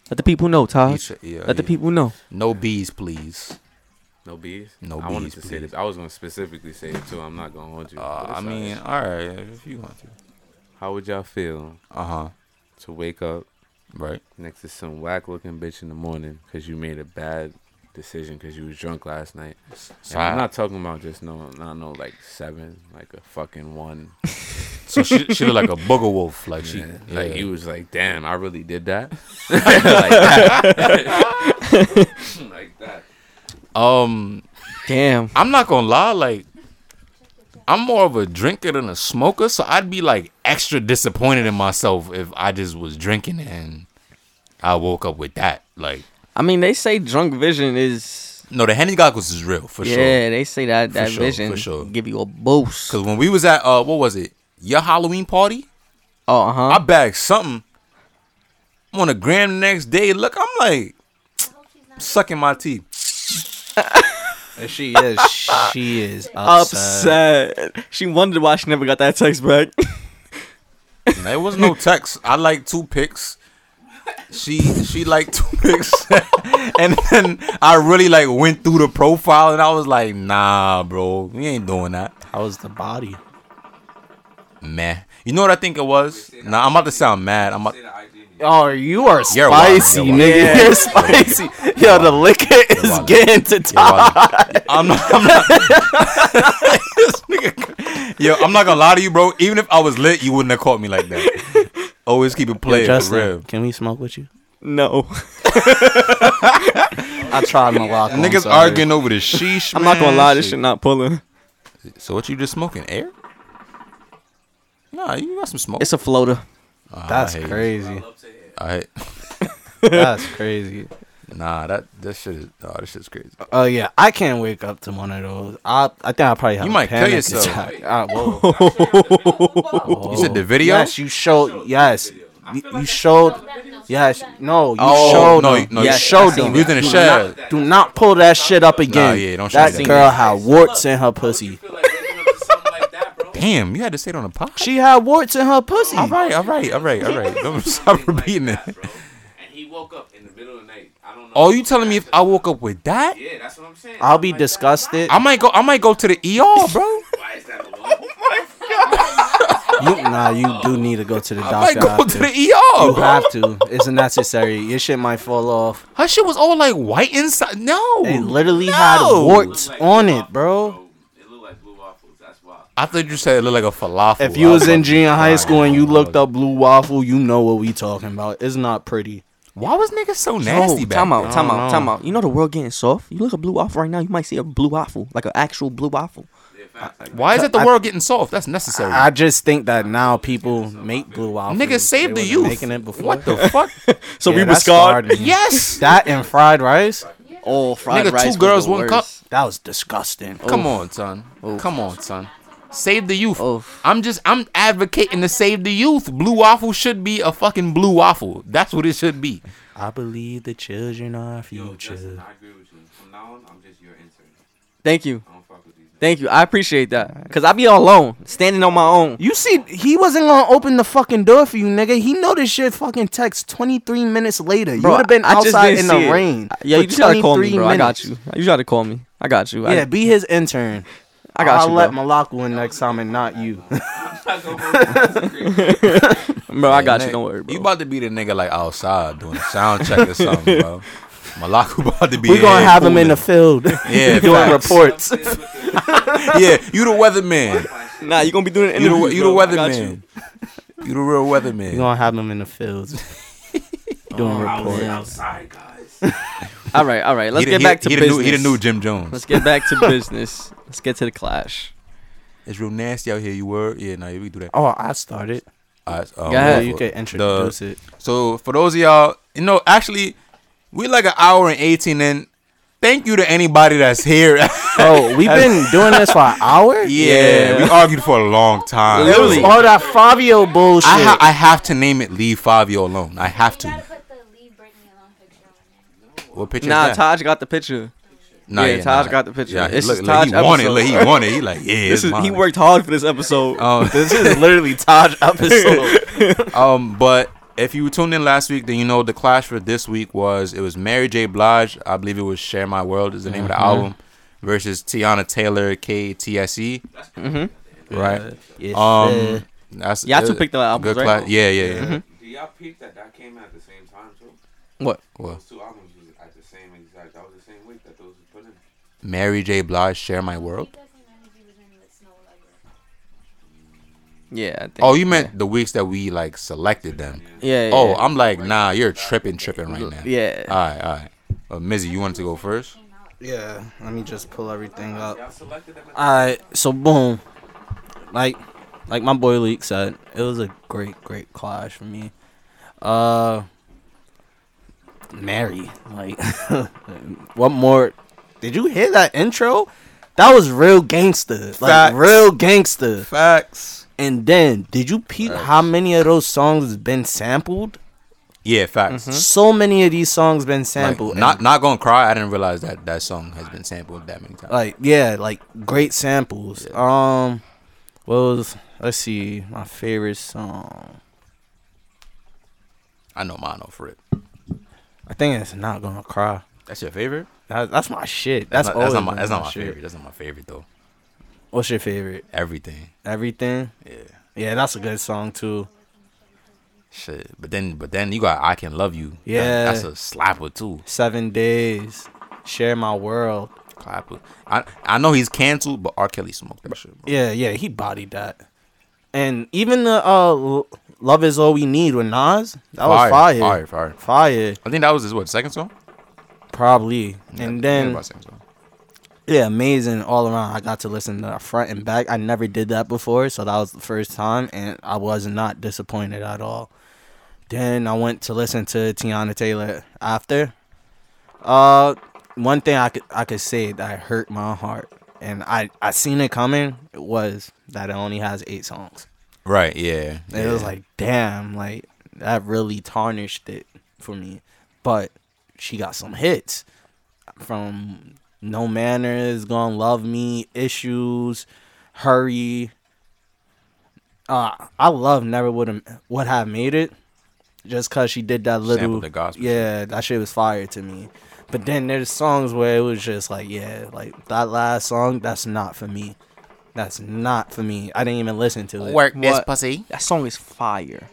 A: Let the people know,
B: He
A: Todd.
B: said- yeah,
A: Let the
B: yeah.
A: people know.
B: No bees, please.
F: No bees.
B: No
F: I wanted
B: bees,
F: to say
B: please.
F: this. I was gonna specifically say it too. I'm not gonna hold you.
B: Uh,
F: But it's
B: I mean,
F: alright.
B: all right, if you want to.
F: how would y'all feel
B: Uh huh.
F: to wake up
B: Right.
F: next to some whack looking bitch in the morning because you made a bad decision because you was drunk last night.
B: So
F: And I'm
B: I-
F: not talking about just no, not no like seven, like a fucking one.
B: So she, she looked like a booger wolf. Like she,
F: Yeah,
B: yeah.
F: Like you was like, damn, I really did that. like that. like that.
B: Um,
A: Damn.
B: I'm not gonna lie. Like, I'm more of a drinker than a smoker, so I'd be like extra disappointed in myself if I just was drinking and I woke up with that. Like,
A: I mean, they say drunk vision is.
B: no, the Henny goggles is real for
A: yeah,
B: sure.
A: they say that that
B: sure,
A: vision
B: for sure.
A: give you a boost.
B: Cause when we was at uh, what was it? Your Halloween party?
A: Oh, uh huh.
B: I bagged something. I'm on a gram the next day. Look, I'm like sucking my teeth.
C: And she is. She is upset.
A: upset. She wondered why she never got that text back.
B: There was no text. I like two pics. She she liked two pics, and then I really like went through the profile, and I was like, nah, bro, we ain't doing that.
C: How is the body?
B: Man, you know what I think it was? Nah, I'm about to sound mad. I'm about,
C: Oh, you are
B: You're wild,
C: spicy,
B: you're wild.
C: nigga. You're spicy. Yo, the liquor is
B: wild.
C: getting to
B: Yo,
C: top.
B: I- I'm not. I'm not This nigga- Yo, I'm not gonna lie to you, bro. Even if I was lit, you wouldn't have caught me like that. Always keep it playing for
A: Oh,
B: real.
C: can we smoke with you?
A: no,
C: I tried Malacca. I'm
B: Niggas
C: sorry.
B: arguing over the sheesh.
A: I'm not gonna
B: man.
A: lie. This shit not pulling.
B: So what you just smoking? Air? Nah, you got some smoke.
A: It's a floater.
B: Oh, I
C: That's
B: hate you.
C: crazy.
B: I hate-
C: That's crazy.
B: nah, that that shit is nah, this shit's crazy.
C: Oh yeah, I can't wake up to one of those. I I think I probably have.
B: You
C: a
B: might kill
C: panic
B: yourself.
C: attack. Ah, whoa.
B: You said the video?
C: Yes, you showed. Yes, you, you showed. Yes, no, you
B: Oh,
C: showed.
B: no,
C: them.
B: no,
C: you
B: yeah,
A: I
C: showed
A: seen
C: them.
B: We was in the
C: Do
B: shed.
C: not- Do not pull that shit up again.
B: yeah, don't show
C: that
B: me that.
C: girl had warts in her pussy.
F: Feel like waking up to something like that, bro.
B: Damn, you had to say it on a podcast.
C: She had warts in her pussy.
B: all right, all right, all right, all right. Don't stop
F: Like
B: repeating
F: that,
B: it.
F: bro. And he woke up in the middle of the night. I don't know.
B: Oh, you telling me if I woke up with that,
F: Yeah, that's what I'm saying.
C: I'll be
F: Something like that.
C: disgusted.
B: I might go. I might go to the ER, bro.
F: Why is that alone?
C: You, nah, you do need to go to the
B: I might go
C: doctor.
B: to
C: after.
B: the
C: You
B: ER, bro.
C: have to. It's necessary. Your shit might fall off.
B: Her shit was all like white inside.
C: It
B: No,
C: literally had
B: No.
C: warts
F: Like
C: on
F: blue
C: it, bro.
F: waffles, It looked like blue waffles. That's why.
B: I thought you said it looked like a falafel.
C: If you
B: I
C: was in
B: like,
C: junior high
B: nah,
C: school and you
B: nah,
C: looked
B: nah.
C: up blue waffle, you know what we talking about. It's not pretty.
B: why was niggas so nasty
A: Yo,
B: back
A: time
B: then?
A: out, time
C: I don't
A: out, time out. You know the world getting soft. You look at blue waffle right now. You might see a blue waffle, like an actual blue waffle.
B: Why is it the
C: I-
B: world getting soft? That's necessary.
C: I just think that now people make blue waffle.
B: Niggas
C: They
B: saved the
C: wasn't
B: youth.
C: Making it before.
B: What the fuck?
A: So
C: Yeah,
A: we were
C: that
A: scarred.
C: scarred me.
B: yes.
C: That and fried rice.
A: Oh, fried
B: Nigga, two
A: rice. was
B: girls,
A: the
B: one cup.
A: worst.
C: That was disgusting.
B: Come on, son. Come on, son. Save the youth.
A: Oof.
B: I'm just I'm advocating to save the youth. Blue waffle should be a fucking blue waffle. That's what it should be.
C: I believe the children are our
F: Yo, Justin,
C: future.
F: I agree with you. From now on, I'm just your intern.
A: Thank you,
F: I don't fuck with these.
A: thank you. I appreciate that. Cause I be all alone, standing on my own.
C: You see, he wasn't gonna open the fucking door for you, nigga. He know this shit fucking text 23 minutes later. You
A: Bro,
C: would have been
A: I just
C: outside
A: didn't
C: in
A: see
C: the
A: it.
C: rain.
A: Yeah,
C: for
A: you just gotta call me,
C: 23
A: bro. I got
C: minutes.
A: you. You gotta call me. I got you.
C: Yeah,
A: I,
C: be his intern.
A: I got
C: I'll
A: you,
C: let
A: bro.
C: Malak win next time and not you.
A: Bro, I got you.
B: Nigga,
A: Don't worry, bro.
B: You about to be the nigga like outside doing a sound check or something, bro. Malaku about to be.
C: We're gonna
B: in
C: have him in the
B: cooling.
C: field
B: Yeah,
C: doing
B: facts.
C: reports.
B: yeah, you the weatherman.
A: Nah, you gonna be doing it.
B: You the you the weatherman. You the real weatherman.
C: We're gonna have him in the Oh, fields doing reports.
F: Outside, guys.
A: All right, all right. Let's
B: He the-
A: get
B: he-
A: back to
B: he the
A: business.
B: new, he the new Jim Jones.
A: Let's get back to business. Let's get to the clash.
B: It's real nasty out here. You were yeah, no, we can do that.
C: Oh, I started.
B: All right, um,
A: Go
C: Yeah,
A: ahead.
C: you could
B: the-
C: introduce it.
B: So for those of y'all, you know, actually, we like an hour and eighteen in. Thank you to anybody that's here.
C: Oh, we've been doing this for an hour.
B: yeah, we argued for a long time.
C: It was
A: Literally.
C: all that Fabio bullshit.
B: I, ha- I have to name it. Leave Fabio alone. I have
E: You gotta
B: to.
E: put the leave Brittany alone picture on there.
B: What picture?
A: Nah,
B: is that?
A: Taj got the picture.
B: Nah,
A: yeah, Taj got the picture.
B: Yeah,
A: This
B: look,
A: is
B: look, he
A: Taj
B: won it.
A: episode.
B: Look, he won it. He like, yeah,
A: This is
B: it's
A: he
B: mine.
A: worked hard for this episode.
B: Um,
C: this is literally Taj episode.
B: Um, but if you tuned in last week, then you know the clash for this week was it was Mary J. Blige, I believe it was Share My World is the name
A: Mm-hmm.
B: of the album, versus Tiana Taylor KTSE. E,
A: Mm-hmm.
B: Right.
C: Yeah,
B: Um, that's
A: Y'all
B: it-
A: two picked the albums,
B: good
A: right? Mm-hmm.
B: cla- Yeah, yeah, yeah.
F: Do y'all peep that that came out at the same
A: What?
B: Well,
F: Those two albums was at the same exact. That was the same week that those was put in.
B: Mary J. Blige, Share My
E: He
B: World.
E: doesn't manage he was in with Snow Allegra.
A: Yeah. I think,
B: Oh, you meant the weeks that we like selected them.
A: Yeah. yeah
B: Oh,
A: yeah.
B: I'm like, nah, you're tripping, tripping right now.
A: Yeah.
B: All right, all right. Uh, Mizzy, you wanted to go first?
E: Came out.
C: Yeah, let me just pull everything up.
F: Y'all selected them. At
C: Alright, so boom. Like like my boy Leek said, it was a great, great collage for me. Uh Mary. Like what more did you hear that intro? That was real gangster. Like
B: Facts.
C: real gangster.
B: Facts.
C: And then did you peep how many of those songs has been sampled?
B: Yeah, facts.
A: Mm-hmm.
C: So many of these songs been
B: Hmm? Like,
C: sampled.
B: not
C: and-
B: not gonna cry. I didn't realize that that song has been sampled that many times.
C: like yeah, like great samples. Um, what was let's see, my favorite song.
B: I know mine off rip.
C: I think it's not gonna cry.
B: That's your favorite?
C: That, that's my shit. That's
B: not, that's not
C: always
B: my
C: been
B: that's not my
C: shit.
B: favorite. That's not my favorite though.
C: What's your favorite?
B: Everything.
C: Everything.
B: Yeah.
C: Yeah, that's a good song too.
B: Shit. But then but then you got I can love you. That-
C: Yeah.
B: that's a slapper too.
C: Seven days, share my world.
B: Clapper. I I know he's canceled, but R. Kelly smoked that shit. Bro.
C: Yeah, yeah, he bodied that. And even the uh, L- love is all we need with Nas. That was fire.
B: Fire, fire.
C: Fire,
B: I think that was his what second song.
C: probably. And
B: Yeah,
C: then.
B: about second song.
C: Yeah, amazing all around. I got to listen to front and back. I never did that before, so that was the first time, and I was not disappointed at all. Then I went to listen to Tiana Taylor after. Uh, one thing I could I could say that hurt my heart, and I I seen it coming. It was that it only has eight songs.
B: right, yeah,
C: And It was like, damn, like that really tarnished it for me. But she got some hits from No Manners, Gonna Love Me, Issues, Hurry. Uh, I love Never Would Have Would Have Made It, just cause she did that little.
B: Sampled the gospel shit.
C: yeah, that shit was fire to me. But then there's songs where it was just like, yeah, like that last song, that's not for me. That's not for me. I didn't even listen to it.
B: work this
A: What?
B: pussy.
A: That song is fire.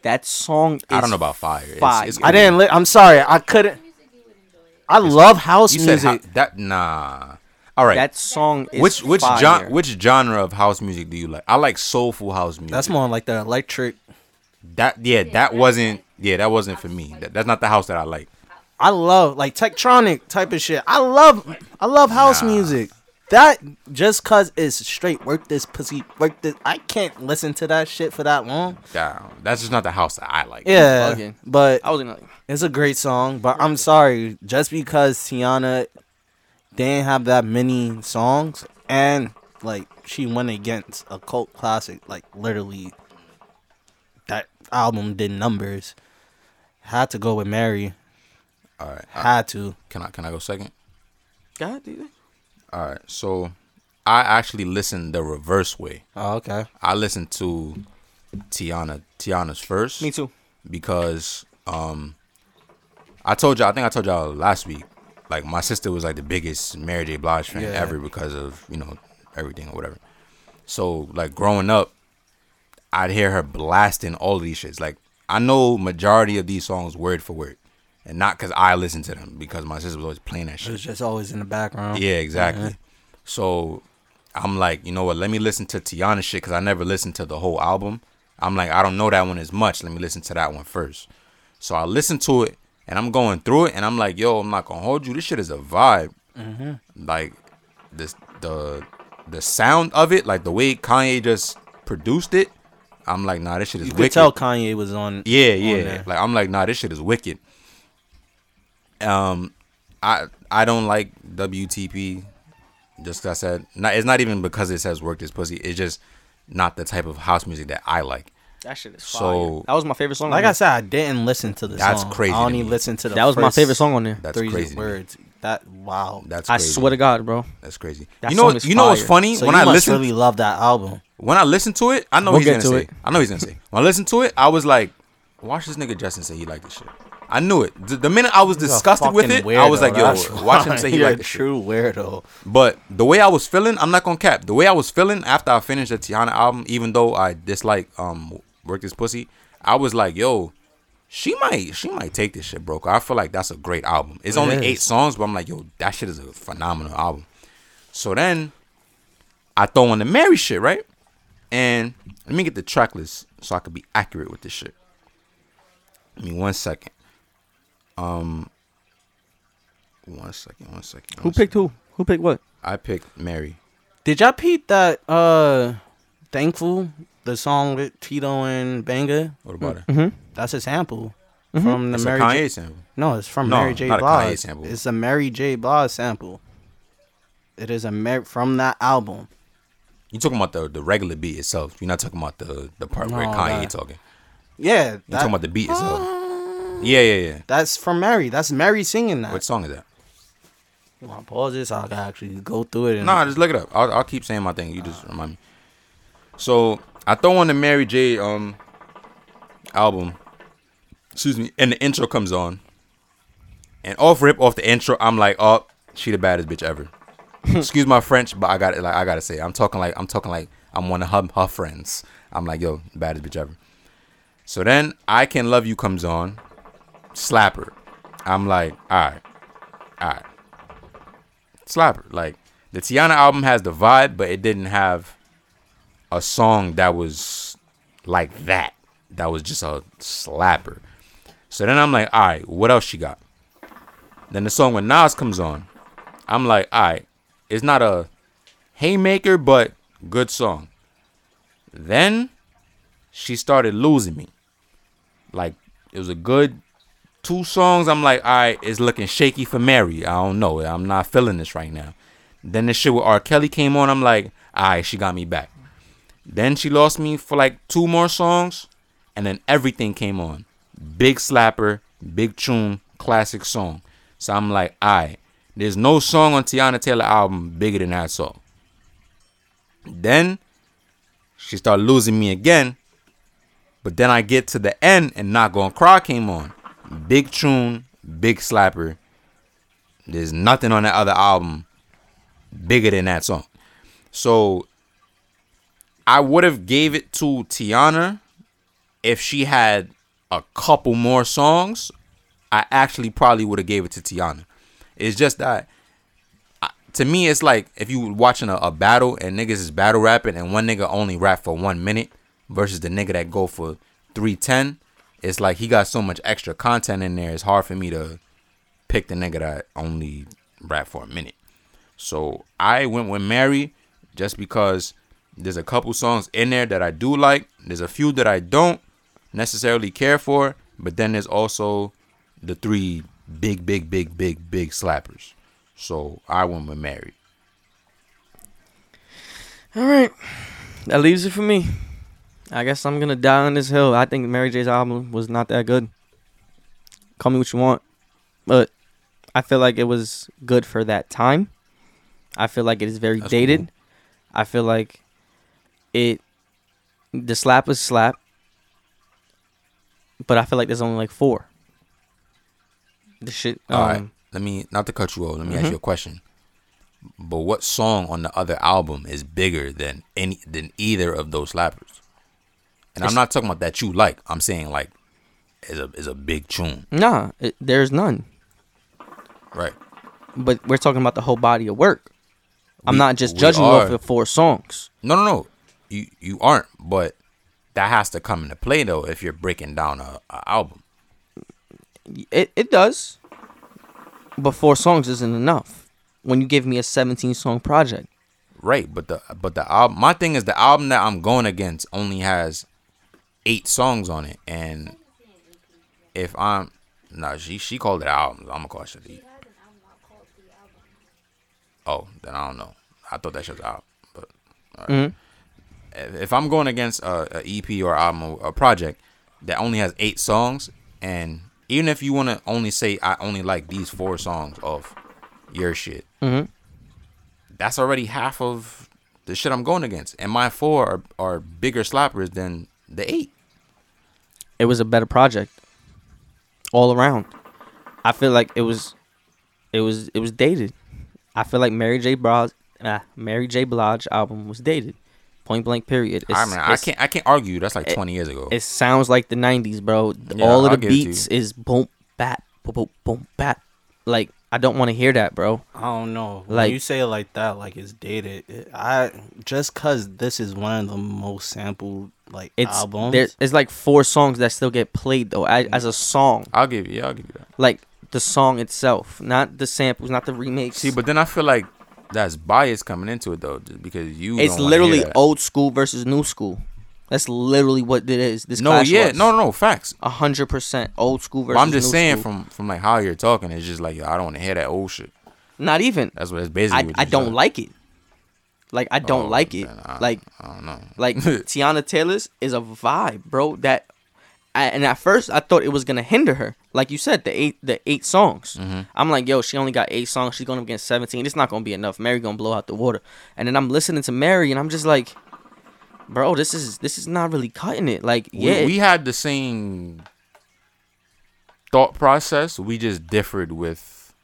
A: That song. Is
B: I don't know about fire. It's-
A: Fire.
B: it's
C: I
B: cool.
C: didn't. Li- I'm sorry. I couldn't. I love house
B: You said
C: music.
B: how, that nah. All right.
A: That song is
B: which which
A: fire.
B: gen- which genre of house music do you like? I like soulful house music.
C: That's more like the electric.
B: that yeah. That wasn't yeah. That wasn't for me. That, that's not the house that I like.
C: I love like Tektronic type of shit. I love. I love house
B: Nah.
C: music. That just cause it's straight work this pussy work this. I can't listen to that shit for that long.
B: Down. That's just not the house that I like.
C: Yeah,
A: Bugging.
C: but
A: I was gonna. Like,
C: it's a great song. But I'm sorry, just because Tiana didn't have that many songs and like she went against a cult classic, like literally that album did numbers. Had to go with Mary.
B: All right. I-
C: Had to.
B: Can I can I go second?
A: God, dude.
B: All right. So I actually listened the reverse way.
C: Oh, okay.
B: I listened to Tiana Tiana's first.
A: Me too.
B: because um I told y'all I think I told y'all last week like my sister was like the biggest Mary J Blige fan
C: Yeah.
B: ever because of you know everything or whatever. So like growing up, I'd hear her blasting all of these shits. Like I know majority of these songs word for word, and not because I listened to them because my sister was always playing that
C: It was
B: shit.
C: just always in the background.
B: Yeah, exactly. So I'm like, you know what? Let me listen to Tiana shit because I never listened to the whole album. I'm like, I don't know that one as much. Let me listen to that one first. So I listened to it and I'm going through it and I'm like, yo, I'm not gonna hold you. This shit is a vibe.
C: Mm-hmm.
B: Like this the the sound of it, like the way Kanye just produced it. I'm like, nah, this shit is
C: You could
B: wicked.
C: tell Kanye was on.
B: Yeah,
C: on
B: yeah.
C: there.
B: Like I'm like, nah, this shit is wicked. Um, I I don't like WTP. Just 'cause I said, not, it's not even because it says work this pussy. It's just not the type of house music that I like.
A: That shit is fire.
B: So-
A: that was my favorite song.
C: Like
A: on
C: I said, I didn't listen to the
B: That's
C: song.
B: crazy to
C: I only
B: me.
C: listened to the
A: there. that was my
C: first
A: favorite song on there.
B: That's
C: three
B: crazy. to me.
C: words. That wow.
B: That's
A: I
B: crazy.
A: swear to God, bro.
B: That's crazy.
A: That
B: you know,
A: song is
B: you know what's
A: fire.
B: funny?
C: so
B: when
C: you
B: I
C: must
B: listen,
C: really love that album.
B: when I listen to it, I know
A: We'll
B: he's
A: get
B: gonna
A: to
B: say.
A: it.
B: I know he's gonna say. When I listen to it, I was like, "Watch this nigga Justin say he like this shit." I knew it. The, the minute I was
C: He's a
B: disgusted with it,
C: fucking
B: I was
C: weirdo,
B: like, "Yo,
C: that's
B: watch him
C: why.
B: say he
C: You're
B: like
C: a
B: this." shit.
C: true weirdo.
B: But the way I was feeling, I'm not gonna cap. The way I was feeling after I finished the Tiana album, even though I dislike um work this pussy, I was like, yo, She might, she might take this shit, bro. 'cause I feel like that's a great album. It's
C: It
B: only
C: is.
B: eight songs, but I'm like, yo, that shit is a phenomenal album. So then, I throw on the Mary shit, right? And let me get the track list so I could be accurate with this shit. Give me one second. Um, one second, one second.
A: Who
B: one second.
A: picked who? Who picked what?
B: I picked Mary.
C: Did y'all peep that uh Thankful, the song with Tito and Banga?
B: What about it?
C: Mm-hmm. That's a sample from the
B: It's Mm-hmm. a
C: Mary
B: Kanye
C: J.
B: sample.
C: No, it's from
B: No,
C: Mary J.
B: not a Kanye
C: Blige.
B: sample.
C: It's a Mary J. Blige sample. It is a Mar- from that album.
B: You talking about the the regular beat itself? You're not talking about the the part where
C: No,
B: Kanye
C: that-
B: talking.
C: Yeah, that, Ah.
B: You talking about the beat itself? Yeah, yeah, yeah.
C: that's from Mary. That's Mary singing that.
B: What song is that?
C: You wanna pause this? I gotta actually go through it. And
B: Nah, just look it up. I'll, I'll keep saying my thing. You just remind me. So I throw on the Mary J. um album. Excuse me, and the intro comes on. And off rip off the intro, I'm like, oh, she the baddest bitch ever. Excuse my French, but I got to like I gotta say, it. I'm talking like I'm talking like I'm one of her, her friends. I'm like, yo, baddest bitch ever. So then I Can Love You comes on, slapper. I'm like, all right, all right, slapper. Like the Tiana album has the vibe, but it didn't have a song that was like that. That was just a slapper. So then I'm like, all right, what else she got? Then the song when Nas comes on, I'm like, all right, it's not a haymaker, but good song. Then she started losing me. Like it was a good two songs. I'm like, all right, it's looking shaky for Mary. I don't know. I'm not feeling this right now. Then the shit with R. Kelly came on. I'm like, all right, she got me back. Then she lost me for like two more songs, and then everything came on. Big slapper, big tune, classic song. So I'm like, all right, there's no song on Tiana Taylor album bigger than that song. Then she started losing me again. But then I get to the end and Not Gonna Cry came on. Big tune, big slapper. There's nothing on that other album bigger than that song. So I would have gave it to Tiana if she had a couple more songs. I actually probably would have gave it to Tiana. It's just that to me, it's like if you watching a, a battle and niggas is battle rapping and one nigga only rap for one minute versus the nigga that go for three ten. It's like he got so much extra content in there. It's hard for me to pick the nigga that only rap for a minute. So I went with Mary just because there's a couple songs in there that I do like. There's a few that I don't necessarily care for, but then there's also the three big, big, big, big, big slappers. So I went with Mary.
A: All right, that leaves it for me. I guess I'm gonna die on this hill. I think Mary J's album was not that good. Call me what you want, but I feel like it was good for that time. I feel like it is very
B: That's
A: dated.
B: cool.
A: I feel like it. The slap was slap, but I feel like there's only like four. The shit. Um,
B: All right. Let me not to cut you off. Let me ask
A: Mhm.
B: you a question. But what song on the other album is bigger than any than either of those slappers? And
A: It's-
B: I'm not talking about that you like. I'm saying like is a is a big tune,
A: Nah, it, there's none.
B: right?
A: But we're talking about the whole body of work. I'm
B: We-
A: not just
B: we
A: judging you
B: are.
A: off of four songs.
B: No, no, no. You you aren't. But that has to come into play though if you're breaking down a, a album.
A: It it does. But four songs isn't enough. When you give me a 17 song project,
B: Right, but the but the album. My thing is the album that I'm going against only has eight songs on it, and if I'm nah, she she called it albums. I'm gonna call it shit.
E: She has an album out called The Album.
B: Oh, then I don't know. I thought that shit was out, but
A: mhm,
B: if if I'm going against a, a EP or album or a project that only has eight songs, and even if you want to only say I only like these four songs of your shit,
A: Mhm.
B: that's already half of the shit I'm going against, and my four are, are bigger slappers than the eight.
A: it was a better project all around. I feel like it was it was it was ah, dated. I feel like Mary J. Blige, uh, Mary J. Blige album was dated. Point blank. Period. It's,
B: I mean, I
A: it's-
B: can't I can't argue. That's like
A: it-
B: 20 years ago.
A: It sounds like the '90s, bro. Th-
B: Yeah,
A: All
B: I'll
A: of the
B: give it to
A: beats is boom bap boom boom boom bap. Like I don't want to hear that, bro.
C: I don't know. when
A: Like-
C: you say it like that, like it's dated. It- I just cause this is one of the most sampled like
A: It's
C: albums.
A: there, it's like four songs that still get played though as, as a
B: Mm.
A: song,
B: I'll give you. Yeah, I'll give you that.
A: like the song itself, not the samples, not the remakes.
B: See, but then I feel like that's bias coming into it though, just because you.
A: it's
B: don't wanna hear
A: literally
B: that.
A: old school versus new school. That's literally what it is. This
B: No,
A: clash
B: yeah,
A: was.
B: no, no, no, facts.
A: a hundred percent old school
B: But
A: versus.
B: I'm just
A: new
B: saying
A: school.
B: from from like how you're talking, it's just like I don't want to hear that old shit.
A: not even.
B: That's what it's basically.
A: I
B: what
A: I
B: you
A: don't
B: said.
A: like it. Like I don't
B: Oh,
A: like it.
B: then I-
A: like
B: I don't know.
A: Like Tiana Taylor's is a vibe, bro. That I, and at first I thought it was gonna hinder her. Like you said, the eight the eight songs.
B: Mm-hmm.
A: I'm like, yo, she only got eight songs. She's going up against seventeen. It's not gonna be enough. Mary gonna blow out the water. And then I'm listening to Mary, and I'm just like, bro, this is this is not really cutting it. Like, yeah,
B: we, we had the same thought process. We just differed with.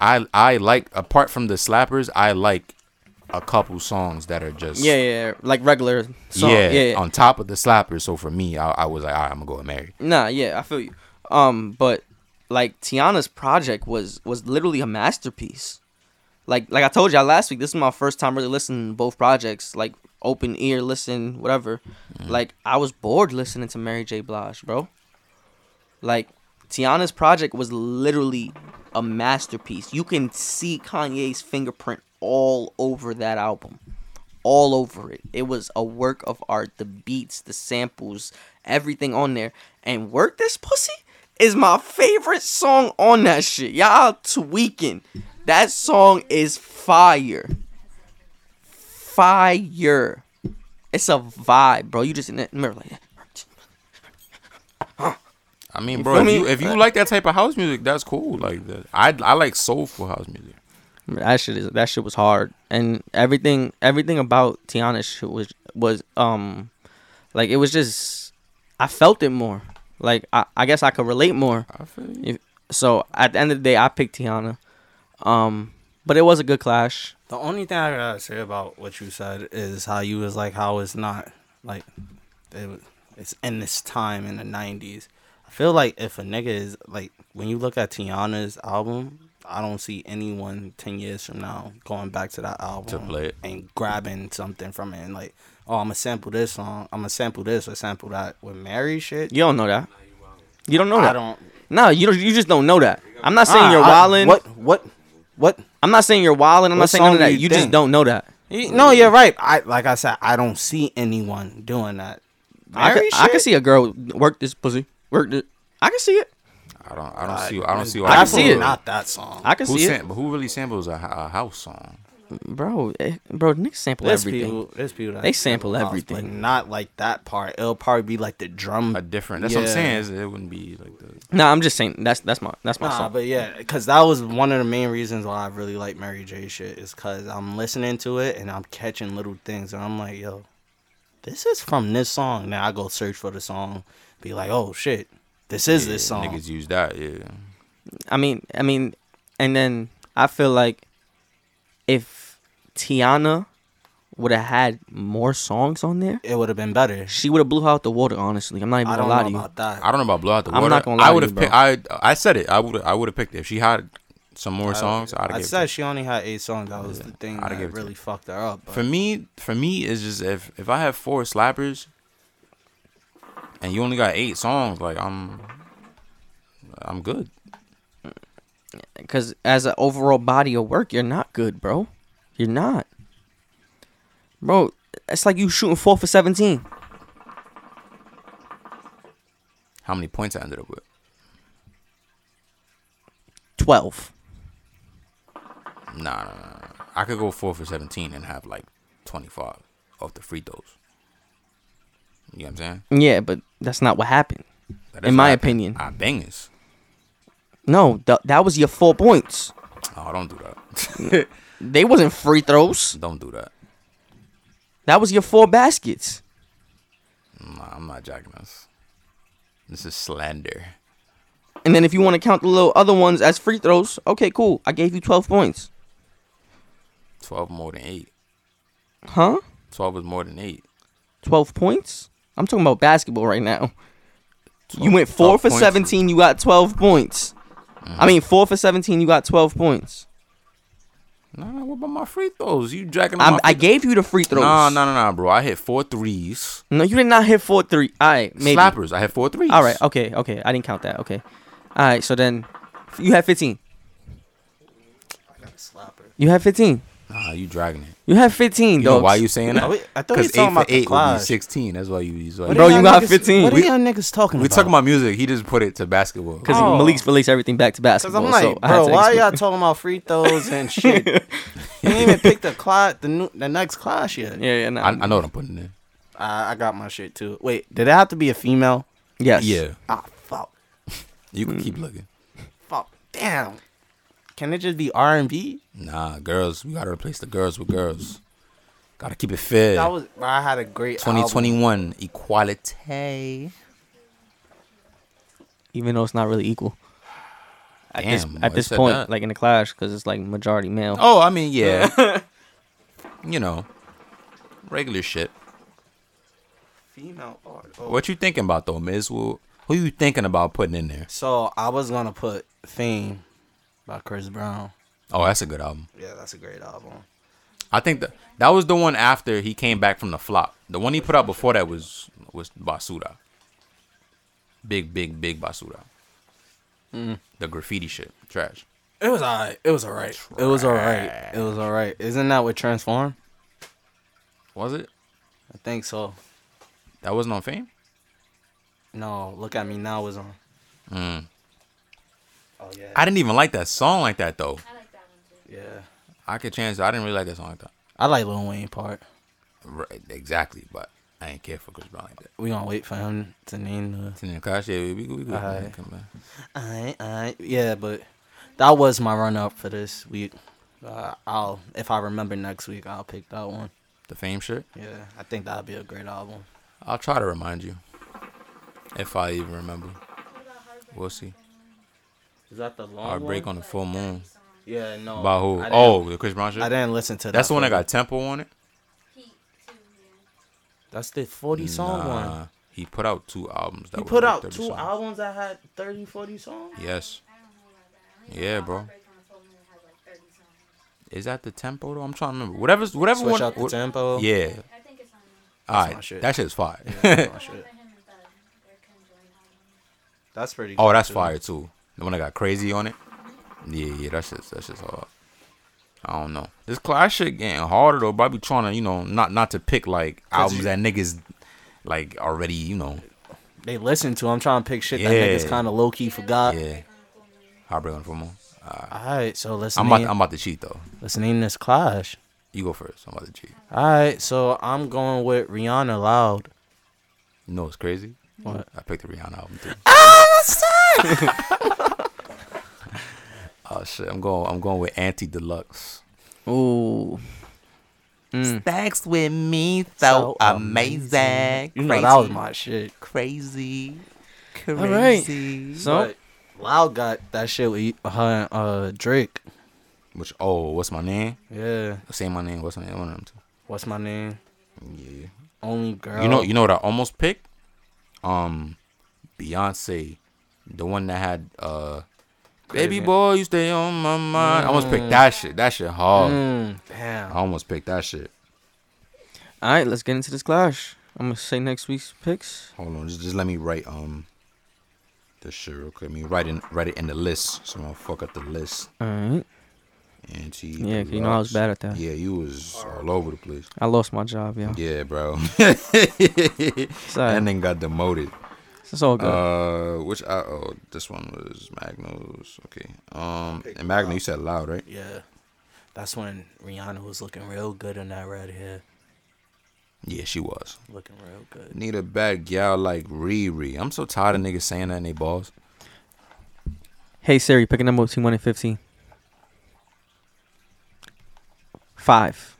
B: I I like apart from the slappers, I like a couple songs that are just
A: yeah, yeah, yeah, like regular song.
B: yeah,
A: Yeah, yeah.
B: on top of the slappers. So for me, I, I was like, all right, I'm gonna go with Mary.
A: Nah, yeah, I feel you. Um, but like Tiana's project was was literally a masterpiece. Like like I told y'all last week, this is my first time really listening to both projects. Like open ear listen, whatever. Like I was bored listening to Mary J. Blige, bro. Like Tiana's project was literally a masterpiece. You can see Kanye's fingerprint all over that album all over it. It was a work of art. The beats, the samples, everything on there. And Work This Pussy is my favorite song on that shit. Y'all tweaking. That song is fire. Fire. It's a vibe, bro. You just in the mirror like that.
B: I mean,
A: You
B: bro,
A: feel
B: if
A: me?
B: you, if you like that type of house music, that's cool. Like that, I I like soulful house music.
A: That shit is that shit was hard, and everything everything about Tiana's shit was was um, like it was just I felt it more. Like I, I guess I could relate more.
B: I feel you.
A: If, so at the end of the day, I picked Tiana. Um, but it was a good clash.
C: the only thing I gotta say about what you said is how you was like how it's not like it was, it's in this time in the nineties. I feel like if a nigga is like when you look at Tiana's album, I don't see anyone ten years from now going back to that album
B: play it.
C: and grabbing something from it and like, oh I'ma sample this song, I'ma sample this or sample that with Mary shit.
A: You don't know that. You don't know that.
C: I don't
A: No, you don't. You just don't know that. I'm not saying
C: Ah,
A: you're
C: I-
A: wildin'.
C: What what what
A: I'm not saying you're wildin'. I'm
C: What
A: not saying none
C: song
A: of that.
C: do
A: You,
C: you
A: just
C: think?
A: don't know that.
C: You- No, you're right. I like I said, I don't see anyone doing that.
A: I could,
C: Mary
A: I could
C: shit?
A: see a girl work this pussy. Work this. I can see it.
B: I don't I don't see I don't see why
A: I can
B: people-
A: see
C: Definitely
A: it.
C: Not that song.
A: I can
B: Who
A: see
B: sam- but who really samples a, a house song?
A: it, bro. eh, Bro, niggas sample
C: There's
A: everything.
C: people, there's people that
A: They sample
C: house,
A: everything.
C: but not like that part. It'll probably be like the drum.
B: A different. That's what I'm
C: Yeah.
B: saying. Is it wouldn't be like the.
A: Nah, I'm just saying that's that's my that's my
C: Nah,
A: song.
C: but yeah, because that was one of the main reasons why I really like Mary J. Shit is because I'm listening to it and I'm catching little things and I'm like, yo, this is from this song. Now I go search for the song, be like, oh shit, this is this
B: yeah,
C: song.
B: Niggas use that. Yeah.
A: I mean, I mean, and then I feel like if Tiana would have had more songs on there,
C: It would have been better.
A: she would have blew out the water. Honestly, I'm not even
C: I
A: gonna
C: don't
A: lie to
C: know
A: you.
C: about that.
B: I don't know about blow out the
A: I'm
B: water.
A: not gonna lie
B: I
A: to
B: would
A: you,
B: have
A: bro.
B: picked. I I said it. I would I would have picked it if she had some more songs. I'd have
C: I
B: gave it
C: said
B: to
C: she only had eight songs. That was the thing
B: I'd
C: that
B: give it to
C: really
B: you.
C: fucked her
B: her.
C: up. But
B: For me, for me, it's just if if I have four slappers, and you only got eight songs, like I'm, I'm good.
A: Because as an overall body of work, you're not good, bro. You're not, bro. It's like you shooting four for seventeen.
B: How many points I ended up with?
A: 12.
B: Nah, nah, nah, nah. I could go four for seventeen and have like twenty five off the free throws. You know what I'm saying?
A: Yeah, but that's not what happened.
B: That
A: In
B: is
A: my
B: what
A: opinion.
B: I Ah, bangers.
A: No, th- that was your four points.
B: Oh, don't do that.
A: They wasn't free throws.
B: don't do that.
A: That was your four baskets.
B: Nah, I'm not jacking this. This is slander.
A: And then if you want to count the little other ones as free throws, okay, cool. I gave you 12 points.
B: Twelve more than eight.
A: Huh?
B: Twelve is more than eight.
A: 12 points? I'm talking about basketball right now. you
B: 12
A: went 4
B: 12
A: for
B: points.
A: 17, you got 12 points. I mean, 4 for 17, you got 12 points.
B: Nah, nah, what about my free throws? You jacking up
A: I,
B: my
A: I
B: free
A: gave you the free throws.
B: throws. Nah, nah, nah, nah, bro. I hit four threes.
A: No, you did not hit 4 3. All right, maybe.
B: Slappers. I hit four threes.
A: All right, okay, okay. I didn't count that. Okay. All right, so then you had 15.
C: Slapper.
A: You had 15.
B: Nah, you dragging it.
A: You had 15,
B: You know
A: though.
B: why you saying
C: No,
B: that?
C: we- I thought we
B: Because
C: talking about
B: eight for
C: the
B: eight would be
C: Clash.
B: sixteen. That's why you. That's why
C: What
A: Bro,
C: are
A: you
C: y'all
A: got
C: niggas-
A: 15.
C: What are
A: We-
C: y'all niggas talking
B: We
C: about?
B: talking about music. He just put it to basketball.
A: Because
C: Oh.
A: Malik's released everything back to
C: Cause
A: basketball.
C: I'm like,
A: so I had
C: bro,
A: to
C: why
A: explain.
C: y'all talking about free throws and shit? you ain't even picked the class, the new, the next class yet.
A: Yeah, yeah, nah.
B: I, I know what I'm putting in.
C: I, I got my shit too. Wait, did it have to be a female?
A: Yes.
B: Yeah,
C: Ah, fuck,
B: you
A: Mm.
B: can keep looking.
C: fuck, damn. Can it just be R and B?
B: Nah, girls. We gotta replace the girls with girls. Gotta keep it fair.
C: That was. bro, I had a great. album.
B: 2021 equality.
A: Even though it's not really equal. At this,
B: Damn,
A: at
B: boy,
A: this
B: said
A: point,
B: that.
A: like in the clash, because it's like majority male.
B: Oh, I mean, yeah. you know, regular shit.
C: Female art. Oh,
B: What you thinking about though, Miz? Who, who you thinking about putting in there?
C: So I was gonna put Fame by Chris Brown.
B: Oh, that's a good album.
C: Yeah, that's a great album.
B: I think that that was the one after he came back from the flop. The one he put out before that was was Basuda. Big, big, big Basuda. The graffiti shit, trash.
C: It was alright. It was alright. It was alright. It was alright. Isn't that what Transform?
B: Was it?
C: I think so.
B: That wasn't on Fame.
C: No, look at me now was on.
B: Mm.
C: Oh yeah.
B: I didn't even like that song like that though.
E: I like that one too.
C: yeah.
B: I could change. I didn't really like that song like that.
C: I like Lil Wayne part.
B: Right, exactly, but I ain't care for Chris Brown like that.
C: We gonna wait for him to name the.
B: It's in the clash, yeah, we, we, we good, man.
C: Aight.
B: Come on.
C: Alright, alright. Yeah, but that was my run up for this week. Uh, I'll if I remember next week, I'll pick that one.
B: The fame shit.
C: Yeah, I think that'll be a great album.
B: I'll try to remind you. If I even remember.
E: What about Heartbreak?
B: We'll see.
C: Is that the long
B: Heartbreak on the full moon.
C: Yeah, no.
B: About who?
C: I didn't-
B: Oh, the Chris Brown shit?
C: I didn't listen to that.
B: That's the one that
C: first.
B: got Tempo on it?
E: Heat too, yeah.
C: That's the 40 song one.
B: Nah, He put out two albums. That
C: He
B: were
C: put
B: like
C: out
B: 30
C: two
B: songs.
C: albums that had 30, 40 songs?
B: Yes.
E: I don't know about that. I only
B: Yeah,
E: know
B: bro.
E: Heartbreak on the Full Moon has like 30 songs.
B: Is that the Tempo though? I'm trying to remember. Whatever's, whatever
C: Switch
B: one.
C: out the
B: what-
C: tempo.
B: yeah.
E: I think it's on there.
B: All
C: my
B: right.
C: shit.
B: That shit's fire.
C: Yeah, oh,
E: The one
C: shit.
E: for him
C: That's pretty
E: and Thug, their conjoined album.
B: oh,
C: good,
B: that's
C: too.
B: fire too. The one that got crazy on it? Yeah, yeah, that's just that's just hard. I don't know. This class shit getting harder though. But I be trying to, you know, not not to pick like albums that niggas like already, you know.
C: They listen to. I'm trying to pick shit that
B: Yeah.
C: niggas kind of low key forgot.
B: Yeah. Heartbreak on the full moon. Alright.
C: All right, so let's
B: I'm
C: name,
B: about, I'm about to cheat though.
C: let's name this clash.
B: You go first. I'm about to cheat.
C: All right, so I'm going with Rihanna Loud.
B: You know what's crazy?
C: What?
B: I picked the Rihanna album too. oh shit! I'm going. I'm going with Anti Deluxe.
A: Ooh.
B: Oh.
A: Mm.
B: Stacks with me,
C: so amazing. You know that was my shit.
B: crazy,
A: All right. So,
C: But Loud got that shit with E- her and uh, Drake.
B: Which oh, what's my name?
C: Yeah.
B: Say my name. What's my name? One of them two.
C: What's my name?
B: Yeah.
C: Only girl.
B: You
A: Oh.
B: know. You know what I almost picked? Um, Beyonce, the one that had uh, baby
C: Crazy.
B: boy, you stay on my mind. I almost picked
A: Mm.
B: that shit. That shit hard.
C: Mm,
B: I
C: damn.
B: almost picked that shit.
A: all right, let's get into this clash. I'm going to say next week's picks.
B: Hold on, just, just let me write um the shit real quick. I mean, write in write it in the list, so I don't fuck up the list.
A: All right.
B: Anti.
A: Yeah, 'cause you know I was
B: Deluxe.
A: bad at that.
B: Yeah, you was all over the place.
A: I lost my job, yo.
B: Yeah, bro.
A: Sorry.
B: and then got demoted.
A: it's all good.
B: Uh, which I oh this one was Magno's. Okay. Um, and Magno, you said loud, right?
C: Yeah. That's when Rihanna was looking real good in that red hair.
B: Yeah, she was.
C: Looking real good.
B: Need a bad gal like Riri. I'm so tired of niggas saying that in they balls.
A: hey, Siri, pick a number between 1 and 15. Five.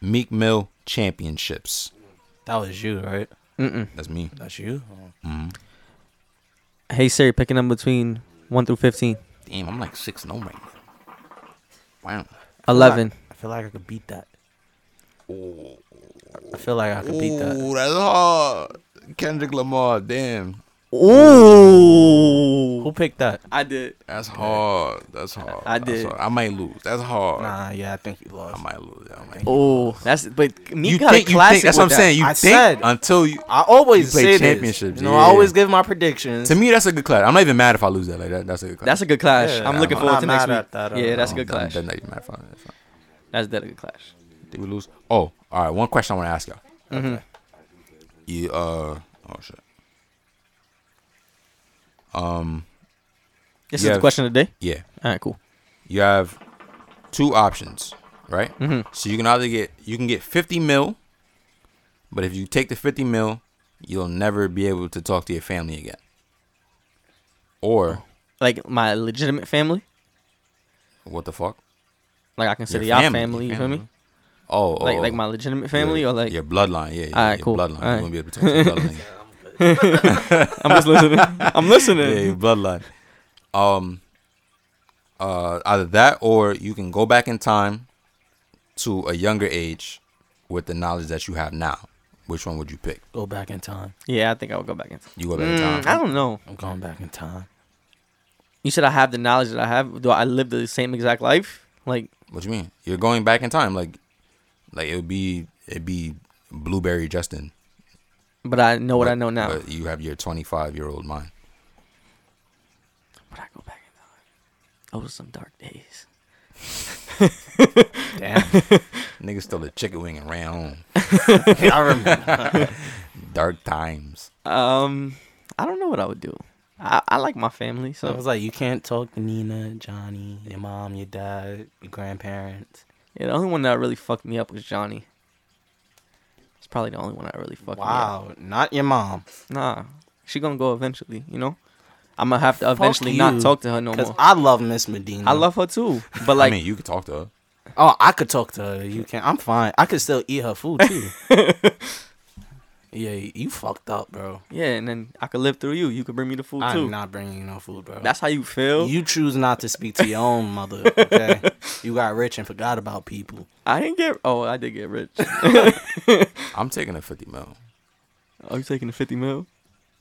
B: Meek Mill championships.
C: That was you, right?
A: Mm-mm.
B: That's me.
C: That's you?
B: hmm
A: Hey, Siri, pick a number between 1 through 15.
B: Damn, I'm like six no right now. Wow.
A: 11.
C: I feel like I could beat that. I feel like I could beat that.
B: Ooh, that's hard. Kendrick Lamar, damn.
C: Who
A: Ooh.
C: picked that?
A: I did.
B: That's hard. That's hard.
A: I
B: That's
A: did.
B: hard. I might lose. That's hard.
C: Nah, yeah, I think you lost.
B: I might lose. I might.
A: Oh, that's but me
B: You
A: got
B: think
A: a
B: you think?
A: classic.
B: That's what I'm
A: with that.
B: saying. You
C: I
B: think
C: said-
B: until you.
C: I always
B: You play
C: say
B: championships,
C: This. You know,
B: yeah.
C: I always give my predictions.
B: To me, that's a good clash. I'm not even mad if I lose that. Like that, that's a good clash.
A: That's a good clash.
C: Yeah,
A: I'm looking
C: I'm
A: forward
C: not
A: to next
C: mad
A: week.
C: at that at
A: yeah,
C: all.
A: that's a good
B: I'm- I'm
A: clash.
B: not even mad if I- if I-
A: That's dead a good clash.
B: Did we lose? Oh, all right. One question I want to ask y'all.
A: Mm-hmm.
B: You uh oh shit. Um
A: This
B: Yeah.
A: is the question of the day.
B: yeah,
A: All right, cool.
B: you have two options, right?
A: Mhm.
B: So you can either get you can get 50 mil, but if you take the 50 mil, you'll never be able to talk to your family again. Or
A: Like my legitimate family. Oh.
B: what the fuck?
A: Like I consider
B: Your
A: y'all
B: family,
A: family.
B: your
A: You feel
B: family.
A: me?
B: Oh,
A: Like
B: oh,
A: like
B: oh.
A: my legitimate family
B: your,
A: or like
B: your bloodline, yeah, yeah
A: Alright,
B: your
A: cool.
B: bloodline. You
A: Alright.
B: won't be able to talk to your bloodline.
A: I'm just listening. I'm
B: yeah,
A: listening.
B: your bloodline. Um, uh, either that or you can go back in time to a younger age with the knowledge that you have now. Which one would you pick?
C: Go back in time.
A: Yeah, I think I would go back into.
B: You go back in
A: Mm, I
B: time.
A: don't know.
C: I'm going back in time.
A: You said I have the knowledge that I have. Do I live the same exact life? Like
B: What you mean? You're going back in time, like, like it would be it'd be Blueberry Justin.
A: But I know what
B: but-
A: I know now.
B: But you have your 25 year old mind.
A: Would I go back in time? Oh, those some dark days.
C: Damn.
B: Nigga stole a chicken wing and ran home.
C: I remember.
B: Dark times.
A: Um, I don't know what I would do. I, I like my family,
C: So I
A: so
C: was like, you can't talk to Nina, Johnny, your mom, your dad, your grandparents.
A: yeah, the only one that really fucked me up was Johnny. It's probably the only one that really fucked me up.
C: Wow, not your mom.
A: Nah, she gonna go eventually. You know, I'm gonna have to
C: Fuck
A: eventually not
C: you,
A: talk to her no
C: Because
A: more. I,
C: I love Miss Medina.
A: love her too, but like
B: I mean, you could talk to her.
C: Oh, I could talk to her. You can. I'm fine. I could still eat her food too. yeah, you fucked up, bro.
A: yeah, and then I could live through you. You could bring me the food
C: I'm
A: too.
C: not bringing you no food, bro.
A: That's how you feel.
C: you choose not to speak to your own mother. Okay, you got rich and forgot about people.
A: I didn't get. Oh, I did get rich.
B: I'm taking a 50 mil.
A: Are you taking the fifty mil?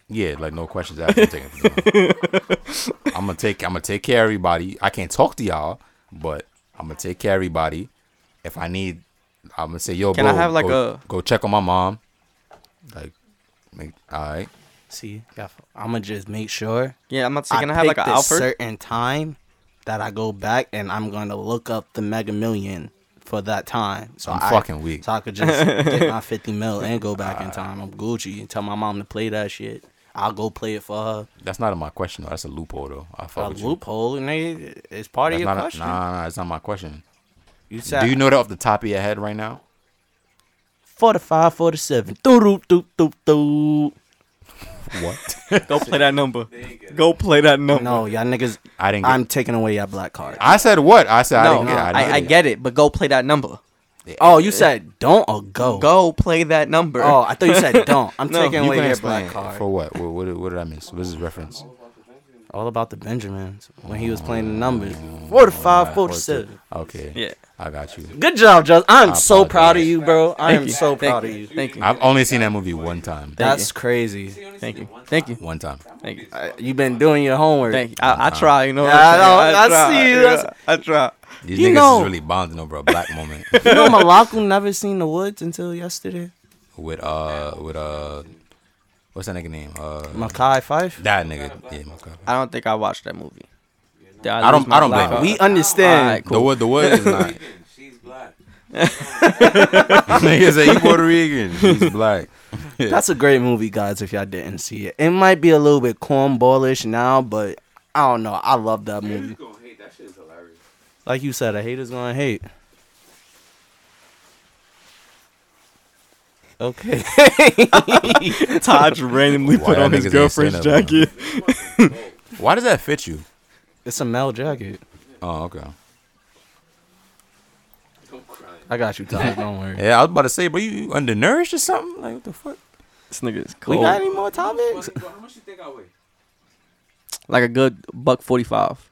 B: Yeah, like no questions asked. I'm taking it for now. I'm gonna take. I'm gonna take care of everybody. I can't talk to y'all, but I'm gonna take care of everybody. If I need, I'm gonna say, yo,
A: Can
B: bro,
A: I have, like,
B: go,
A: a-
B: go check on my mom. Like, make, all right.
C: See, I'm gonna just make sure
A: Yeah, I'm not saying. Can I, have like
C: pick
A: an
C: this
A: Alfred?
C: certain time that I go back and I'm gonna look up the Mega Million for that time. So
B: I'm
C: I,
B: fucking weak.
C: So I could just get my 50 mil and go back in time. I'm Gucci and tell my mom to play that shit. I'll go play it for her.
B: That's not in my question though. That's a loophole though. I fuck
C: A
B: with
C: loophole, nigga. It's part
B: you. That's
C: of your
B: not a-
C: question.
B: nah, nah, it's not my question.
C: You said
B: Do you know that off the top of your head right now?
C: 45, 47. Doo doo doo doo doo.
B: What?
A: Go play that number. Go play that number.
C: No, y'all niggas.
B: I didn't. Get,
C: I'm taking away your black card.
B: I said what? I said I
A: No,
B: didn't get. It.
A: I, I,
B: didn't
A: get it, but go play that number.
C: Oh, you said don't or go.
A: Go play that number.
C: Oh, I thought you said don't. I'm
A: No,
C: taking
B: You
C: away
B: can
C: your
B: explain
C: black
B: it.
C: card.
B: for what? What, what? what did I miss? What's his reference?
C: All about the Benjamins when he was playing the numbers. 45, 47.
B: Okay.
A: Yeah.
B: I got you.
C: Good job, Just. I'm
B: I
C: so proud of
B: apologize.
C: you, bro. I
A: Thank
C: am
A: you.
C: so
A: Thank
C: proud
A: you.
C: of you.
A: Thank you.
B: I've only seen that movie one time.
C: That's crazy.
A: Thank you. Thank you.
B: One time.
A: Thank you.
C: Uh, You've been doing your homework.
A: Thank you. I, I try, you know. what
C: Yeah, I
A: I'm saying?
C: know. I see you.
A: Yeah, I try.
B: These
C: You
B: niggas
C: know-
B: is really bonding over a black moment
C: You know, Malaku never seen the woods until yesterday.
B: with uh with uh what's that nigga name? Uh
C: Makai Fife.
B: that nigga. Yeah, Makai.
A: I don't think I watched that movie. Did lose
B: I don't-
A: my
B: I don't
A: black
B: blame you.
C: We
A: card?
C: understand.
A: Alright,
B: The
A: cool.
B: wood the wood is not.
F: She's black.
B: nigga say you Puerto Rican. He's black.
C: That's a great movie, guys. If y'all didn't see it, it might be a little bit cornballish now, but I don't know. I love that movie.
F: She's gonna hate that shit is hilarious.
C: Like you said, a hater's gonna hate. Okay.
A: Taj randomly
B: Why
A: put
B: y'all
A: on his
B: niggas ain't saying
A: girlfriend's
B: that, bro?
A: jacket.
B: Why does that fit you?
C: it's a Mel jacket.
B: Oh, okay.
F: Don't cry.
C: I got you, Todd. Don't worry.
B: Yeah, I was about to say, but you, you undernourished or something? Like what the fuck?
A: This nigga is
C: We
A: cool.
C: got any more topics?
F: Fucking boy, How much you think I weigh?
A: Like a good buck forty-five.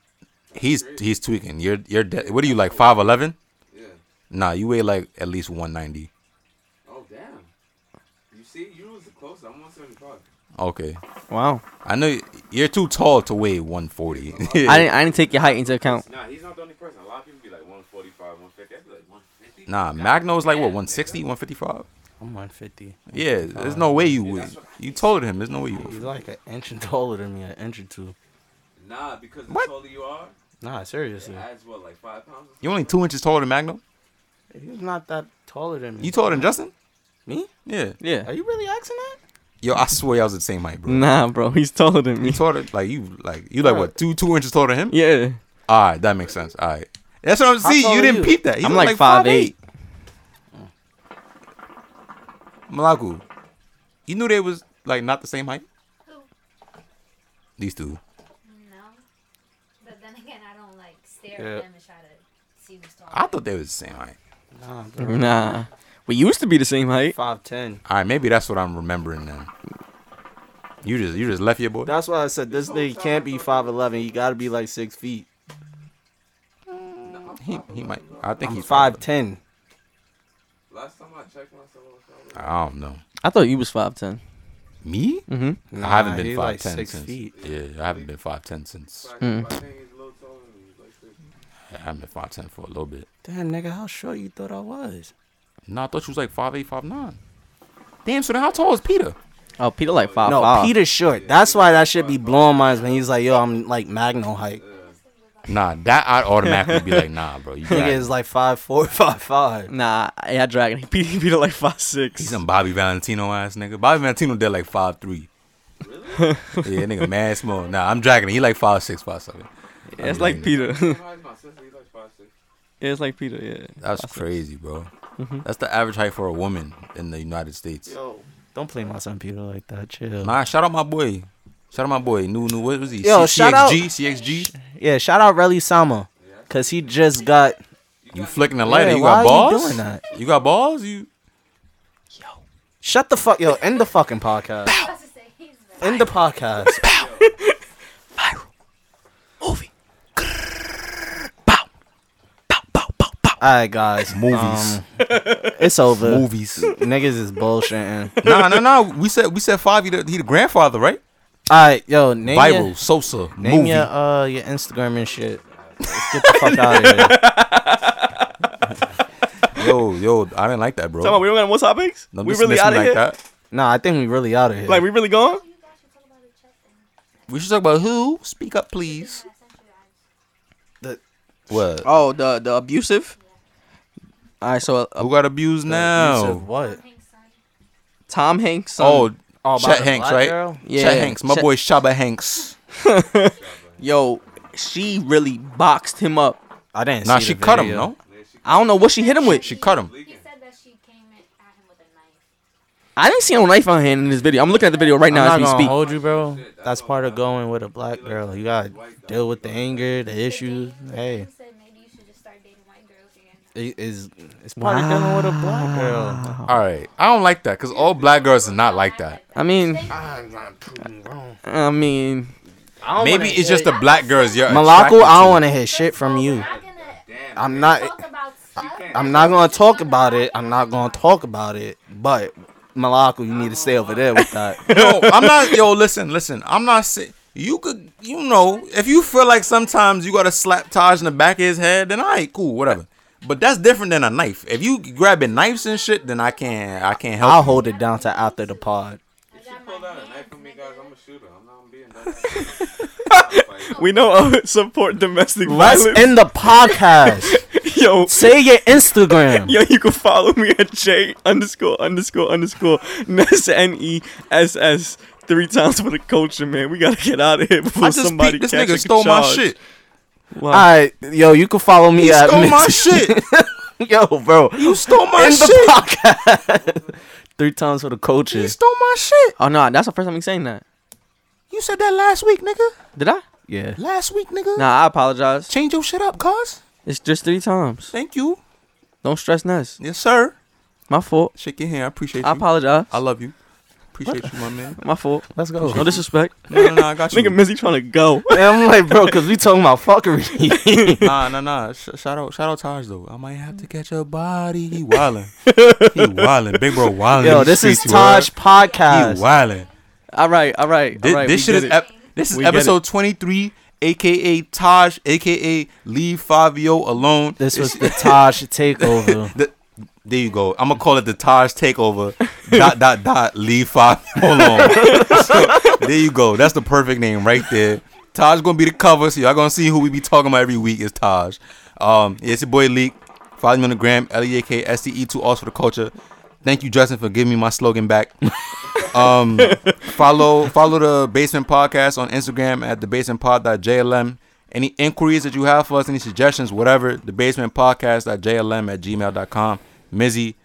B: He's he's tweaking. You're you're de- what are you like five eleven?
F: Yeah.
B: Nah, you weigh like at least one ninety.
F: Oh, 125.
B: Okay.
A: Wow.
B: I know y- you're too tall to weigh 140.
A: I didn't I didn't take your height into account.
F: Nah, he's not the only person. A lot of people be like 145, 150. I'd be like 150.
B: nah, Magno's like what 160, 155.
C: I'm 150.
B: Yeah, there's no way you would. You told him. There's no way you
C: He's
B: would.
C: like an inch taller than me, an inch or two.
F: Nah, because the
B: What?
F: taller you are,
C: Nah,
F: it
C: seriously.
F: adds what, like five pounds? or
B: You're only two inches taller than Magno.
C: He's not that taller than me.
B: You taller than Justin?
C: me?
B: Yeah.
A: Yeah.
C: Are you really asking that?
B: Yo, I swear y'all was the same height, bro.
A: Nah, bro, he's taller than
B: You
A: me.
B: taller like you like you like what two two inches taller than him?
A: Yeah.
B: All right, that makes sense. All right, that's what I'm
C: How
B: saying.
C: tall
B: You
C: are
B: didn't
C: you?
B: peep that. He's
A: I'm
B: only
A: like five eight.
B: 5'8". Malaku, you knew they was like not the same height.
E: Who?
B: These two.
E: No. But then again, I don't like stare
C: Yeah.
E: at them and try to see who's talking.
B: I thought they was the same height.
C: Nah,
A: Mm-hmm.
C: bro.
A: Nah. We used to be the same height.
C: 5'10.
B: All right, maybe that's what I'm remembering then. You just you just left your boy.
C: That's why I said this nigga can't be 5'11. He gotta be like 6 feet.
B: He, he might. I think
C: I'm
B: he's
C: 5'10.
F: something. Last time I checked myself, I was probably-
B: I don't know.
A: I thought you was five ten.
B: Me?
A: Mm-hmm.
B: I haven't
C: Nah,
B: been
C: he
B: five
C: like
B: ten
C: six
B: since.
C: feet.
B: Yeah, I haven't been five ten since.
F: So I
A: Mm.
F: think- I think he's a little taller than me, like 50.
B: I haven't been five ten for a little bit.
C: Damn, nigga, how short you thought I was?
B: No, I thought you was like five eight, five nine. Damn. So then how tall is Peter?
A: Oh, Peter like five
C: no,
A: five.
C: Peter's short. That's why that should be blowing minds when he's like, yo, I'm like Magno height.
B: Nah, that I'd automatically be like, nah, bro. You
C: Nigga
B: got-
C: is like 5'4, 5'5.
A: Nah, yeah, Dragon. Peter, Peter like five six.
B: He's some Bobby Valentino ass nigga. Bobby Valentino dead like five three. Really? yeah, nigga, mad small. Nah, I'm dragging him. He like five six, five seven.
A: Yeah, it's like Peter.
F: How high is my sister? He's like 5'6.
A: yeah, it's like Peter. Yeah.
B: That's crazy, bro.
C: Mm-hmm.
B: That's the average height for a woman in the United States.
C: Don't play my son Peter like that. Chill.
B: Nah, shout out my boy. Shout out my boy. New, new, what was he?
C: Yo, shout out-
B: CXG, CXG.
C: yeah, shout out Relly Sama. Cause he just got
B: You flicking the lighter.
C: Yeah,
B: you got
C: why are you
B: balls?
C: doing that?
B: You got balls? You.
C: shut the fuck yo, end the fucking podcast.
E: I was just saying, he's like,
C: End the podcast. Alright guys.
B: Movies.
C: um, it's over.
B: Movies.
C: Niggas is bullshitting.
B: nah, nah, nah. We said we said five. He the, he the grandfather, right?
C: Alright, yo, name
B: Viral,
C: your,
B: Sosa,
C: name
B: movie.
C: your uh your Instagram and shit. Let's get the fuck out of here.
B: Yo, yo, I didn't like that, bro.
A: Tell me, Oh, we don't got no more topics.
B: Don't
A: we
B: dismiss
A: really
B: me
A: out of here.
B: that.
C: Nah, I think we really out of here.
A: Like we really gone?
E: you guys should talk about each other.
B: We should talk about who. Speak up, please.
E: I sent you guys.
B: What?
A: Oh, the the abusive. All right, so uh,
B: Who got abused
C: You said
B: now?
C: what?
E: Thanks, son.
A: Tom Hanks. son.
B: Oh,
C: Oh,
B: Chet Hanks, right?
A: yeah,
B: Chet Hanks, my
A: Chet-
B: boy Shaba Hanks.
A: Yo, she really boxed him up.
C: I didn't.
B: Nah,
C: see
B: she
C: the
B: cut him.
C: video.
B: No,
A: I don't know what she hit him with.
B: she cut him.
E: He said that she came in at him with a knife.
A: I didn't see no knife on hand in this video. I'm looking at the video right
C: I'm
A: now
C: not
A: as we
C: gonna
A: speak.
C: hold you, bro. That's part of going with a black girl. You gotta deal with the anger, the issues. Hey,
E: He said maybe you should just start dating white girls again.
C: it is it's part of dealing with a black girl.
B: All right, I don't like that because all black girls are not like that.
A: I mean, I mean,
B: Maybe it's just the black girls you're attracted
C: Malaco, I
B: to.
C: don't want to hear shit from you.
E: I'm gonna
F: Damn.
C: I'm not.
E: talk about stuff.
C: I'm not gonna talk about it. I'm not gonna talk about it. But Malaco, you need to stay over there with that.
B: No, I'm not. Yo, listen, listen. I'm not saying you could. You know, if you feel like sometimes you got to slap Taj in the back of his head, then all right, cool, whatever. But that's different than a knife. If you grabbing knives and shit, then I can't. I can't help.
C: I'll
B: you.
C: hold it down to after the pod.
E: I
F: If she
E: got my
F: pulled out a knife
E: hands,
F: on me,
E: nigga.
F: guys, I'm a shooter. I'm not being done.
A: we know uh, support domestic
C: Let's
A: violence.
C: end the podcast.
A: yo,
C: Say your Instagram.
A: yo, you can follow me at J underscore underscore underscore Ness N E S S three times for the culture, man. We gotta get out of here before
B: I just
A: somebody
B: peeped, this
A: catch
B: nigga
A: a
B: stole my
A: charge.
B: shit.
A: Wow.
C: All right, yo, you can follow me
B: He
C: at
B: stole my
C: Mix-
B: shit.
C: yo, bro.
B: You stole my
C: in
B: shit.
C: the podcast. Three times for the
B: You
C: coaches.
B: stole my shit.
A: Oh no, that's the first time he's saying that.
B: You said that last week, nigga.
A: Did I?
C: Yeah.
B: Last week, nigga.
A: Nah, I apologize.
B: Change your shit up, cuz.
A: It's just three times.
B: Thank you.
A: Don't stress Ness.
B: Yes, sir.
A: My fault.
B: Shake your hand. I appreciate
A: I
B: you.
A: apologize.
B: I love you. Appreciate you, my man.
A: My fault.
C: Let's go.
A: No disrespect.
B: No, no, no. I got you.
A: Nigga Mizzy trying to go.
C: And I'm like, bro, because we talking about fuckery.
B: nah, nah, nah. Sh- shout out, shout out Taj though. I might have to catch a body. He wildin'. he wildin'. Big bro wildin'.
C: yo,
B: in the
C: this is
B: streets, you heard?
C: Taj Podcast.
B: He wildin'.
A: All right, all right,
B: This,
A: all right.
B: this
A: we
B: shit is
A: get it.
B: ep- this is
A: We get it.
B: episode twenty three, aka Taj, aka Leave Fabio alone.
C: This was the Taj takeover.
B: The- there you go. I'm gonna call it the Taj Takeover. dot dot dot. Leave Fabio alone. so, there you go. That's the perfect name right there. Taj gonna be the cover, so y'all gonna see who we be talking about every week is Taj. Um, yeah, it's your boy Leak. Follow me on the gram, L E A K S T E two R's for the culture. Thank you, Justin, for giving me my slogan back. um, follow follow the Basement Podcast on Instagram at thebasementpod.jlm. Any inquiries that you have for us, any suggestions, whatever, thebasementpodcast.jlm at gmail.com. Mizzy,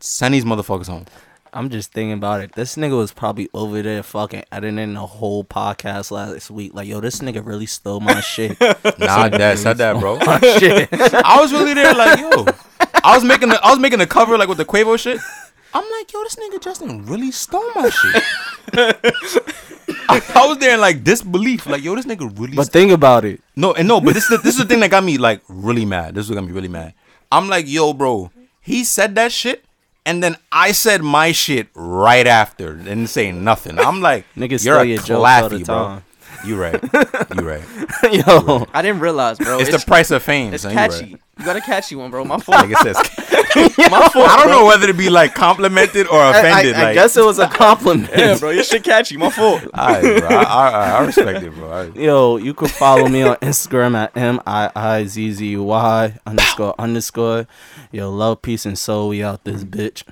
B: send these motherfuckers home.
C: I'm just thinking about it. This nigga was probably over there fucking editing the whole podcast last week. Like, yo, this nigga really stole my shit.
B: Nah, that said that, bro.
C: shit.
B: I was really there, like yo. I was making the I was making the cover like with the Quavo shit. I'm like, yo, this nigga Justin really stole my shit. I, I was there in like disbelief, like yo, this nigga really.
C: But
B: st-
C: think about it.
B: no, and no, but this is the, this is the thing that got me like really mad. This is what got me really mad. I'm like, yo, bro, he said that shit, and then I said my shit right after, and didn't say nothing. I'm like,
C: Niggas
B: you're
C: steal
B: a
C: your jokes all the
B: claffy, bro.
C: time.
B: You right, you right.
C: yo,
A: I didn't realize, bro.
B: It's, the price of fame.
A: It's
B: son, you right.
A: catchy. You got a catchy one, bro. My
B: Like
A: fault.
B: it says.
A: My fault.
B: I don't
A: bro.
B: know whether to be like complimented or offended.
C: I, I
B: like,
C: guess it was a compliment.
A: Yeah, bro. Your shit catchy. My fault.
B: Alright, bro. I, I, I respect it, bro. Alright.
C: Yo, you can follow me on Instagram at M I I Z Z Y underscore underscore. Yo, love, peace, and soul. We out this bitch.